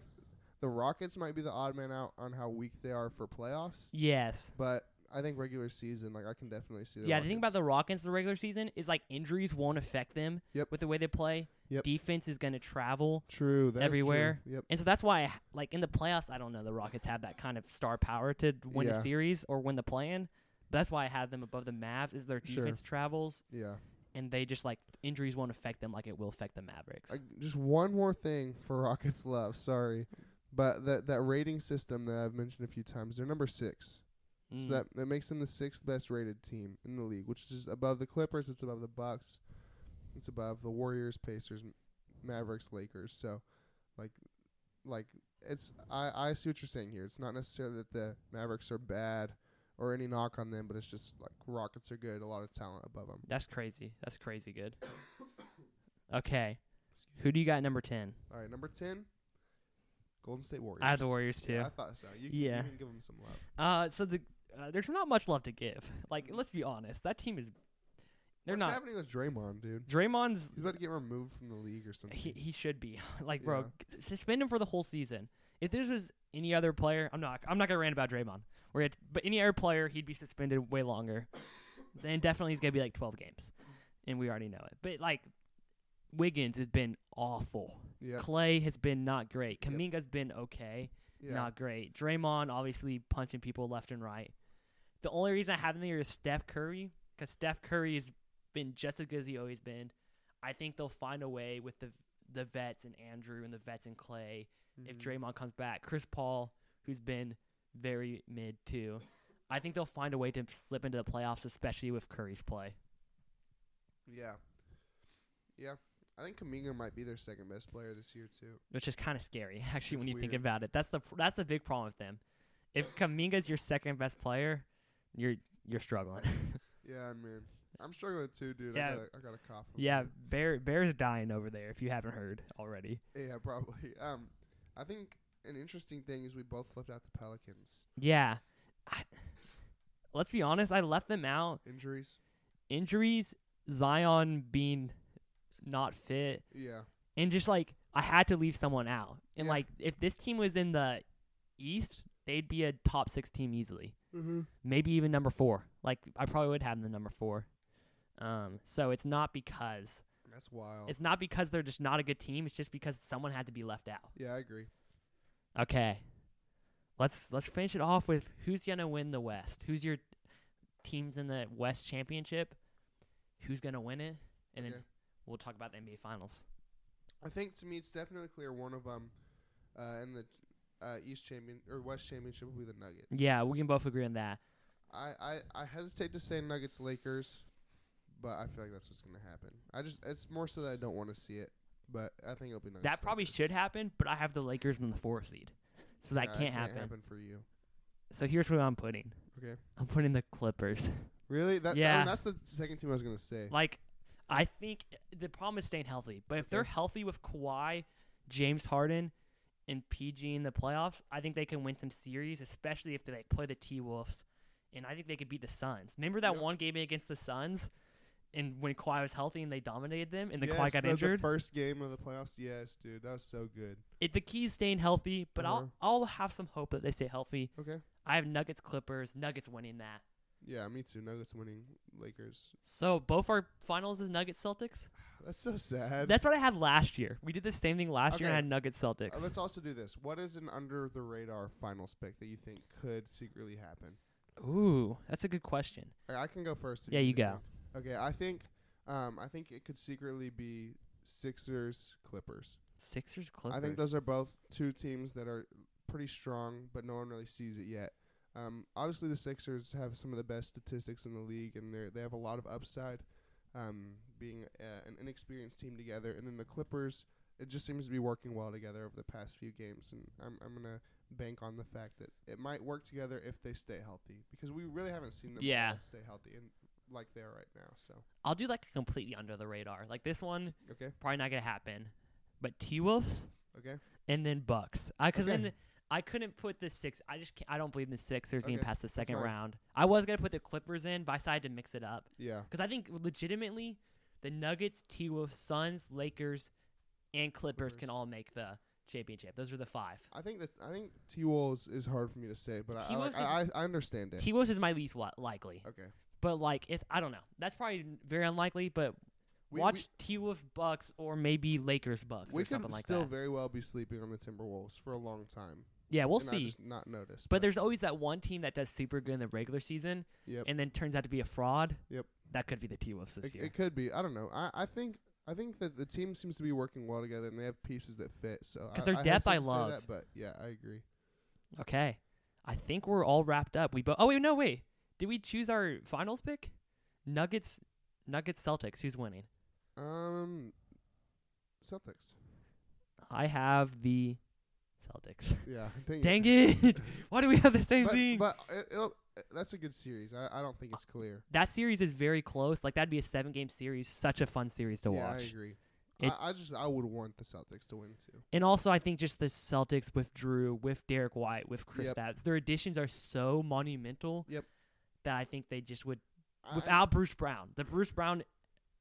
[SPEAKER 1] the Rockets might be the odd man out on how weak they are for playoffs,
[SPEAKER 2] Yes.
[SPEAKER 1] but I think regular season like I can definitely see. The
[SPEAKER 2] yeah, the thing about
[SPEAKER 1] Rockets-
[SPEAKER 2] the Rockets the regular season is like injuries won't affect them
[SPEAKER 1] Yep.
[SPEAKER 2] with the way they play.
[SPEAKER 1] Yep.
[SPEAKER 2] Defense is going to travel.
[SPEAKER 1] true that is true.
[SPEAKER 2] everywhere.
[SPEAKER 1] Yep.
[SPEAKER 2] And so that's why, I, like in the playoffs, I don't know the Rockets have that kind of star power to win a
[SPEAKER 1] Yeah.
[SPEAKER 2] series or win the play-in. That's why I had them above the Mavs. Is their
[SPEAKER 1] Sure.
[SPEAKER 2] defense travels
[SPEAKER 1] Yeah.
[SPEAKER 2] and they just like injuries won't affect them like it will affect the Mavericks.
[SPEAKER 1] I, just one more thing for Rockets love. Sorry, but that that rating system that I've mentioned a few times, they're number six.
[SPEAKER 2] Mm.
[SPEAKER 1] So that that makes them the sixth best rated team in the league, which is above the Clippers, it's above the Bucks, it's above the Warriors, Pacers, M- Mavericks, Lakers. So, like, like it's I I see what you're saying here. It's not necessarily that the Mavericks are bad or any knock on them, but it's just like Rockets are good, a lot of talent above them.
[SPEAKER 2] that's crazy. That's crazy good. okay, who do you got at number ten?
[SPEAKER 1] All right, number ten, Golden State Warriors.
[SPEAKER 2] I have the Warriors too.
[SPEAKER 1] Yeah, I thought so. You can,
[SPEAKER 2] Yeah.
[SPEAKER 1] you can give them some love.
[SPEAKER 2] Uh, so the uh, there's not much love to give. Like let's be honest, that team is they're
[SPEAKER 1] What's
[SPEAKER 2] not.
[SPEAKER 1] happening with Draymond, dude?
[SPEAKER 2] Draymond's
[SPEAKER 1] He's about to get removed from the league or something.
[SPEAKER 2] he, he should be like bro g- suspend him for the whole season if this was any other player i'm not i'm not gonna rant about draymond We're gonna- but any other player he'd be suspended way longer then definitely he's gonna be like 12 games and we already know it but like wiggins has been awful
[SPEAKER 1] yeah,
[SPEAKER 2] clay has been not great
[SPEAKER 1] Yep.
[SPEAKER 2] kaminga's been okay
[SPEAKER 1] yeah.
[SPEAKER 2] not great draymond obviously punching people left and right the only reason i have him there is steph curry because steph curry has been just as good as he always been i think they'll find a way with the the vets and andrew and the vets and clay if
[SPEAKER 1] Mhm.
[SPEAKER 2] Draymond comes back. Chris Paul, who's been very mid too, I think they'll find a way to slip into the playoffs, especially with Curry's play.
[SPEAKER 1] Yeah. Yeah. I think Kaminga might be their second best player this year too.
[SPEAKER 2] which is kind of scary actually when
[SPEAKER 1] It's
[SPEAKER 2] you think
[SPEAKER 1] weird.
[SPEAKER 2] about it. That's the that's the big problem with them. If Kaminga's your second best player, you're you're struggling.
[SPEAKER 1] Yeah, I mean, I'm struggling too, dude.
[SPEAKER 2] Yeah.
[SPEAKER 1] I got I got a cough. a
[SPEAKER 2] yeah,
[SPEAKER 1] little
[SPEAKER 2] Bear Bear's dying over there. If you haven't heard already,
[SPEAKER 1] bit. Yeah, probably. Um, I think an interesting thing is we both left out the Pelicans
[SPEAKER 2] yeah. I, let's be honest. I left them out.
[SPEAKER 1] injuries.
[SPEAKER 2] Injuries, Zion being not fit,
[SPEAKER 1] Yeah.
[SPEAKER 2] and just like I had to leave someone out. And
[SPEAKER 1] Yeah.
[SPEAKER 2] like if this team was in the East, they'd be a top six team easily.
[SPEAKER 1] Mm-hmm.
[SPEAKER 2] maybe even number four. Like I probably would have the number four. Um, so it's not because
[SPEAKER 1] That's wild.
[SPEAKER 2] it's not because they're just not a good team. It's just because someone had to be left out.
[SPEAKER 1] yeah, I agree.
[SPEAKER 2] Okay, let's let's finish it off with who's gonna win the West? Who's your teams in the West Championship? Who's gonna win it? And then
[SPEAKER 1] Okay.
[SPEAKER 2] we'll talk about the NBA Finals.
[SPEAKER 1] I think to me it's definitely clear one of them, uh, in the uh, East champion or West championship will be the Nuggets.
[SPEAKER 2] Yeah, we can both agree on that.
[SPEAKER 1] I, I, I hesitate to say Nuggets Lakers, but I feel like that's what's gonna happen. I just it's more so that I don't want to see it, but I think it'll be Nuggets.
[SPEAKER 2] that probably
[SPEAKER 1] Lakers.
[SPEAKER 2] should happen, but I have the Lakers in the four seed, so that
[SPEAKER 1] Yeah,
[SPEAKER 2] can't, happen.
[SPEAKER 1] for you.
[SPEAKER 2] So here's what I'm putting.
[SPEAKER 1] Okay.
[SPEAKER 2] I'm putting the Clippers.
[SPEAKER 1] Really? That, yeah.
[SPEAKER 2] Yeah.
[SPEAKER 1] that's the second team I was gonna say.
[SPEAKER 2] Like, I think the problem is staying healthy. But if they're
[SPEAKER 1] Okay.
[SPEAKER 2] healthy with Kawhi, James Harden, and PG in the playoffs, I think they can win some series, especially if they play the T Wolves. And I think they could beat the Suns. Remember that
[SPEAKER 1] Yeah.
[SPEAKER 2] one game against the Suns, and when Kawhi was healthy and they dominated them, and the
[SPEAKER 1] yes,
[SPEAKER 2] Kawhi got
[SPEAKER 1] the,
[SPEAKER 2] injured.
[SPEAKER 1] The first game of the playoffs. Yes, dude, that was so good.
[SPEAKER 2] it, the key is staying healthy. But
[SPEAKER 1] Uh-huh.
[SPEAKER 2] I'll I'll have some hope that they stay healthy.
[SPEAKER 1] Okay.
[SPEAKER 2] I have Nuggets Clippers. Nuggets winning that.
[SPEAKER 1] Yeah, me too. Nuggets winning Lakers.
[SPEAKER 2] So both our finals is Nuggets Celtics.
[SPEAKER 1] That's so sad.
[SPEAKER 2] That's what I had last year. We did the same thing last year. and I
[SPEAKER 1] Okay.
[SPEAKER 2] had Nuggets Celtics.
[SPEAKER 1] Uh, let's also do this. What is an under the radar finals pick that you think could secretly happen?
[SPEAKER 2] Ooh, that's a good question.
[SPEAKER 1] I I can go first. if
[SPEAKER 2] Yeah, you
[SPEAKER 1] do
[SPEAKER 2] go.
[SPEAKER 1] think. Okay, I think, um, I think it could secretly be Sixers Clippers.
[SPEAKER 2] Sixers Clippers.
[SPEAKER 1] I think those are both two teams that are pretty strong, but no one really sees it yet. Um, obviously the Sixers have some of the best statistics in the league, and they they have a lot of upside. Um, being uh, an inexperienced team together, and then the Clippers, it just seems to be working well together over the past few games, and I'm I'm gonna bank on the fact that it might work together if they stay healthy, because we really haven't seen them all
[SPEAKER 2] Yeah.
[SPEAKER 1] stay healthy and like they are right now. So
[SPEAKER 2] I'll do like a completely under the radar. Like this one,
[SPEAKER 1] okay,
[SPEAKER 2] probably not gonna happen. But T Wolves
[SPEAKER 1] okay,
[SPEAKER 2] and then Bucks. I because
[SPEAKER 1] Okay.
[SPEAKER 2] then I couldn't put the six. I just can't, I don't believe in the Sixers getting
[SPEAKER 1] Okay,
[SPEAKER 2] past the second
[SPEAKER 1] fine.
[SPEAKER 2] round. I was gonna put the Clippers in, but I decided to mix it up
[SPEAKER 1] yeah,
[SPEAKER 2] because I think legitimately the Nuggets, T Wolves, Suns, Lakers, and Clippers, can
[SPEAKER 1] Clippers.
[SPEAKER 2] all make the championship. Those are the five.
[SPEAKER 1] I think that I think T Wolves is hard for me to say, but I I,
[SPEAKER 2] T-Wolves
[SPEAKER 1] like, I I I understand it.
[SPEAKER 2] T Wolves is my least wa- likely,
[SPEAKER 1] okay,
[SPEAKER 2] but like if I don't know, that's probably very unlikely. But
[SPEAKER 1] We- we-
[SPEAKER 2] watch T Wolves Bucks or maybe Lakers Bucks
[SPEAKER 1] We
[SPEAKER 2] or something
[SPEAKER 1] could
[SPEAKER 2] like
[SPEAKER 1] still
[SPEAKER 2] that.
[SPEAKER 1] very well be sleeping on the Timberwolves for a long time.
[SPEAKER 2] yeah, we'll
[SPEAKER 1] and I
[SPEAKER 2] see.
[SPEAKER 1] just not notice.
[SPEAKER 2] But there's always that one team that does super good in the regular season
[SPEAKER 1] Yep.
[SPEAKER 2] and then turns out to be a fraud.
[SPEAKER 1] Yep.
[SPEAKER 2] That could be the T Wolves this
[SPEAKER 1] it,
[SPEAKER 2] year.
[SPEAKER 1] it could be. I don't know. I, I think I think that the team seems to be working well together, and they have pieces that fit. So
[SPEAKER 2] 'Cause
[SPEAKER 1] I-
[SPEAKER 2] their
[SPEAKER 1] I
[SPEAKER 2] depth I
[SPEAKER 1] hesitate to say
[SPEAKER 2] love.
[SPEAKER 1] that, but yeah, I agree.
[SPEAKER 2] okay. I think we're all wrapped up. We both Oh wait, no, wait. Did we choose our finals pick? Nuggets Nuggets Celtics, who's winning?
[SPEAKER 1] Um, Celtics.
[SPEAKER 2] I have the Celtics.
[SPEAKER 1] Yeah. Dang it.
[SPEAKER 2] Dang it. Why do we have the same
[SPEAKER 1] But,
[SPEAKER 2] thing?
[SPEAKER 1] but it, it'll, that's a good series. I, I don't think it's clear.
[SPEAKER 2] that series is very close. Like that'd be a seven game series. Such a fun series to
[SPEAKER 1] yeah, I
[SPEAKER 2] watch.
[SPEAKER 1] agree.
[SPEAKER 2] It-
[SPEAKER 1] I, I just I would want the Celtics to win too.
[SPEAKER 2] And also, I think just the Celtics with Drew, with Derek White, with Chris
[SPEAKER 1] Yep.
[SPEAKER 2] Stapps, their additions are so monumental
[SPEAKER 1] Yep.
[SPEAKER 2] that I think they just would,
[SPEAKER 1] I-
[SPEAKER 2] without Bruce Brown, the Bruce Brown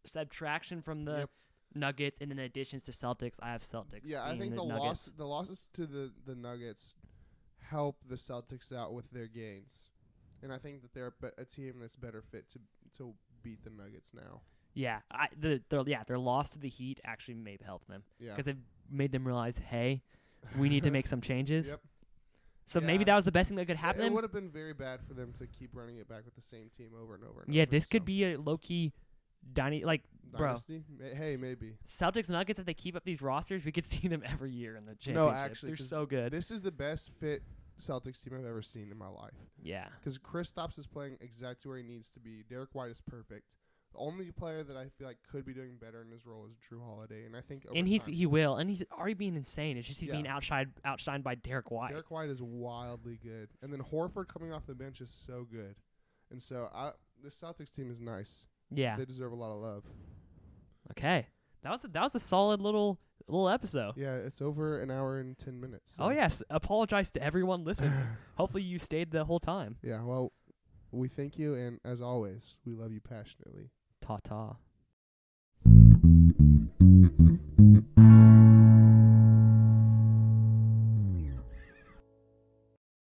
[SPEAKER 2] subtraction from the
[SPEAKER 1] Yep.
[SPEAKER 2] Nuggets and then the additions to Celtics, I have Celtics.
[SPEAKER 1] Yeah, I
[SPEAKER 2] being
[SPEAKER 1] think the,
[SPEAKER 2] Nuggets.
[SPEAKER 1] loss the losses to the, the Nuggets help the Celtics out with their gains. And I think that they're be- a team that's better fit to to beat the Nuggets now.
[SPEAKER 2] Yeah, I, the, their yeah their loss to the Heat actually may help them
[SPEAKER 1] Yeah.
[SPEAKER 2] because it made them realize, hey, we need to make some changes.
[SPEAKER 1] Yep.
[SPEAKER 2] So maybe
[SPEAKER 1] Yeah.
[SPEAKER 2] that was the best thing that could happen.
[SPEAKER 1] It would have been very bad for them to keep running it back with the same team over and over. And
[SPEAKER 2] yeah,
[SPEAKER 1] over,
[SPEAKER 2] this could
[SPEAKER 1] so.
[SPEAKER 2] be a low key, Donnie like bro.
[SPEAKER 1] dynasty. Ma- Hey, maybe
[SPEAKER 2] Celtics Nuggets, if they keep up these rosters, we could see them every year in the championship.
[SPEAKER 1] actually,
[SPEAKER 2] they're
[SPEAKER 1] 'cause
[SPEAKER 2] so good.
[SPEAKER 1] this is the best fit Celtics team I've ever seen in my life.
[SPEAKER 2] yeah,
[SPEAKER 1] Because Chris Stops is playing exactly where he needs to be. Derek White is perfect. The only player that I feel like could be doing better in his role is Drew Holiday, and I think over
[SPEAKER 2] and he's
[SPEAKER 1] time-
[SPEAKER 2] he will, and he's already being insane. It's just he's
[SPEAKER 1] Yeah.
[SPEAKER 2] being outshined outshined by Derek White.
[SPEAKER 1] Derek White is wildly good, and then Horford coming off the bench is so good, and so I the Celtics team is nice.
[SPEAKER 2] yeah.
[SPEAKER 1] They deserve a lot of love.
[SPEAKER 2] Okay. That was a, that was a solid little little episode.
[SPEAKER 1] Yeah, it's over an hour and ten minutes. so-
[SPEAKER 2] Oh yes, apologize to everyone listening. Hopefully you stayed the whole time.
[SPEAKER 1] yeah. Well, we thank you, and as always, we love you passionately.
[SPEAKER 2] Ta ta.